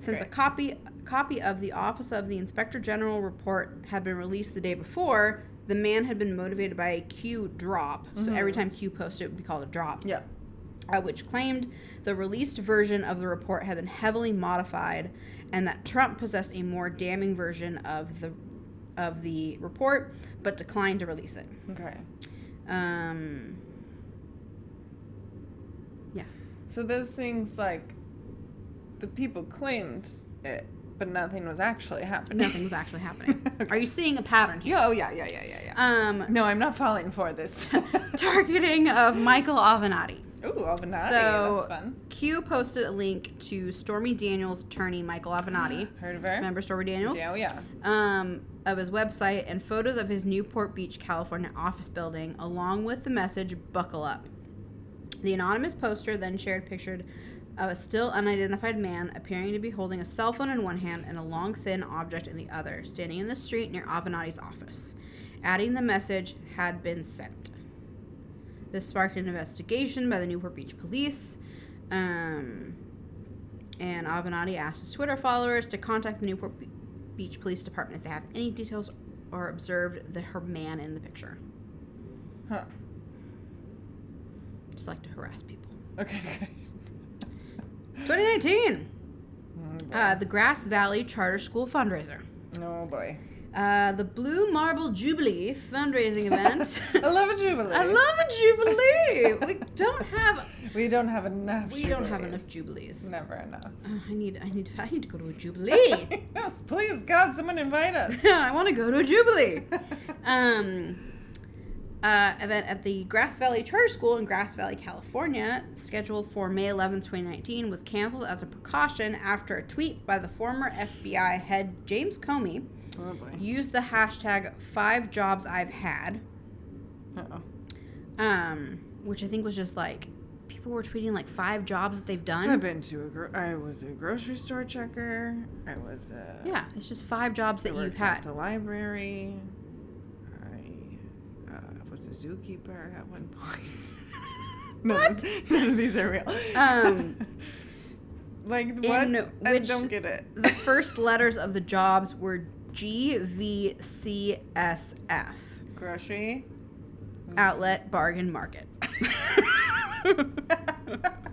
Speaker 1: Since a
Speaker 2: Great.
Speaker 1: copy copy of the Office of the Inspector General report had been released the day before, the man had been motivated by a Q drop. So every time Q posted, it would be called a drop
Speaker 2: Yep.
Speaker 1: uh, which claimed the released version of the report had been heavily modified and that Trump possessed a more damning version of the of the report but declined to release it.
Speaker 2: Okay.
Speaker 1: Um, yeah.
Speaker 2: So those things like the people claimed it, but nothing was actually happening.
Speaker 1: Nothing was actually happening. Are you seeing a pattern here?
Speaker 2: Yeah, oh yeah, yeah, yeah, yeah, yeah.
Speaker 1: Um,
Speaker 2: no, I'm not falling for this.
Speaker 1: targeting of Michael Avenatti.
Speaker 2: Ooh, Avenatti.
Speaker 1: So-
Speaker 2: that's fun.
Speaker 1: Q posted a link to Stormy Daniels' attorney, Michael Avenatti.
Speaker 2: Heard of her?
Speaker 1: Remember Stormy Daniels?
Speaker 2: Yeah, oh, yeah.
Speaker 1: um, of his website and photos of his Newport Beach, California office building, along with the message "Buckle up." The anonymous poster then shared pictured of a still unidentified man appearing to be holding a cell phone in one hand and a long thin object in the other, standing in the street near Avenatti's office. Adding the message had been sent. This sparked an investigation by the Newport Beach Police. Um, and Avenatti asked his Twitter followers to contact the Newport Be- Beach Police Department if they have any details or observed the her man in the picture.
Speaker 2: Huh.
Speaker 1: Just like to harass people.
Speaker 2: Okay, great.
Speaker 1: 2019,
Speaker 2: Oh, boy.
Speaker 1: uh, the Grass Valley Charter School fundraiser.
Speaker 2: oh boy.
Speaker 1: Uh, the Blue Marble Jubilee fundraising event.
Speaker 2: I love a jubilee.
Speaker 1: I love a jubilee. we don't have
Speaker 2: We don't have enough.
Speaker 1: we don't have
Speaker 2: jubilees.
Speaker 1: enough jubilees.
Speaker 2: Never enough.
Speaker 1: Oh, I need I need I need to go to a jubilee.
Speaker 2: yes, please, God, someone invite us. Oh,
Speaker 1: I want to go to a Jubilee. um, uh, event at the Grass Valley Charter School in Grass Valley, California, scheduled for May 11, 2019, was canceled as a precaution after a tweet by the former FBI head James Comey
Speaker 2: Oh boy.
Speaker 1: used the hashtag five jobs I've had,
Speaker 2: Uh-oh.
Speaker 1: um, which I think was just like people were tweeting like five jobs that they've
Speaker 2: I've
Speaker 1: done.
Speaker 2: been to a. Gro- I was a grocery store checker. I was a.
Speaker 1: Yeah, it's just five jobs
Speaker 2: I
Speaker 1: that you've
Speaker 2: worked
Speaker 1: had.
Speaker 2: at the library. I uh, was a zookeeper at one point. None-
Speaker 1: What?
Speaker 2: None of these are real.
Speaker 1: Um,
Speaker 2: like what? I
Speaker 1: which-
Speaker 2: don't get it.
Speaker 1: the first letters of the jobs were G V C S F
Speaker 2: grocery.
Speaker 1: outlet bargain market.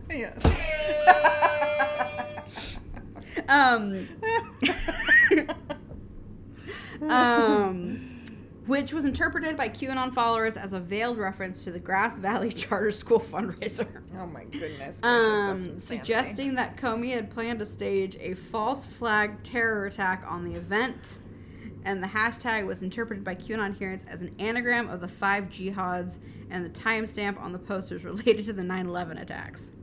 Speaker 2: yes.
Speaker 1: Um, um, which was interpreted by QAnon followers as a veiled reference to the Grass Valley Charter School fundraiser.
Speaker 2: oh my goodness. Gracious, that's
Speaker 1: Um,
Speaker 2: insanity.
Speaker 1: suggesting that Comey had planned to stage a false flag terror attack on the event, and the hashtag was interpreted by QAnon adherents as an anagram of the five jihads, and the timestamp on the posters related to the 9/11 attacks.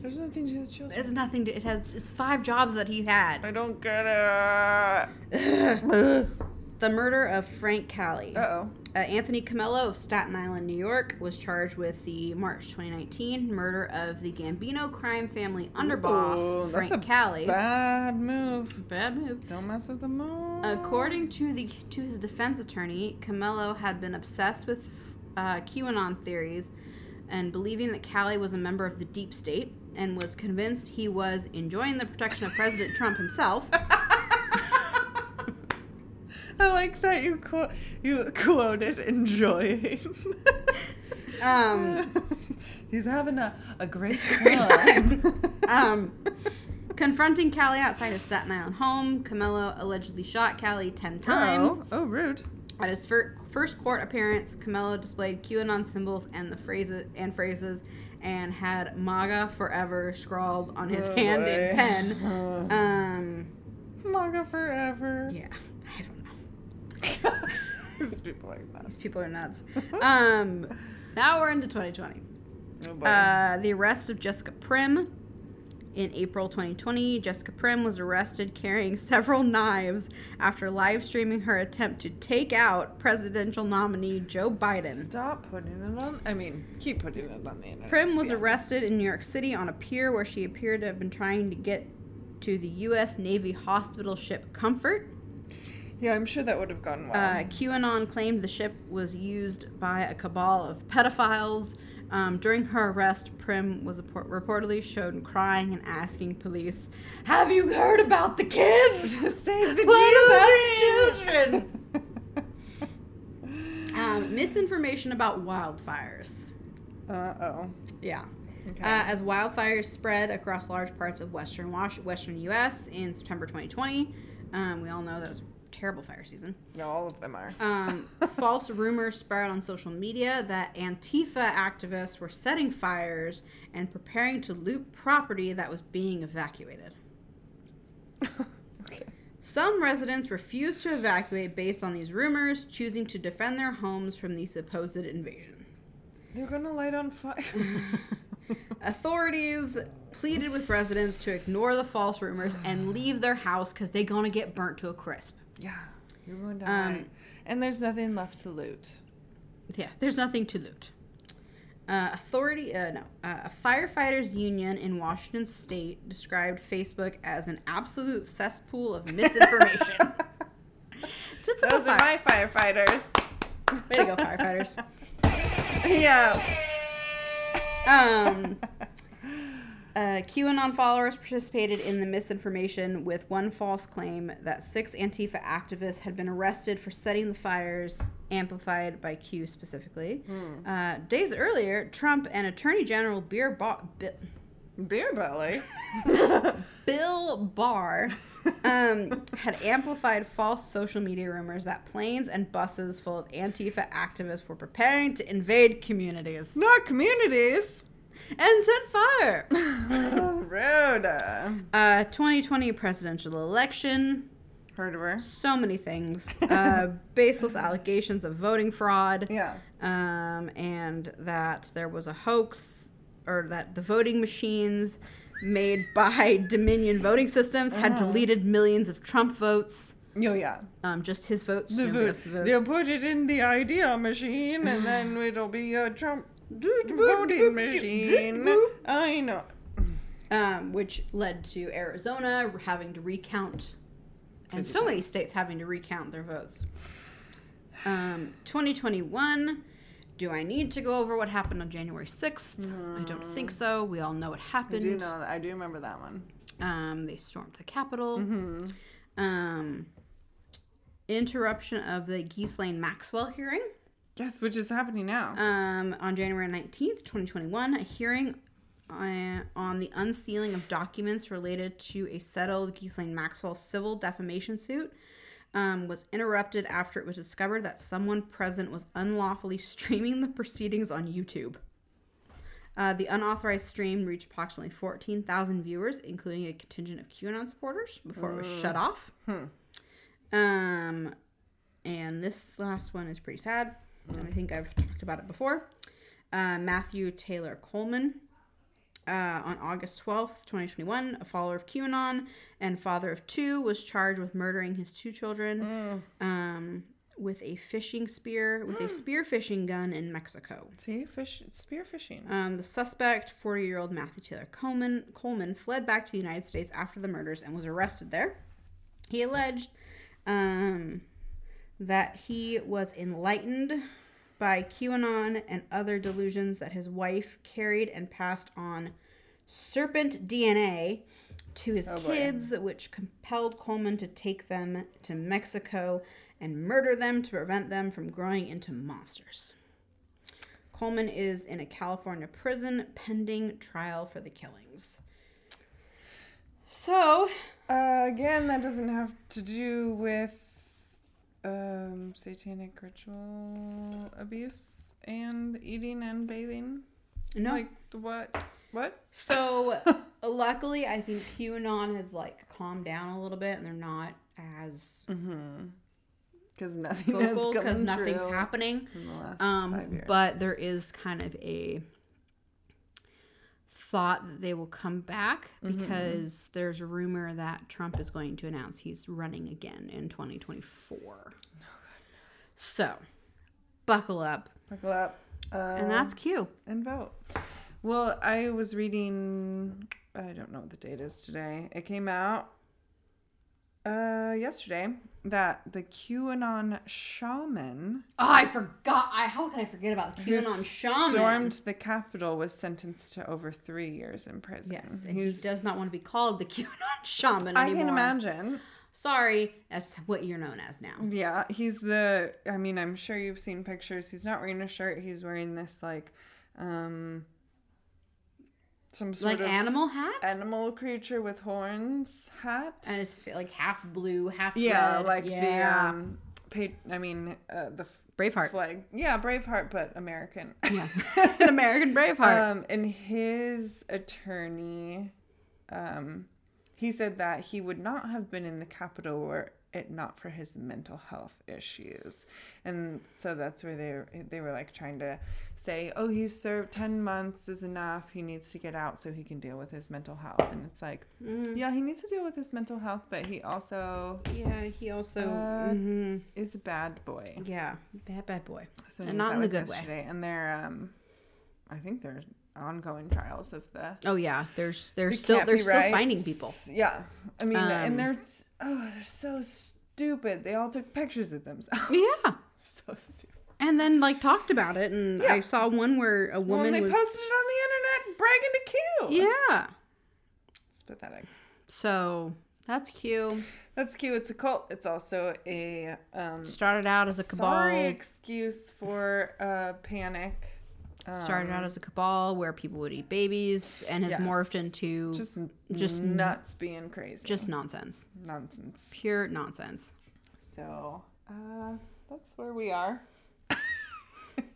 Speaker 2: There's nothing to those children.
Speaker 1: It's nothing. To, it has it's five jobs that he had.
Speaker 2: I don't get it.
Speaker 1: The murder of Frank Cali.
Speaker 2: Uh oh.
Speaker 1: Uh, Anthony Camello of Staten Island, New York, was charged with the March 2019 murder of the Gambino crime family underboss,
Speaker 2: Ooh, that's
Speaker 1: Frank
Speaker 2: a
Speaker 1: Cali.
Speaker 2: Bad move.
Speaker 1: Bad move.
Speaker 2: Don't mess with the moon.
Speaker 1: According to the to his defense attorney, Camello had been obsessed with uh, QAnon theories and believing that Callie was a member of the deep state and was convinced he was enjoying the protection of President Trump himself.
Speaker 2: I like that you quote you quoted enjoying.
Speaker 1: Um,
Speaker 2: He's having a, a great
Speaker 1: Great
Speaker 2: time.
Speaker 1: um, confronting Callie outside his Staten Island home, Camello allegedly shot Callie 10 times.
Speaker 2: Oh, oh, rude.
Speaker 1: At his fir- first court appearance, Camello displayed QAnon symbols and the phrases and phrases, and had MAGA forever scrawled on his
Speaker 2: Oh,
Speaker 1: hand
Speaker 2: boy.
Speaker 1: and pen.
Speaker 2: Uh,
Speaker 1: Um,
Speaker 2: MAGA forever.
Speaker 1: yeah, I don't know.
Speaker 2: These people are nuts.
Speaker 1: These people are nuts. Um, now we're into 2020.
Speaker 2: Oh boy.
Speaker 1: Uh, the arrest of Jessica Prim. In April 2020, Jessica Prim was arrested carrying several knives after live streaming her attempt to take out presidential nominee Joe Biden.
Speaker 2: Stop putting it on. I mean, keep putting it on the internet.
Speaker 1: Prim
Speaker 2: to
Speaker 1: was
Speaker 2: be
Speaker 1: arrested in New York City on a pier where she appeared to have been trying to get to the U.S. Navy hospital ship Comfort.
Speaker 2: honest. Yeah, I'm sure that would have gone well.
Speaker 1: Uh, QAnon claimed the ship was used by a cabal of pedophiles. Um, during her arrest, Prim was appor- reportedly shown crying and asking police, "Have you heard about the kids?
Speaker 2: Save the
Speaker 1: what about the children?"
Speaker 2: children.
Speaker 1: Um, misinformation about wildfires.
Speaker 2: uh oh.
Speaker 1: Yeah.
Speaker 2: Okay.
Speaker 1: Uh, as wildfires spread across large parts of western Wash- Western U.S. in September 2020, um, we all know that was a terrible fire season.
Speaker 2: no, all of them are.
Speaker 1: Um, false rumors spread on social media that Antifa activists were setting fires and preparing to loot property that was being evacuated.
Speaker 2: okay.
Speaker 1: Some residents refused to evacuate based on these rumors, choosing to defend their homes from the supposed invasion.
Speaker 2: They're gonna light on fire.
Speaker 1: Authorities pleaded with residents to ignore the false rumors and leave their house because they're going to get burnt to a crisp.
Speaker 2: yeah, you're going to die. and there's nothing left to loot.
Speaker 1: Yeah, there's nothing to loot. Uh, authority, uh, no, uh, a firefighters union in Washington State described Facebook as an absolute cesspool of misinformation. Typical
Speaker 2: Those are
Speaker 1: fire.
Speaker 2: my firefighters.
Speaker 1: Way to go, firefighters.
Speaker 2: Yeah.
Speaker 1: Um, uh, QAnon followers participated in the misinformation with one false claim that six Antifa activists had been arrested for setting the fires, amplified by Q specifically. Uh, days earlier, Trump and Attorney General Beer Ba- Bi-
Speaker 2: Beer belly.
Speaker 1: Bill Barr um, had amplified false social media rumors that planes and buses full of Antifa activists were preparing to invade communities
Speaker 2: Not communities.
Speaker 1: and set fire.
Speaker 2: Rude.
Speaker 1: Uh, 2020 presidential election.
Speaker 2: Heard of her?
Speaker 1: So many things. Uh, baseless allegations of voting fraud.
Speaker 2: Yeah.
Speaker 1: um, and that there was a hoax or that the voting machines made by Dominion Voting Systems had
Speaker 2: Uh-huh.
Speaker 1: deleted millions of Trump votes.
Speaker 2: Oh yeah.
Speaker 1: Um, just his votes.
Speaker 2: The
Speaker 1: nobody
Speaker 2: vote.
Speaker 1: else's votes.
Speaker 2: They'll put it in the idea machine, and then it'll be a Trump voting machine. I know.
Speaker 1: Um, which led to Arizona having to recount, and so many states having to recount their votes. Um, 2021. Do I need to go over what happened on January 6th? I don't think so. We all know what
Speaker 2: I
Speaker 1: happened.
Speaker 2: do know. that- I do remember that one.
Speaker 1: Um, they stormed the Capitol.
Speaker 2: Mm-hmm.
Speaker 1: Um, interruption of the Ghislaine Maxwell hearing.
Speaker 2: Yes, which is happening now.
Speaker 1: Um, on January 19th, 2021, a hearing uh, on the unsealing of documents related to a settled Ghislaine Maxwell civil defamation suit um, was interrupted after it was discovered that someone present was unlawfully streaming the proceedings on YouTube. Uh, the unauthorized stream reached approximately 14,000 viewers, including a contingent of QAnon supporters, before it was shut off. Um, and this last one is pretty sad, and I think I've talked about it before. Uh, Matthew Taylor Coleman, uh, on August 12th, 2021, a follower of QAnon and father of two, was charged with murdering his two children um, with a fishing spear, with a spear fishing gun in Mexico.
Speaker 2: See, fish spear fishing.
Speaker 1: Um, the suspect, 40 year old Matthew Taylor Coleman, Coleman, fled back to the United States after the murders and was arrested there. He alleged um, that he was enlightened by QAnon and other delusions that his wife carried and passed on serpent DNA to his
Speaker 2: boy.
Speaker 1: kids, which compelled Coleman to take them to Mexico and murder them to prevent them from growing into monsters. Coleman is in a California prison pending trial for the killings. So,
Speaker 2: Uh, again, that doesn't have to do with um, satanic ritual abuse and eating and bathing.
Speaker 1: no.
Speaker 2: Like what? What?
Speaker 1: So luckily, I think QAnon has like calmed down a little bit, and they're not as
Speaker 2: because nothing has
Speaker 1: vocal
Speaker 2: come
Speaker 1: because
Speaker 2: true
Speaker 1: nothing's happening.
Speaker 2: in the last five
Speaker 1: Um,
Speaker 2: years.
Speaker 1: but there is kind of a thought that they will come back because there's a rumor that Trump is going to announce he's running again in 2024. So, buckle up,
Speaker 2: buckle up uh,
Speaker 1: and that's Q.
Speaker 2: and vote. Well, I was reading. I don't know what the date is today. It came out uh, yesterday that the QAnon shaman
Speaker 1: Oh, I forgot. I how could I forget about the
Speaker 2: who
Speaker 1: QAnon shaman?
Speaker 2: stormed the Capitol was sentenced to over three years in prison.
Speaker 1: Yes, and
Speaker 2: he's.
Speaker 1: he does not want to be called the QAnon shaman
Speaker 2: I
Speaker 1: anymore.
Speaker 2: can imagine. Mm,
Speaker 1: Sorry, that's what you're known as now.
Speaker 2: Yeah, he's the. I mean, I'm sure you've seen pictures. He's not wearing a shirt. He's wearing this like, um, some sort
Speaker 1: like
Speaker 2: of
Speaker 1: animal hat, and,
Speaker 2: animal creature with horns hat.
Speaker 1: it's fi- like half blue, half
Speaker 2: yeah,
Speaker 1: red.
Speaker 2: like the
Speaker 1: Yeah.
Speaker 2: um, pa- I mean, uh, the f-
Speaker 1: Braveheart.
Speaker 2: flag. Yeah, Braveheart, but American.
Speaker 1: yeah, an American Braveheart.
Speaker 2: um, and his attorney, um, he said that he would not have been in the Capitol were it not for his mental health issues, and so that's where they they were like trying to say, oh, he served ten months is enough. He needs to get out so he can deal with his mental health, and it's like,
Speaker 1: Mm.
Speaker 2: yeah, he needs to deal with his mental health, but he also
Speaker 1: yeah, he also.
Speaker 2: Uh,
Speaker 1: mhm.
Speaker 2: is a bad boy.
Speaker 1: Yeah, bad bad boy.
Speaker 2: So
Speaker 1: And
Speaker 2: anyways,
Speaker 1: not
Speaker 2: that
Speaker 1: in the
Speaker 2: was
Speaker 1: good way.
Speaker 2: yesterday, And they're, um, I think they're ongoing trials of the.
Speaker 1: Oh yeah, there's there's
Speaker 2: the
Speaker 1: still they're
Speaker 2: Cappy
Speaker 1: still
Speaker 2: riots.
Speaker 1: finding people.
Speaker 2: Yeah, I mean,
Speaker 1: Um,
Speaker 2: and they're s- oh, they're so stupid. They all took pictures of themselves.
Speaker 1: Yeah,
Speaker 2: so stupid.
Speaker 1: and then like talked about it, and I saw one where a
Speaker 2: Well,
Speaker 1: woman
Speaker 2: and they
Speaker 1: was.
Speaker 2: posted it on the internet, bragging to Q.
Speaker 1: yeah,
Speaker 2: it's pathetic.
Speaker 1: so that's Q.
Speaker 2: That's Q. It's a cult. It's also a um,
Speaker 1: Started out as a cabal.
Speaker 2: sorry excuse for uh, panic. Um,
Speaker 1: started out as a cabal where people would eat babies and has
Speaker 2: Yes.
Speaker 1: morphed into just,
Speaker 2: Just, just nuts being crazy.
Speaker 1: nonsense.
Speaker 2: nonsense.
Speaker 1: Pure nonsense.
Speaker 2: So uh, that's where we are. okay,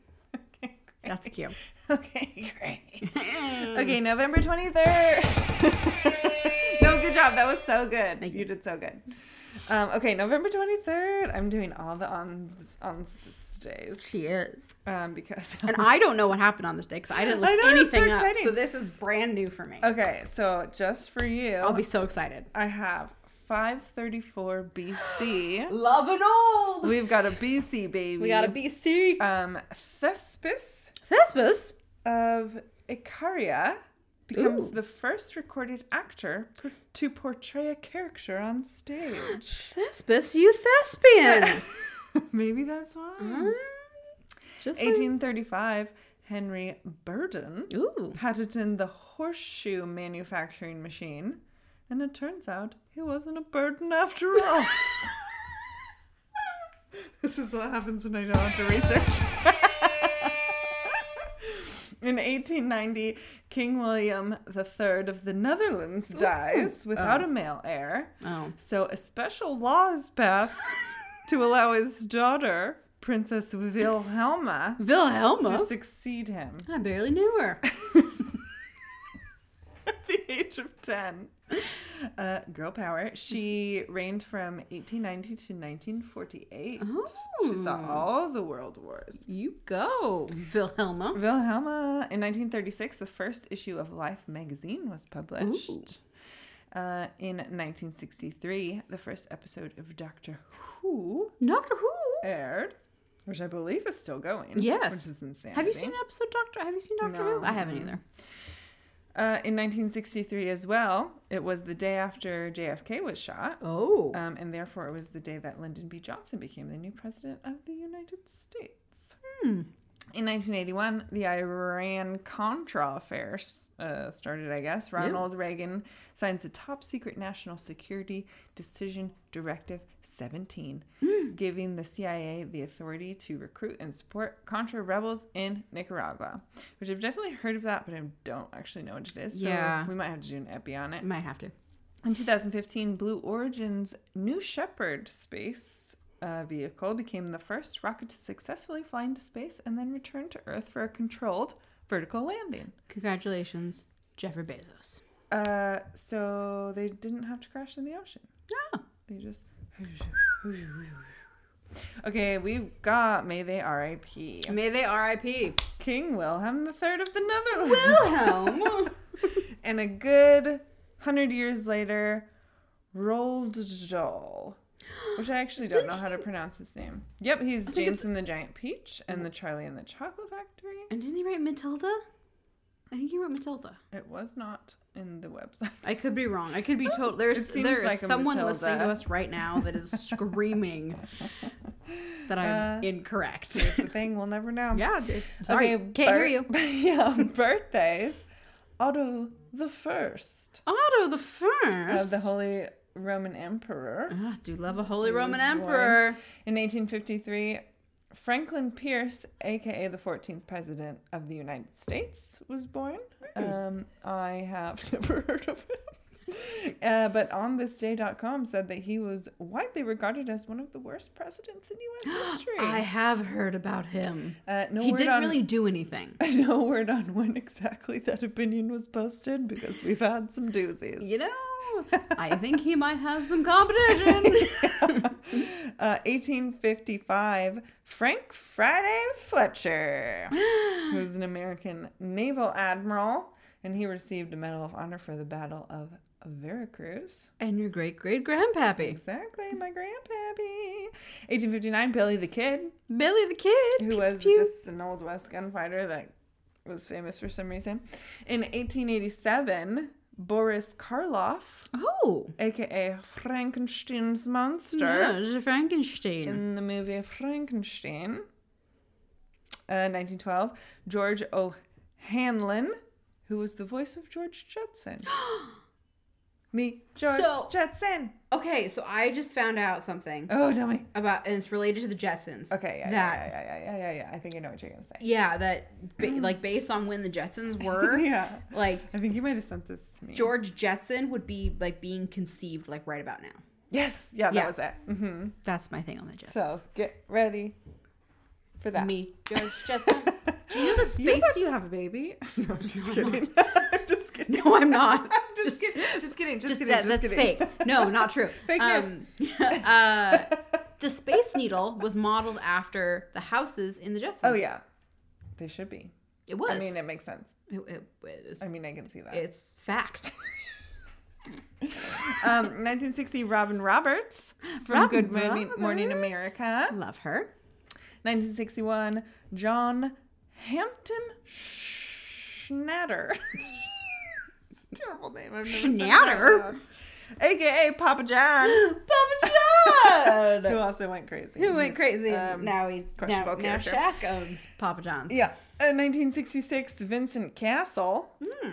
Speaker 2: great.
Speaker 1: That's cute.
Speaker 2: Okay, great. okay, November 23rd. no, good job. That was so good.
Speaker 1: Thank
Speaker 2: you.
Speaker 1: you.
Speaker 2: did so good. Um, okay, November 23rd. I'm doing all the on on days
Speaker 1: she is.
Speaker 2: um, because.
Speaker 1: And I don't know what happened on this day because I didn't look
Speaker 2: I know, it's so
Speaker 1: anything up.
Speaker 2: exciting.
Speaker 1: So Oh. this is brand new for me.
Speaker 2: okay, so just for you,
Speaker 1: I'll be so excited.
Speaker 2: I have 534 BC.
Speaker 1: Love and old.
Speaker 2: We've got a BC baby.
Speaker 1: We got a BC.
Speaker 2: Um, Thespis
Speaker 1: Thespis.
Speaker 2: of Icaria becomes
Speaker 1: Ooh.
Speaker 2: the first recorded actor per- to portray a character on stage.
Speaker 1: Thespis, you thespian.
Speaker 2: Maybe that's why.
Speaker 1: Mm, Just like-
Speaker 2: 1835, Henry Burden
Speaker 1: Ooh.
Speaker 2: patented the horseshoe manufacturing machine, and it turns out he wasn't a burden after all. this is what happens when I don't have to research. In 1890, King William III of the Netherlands dies without a male heir.
Speaker 1: Oh.
Speaker 2: So a special law is passed to allow his daughter, Princess Wilhelma, to
Speaker 1: Wilhelma.
Speaker 2: succeed him.
Speaker 1: I barely knew her.
Speaker 2: at the age of 10. Uh, girl power. She reigned from 1890 to 1948. She saw
Speaker 1: Oh.
Speaker 2: all the world wars.
Speaker 1: You go, Wilhelma.
Speaker 2: Wilhelma. In 1936, the first issue of Life magazine was published.
Speaker 1: Ooh.
Speaker 2: Uh, in 1963, the first episode of Doctor Who
Speaker 1: Doctor Who.
Speaker 2: aired, which I believe is still going.
Speaker 1: Yes.
Speaker 2: Which is insane.
Speaker 1: Have you seen the episode Doctor? Have you seen Doctor
Speaker 2: No,
Speaker 1: Who? I haven't
Speaker 2: mm-mm.
Speaker 1: either.
Speaker 2: Uh, in 1963 as well, it was the day after JFK was shot.
Speaker 1: Oh,
Speaker 2: Um, and therefore, it was the day that Lyndon B. Johnson became the new president of the United States. In 1981, the Iran Contra affair s- uh, started, I guess. Ronald Reagan signs a top secret national security decision directive 17, giving the CIA the authority to recruit and support Contra rebels in Nicaragua, which I've definitely heard of that, but I don't actually know what it is. So
Speaker 1: Yeah.
Speaker 2: we might have to do an epi on it.
Speaker 1: I might have to.
Speaker 2: In 2015, Blue Origin's New Shepard space uh, vehicle became the first rocket to successfully fly into space and then return to Earth for a controlled vertical landing.
Speaker 1: Congratulations, Jeffrey Bezos.
Speaker 2: Uh, so they didn't have to crash in the ocean.
Speaker 1: Oh,
Speaker 2: They just Okay, we've got May They R.I.P.
Speaker 1: May they R.I.P.
Speaker 2: King Wilhelm III of the Netherlands.
Speaker 1: Wilhelm.
Speaker 2: and a good hundred years later, Roald Dahl, which I actually don't know how to pronounce his name. Yep, he's
Speaker 1: think
Speaker 2: James and the Giant Peach and the Charlie and the Chocolate Factory.
Speaker 1: and didn't he write Matilda? I think he wrote Matilda.
Speaker 2: It was not in the website.
Speaker 1: I could be wrong. I could be told. There's
Speaker 2: seems
Speaker 1: there is
Speaker 2: like a
Speaker 1: someone listening to
Speaker 2: Matilda.
Speaker 1: us right now that is screaming that I'm incorrect.
Speaker 2: It's the thing we'll never know.
Speaker 1: Uh, yeah, dude. sorry, can't hear you.
Speaker 2: bir- yeah, birthdays. Otto the First
Speaker 1: Otto the
Speaker 2: of
Speaker 1: First.
Speaker 2: the Holy Roman Emperor.
Speaker 1: Ah, do love a Holy Roman
Speaker 2: was born.
Speaker 1: Emperor.
Speaker 2: In 1853, Franklin Pierce, aka the 14th President of the United States, was born. Um, I have never heard of him. Uh, but onthisday.com said that he was widely regarded as one of the worst presidents in U.S. history.
Speaker 1: I have heard about him.
Speaker 2: uh, no
Speaker 1: he
Speaker 2: word
Speaker 1: didn't
Speaker 2: on,
Speaker 1: really do anything.
Speaker 2: No word on when exactly that opinion was posted because we've had some doozies.
Speaker 1: You know, I think he might have some competition.
Speaker 2: Uh, 1855, Frank Friday Fletcher, who was an American naval admiral, and he received a Medal of Honor for the Battle of Veracruz.
Speaker 1: and your great great grandpappy,
Speaker 2: Exactly, my grandpappy. 1859, Billy the Kid,
Speaker 1: Billy the Kid,
Speaker 2: who
Speaker 1: pew,
Speaker 2: was
Speaker 1: pew.
Speaker 2: just an old West gunfighter that was famous for some reason. In 1887, Boris Karloff,
Speaker 1: oh,
Speaker 2: aka Frankenstein's monster.
Speaker 1: yeah, it's a Frankenstein.
Speaker 2: in the movie Frankenstein, uh, 1912, George O'Hanlon, who was the voice of George Judson. Me, George
Speaker 1: So-
Speaker 2: Judson.
Speaker 1: Okay, so I just found out something
Speaker 2: Oh, tell me.
Speaker 1: about, and it's related to the Jetsons.
Speaker 2: Okay, yeah,
Speaker 1: that
Speaker 2: yeah, yeah, yeah, yeah, yeah, yeah. I think I know what you're gonna say.
Speaker 1: yeah, that ba- like based on when the Jetsons were,
Speaker 2: yeah,
Speaker 1: like
Speaker 2: I think you might have sent this to me.
Speaker 1: George Jetson would be like being conceived like right about now.
Speaker 2: Yes, yeah, that
Speaker 1: Yeah.
Speaker 2: was it. hmm
Speaker 1: That's my thing on the Jetsons.
Speaker 2: So get ready for that.
Speaker 1: me, George Jetson. Do you know the
Speaker 2: You're
Speaker 1: space?
Speaker 2: about
Speaker 1: you-
Speaker 2: to have a baby. No, I'm just
Speaker 1: No, I'm
Speaker 2: kidding. I'm just kidding.
Speaker 1: No, I'm not.
Speaker 2: just, kidding. Just kidding. Just,
Speaker 1: Just
Speaker 2: kidding.
Speaker 1: that,
Speaker 2: just
Speaker 1: that's
Speaker 2: kidding.
Speaker 1: fake. No, not true. Um,
Speaker 2: Fake news.
Speaker 1: uh, the Space Needle was modeled after the houses in the Jetsons.
Speaker 2: Oh yeah, they should be.
Speaker 1: it was.
Speaker 2: I mean, it makes sense.
Speaker 1: It- it- it was-
Speaker 2: I mean, I can see that.
Speaker 1: it's fact.
Speaker 2: Um, 1960, Robin Roberts from
Speaker 1: Robin
Speaker 2: Good Morning, Morning
Speaker 1: Roberts.
Speaker 2: America.
Speaker 1: Love her.
Speaker 2: 1961, John Hampton Schnatter. it's a terrible name. I've never said that
Speaker 1: Schnatter?
Speaker 2: out loud. AKA Papa John,
Speaker 1: Papa
Speaker 2: who
Speaker 1: John.
Speaker 2: also went crazy.
Speaker 1: Who went
Speaker 2: He's,
Speaker 1: crazy?
Speaker 2: um,
Speaker 1: now he now,
Speaker 2: questionable
Speaker 1: now
Speaker 2: character.
Speaker 1: Shaq owns Papa John's.
Speaker 2: Yeah. In 1966, Vincent Castle.
Speaker 1: Hmm.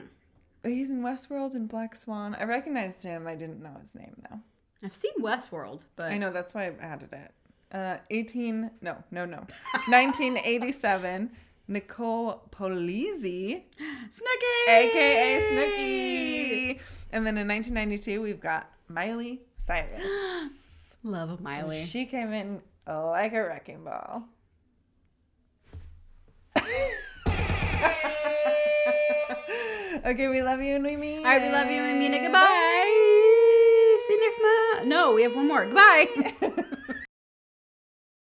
Speaker 2: He's in Westworld and Black Swan. I recognized him. I didn't know his name though.
Speaker 1: I've seen Westworld, but
Speaker 2: I know that's why I added it. Uh, 18 no no no 1987 Nicole Polizzi
Speaker 1: Snooki,
Speaker 2: aka Snooki and then in 1992 we've got Miley Cyrus
Speaker 1: Love Miley.
Speaker 2: she came in like a wrecking ball okay we love you and we mean
Speaker 1: All right, we love you, and Mina.
Speaker 2: it.
Speaker 1: Goodbye. See you next month. No, we have one more. Goodbye.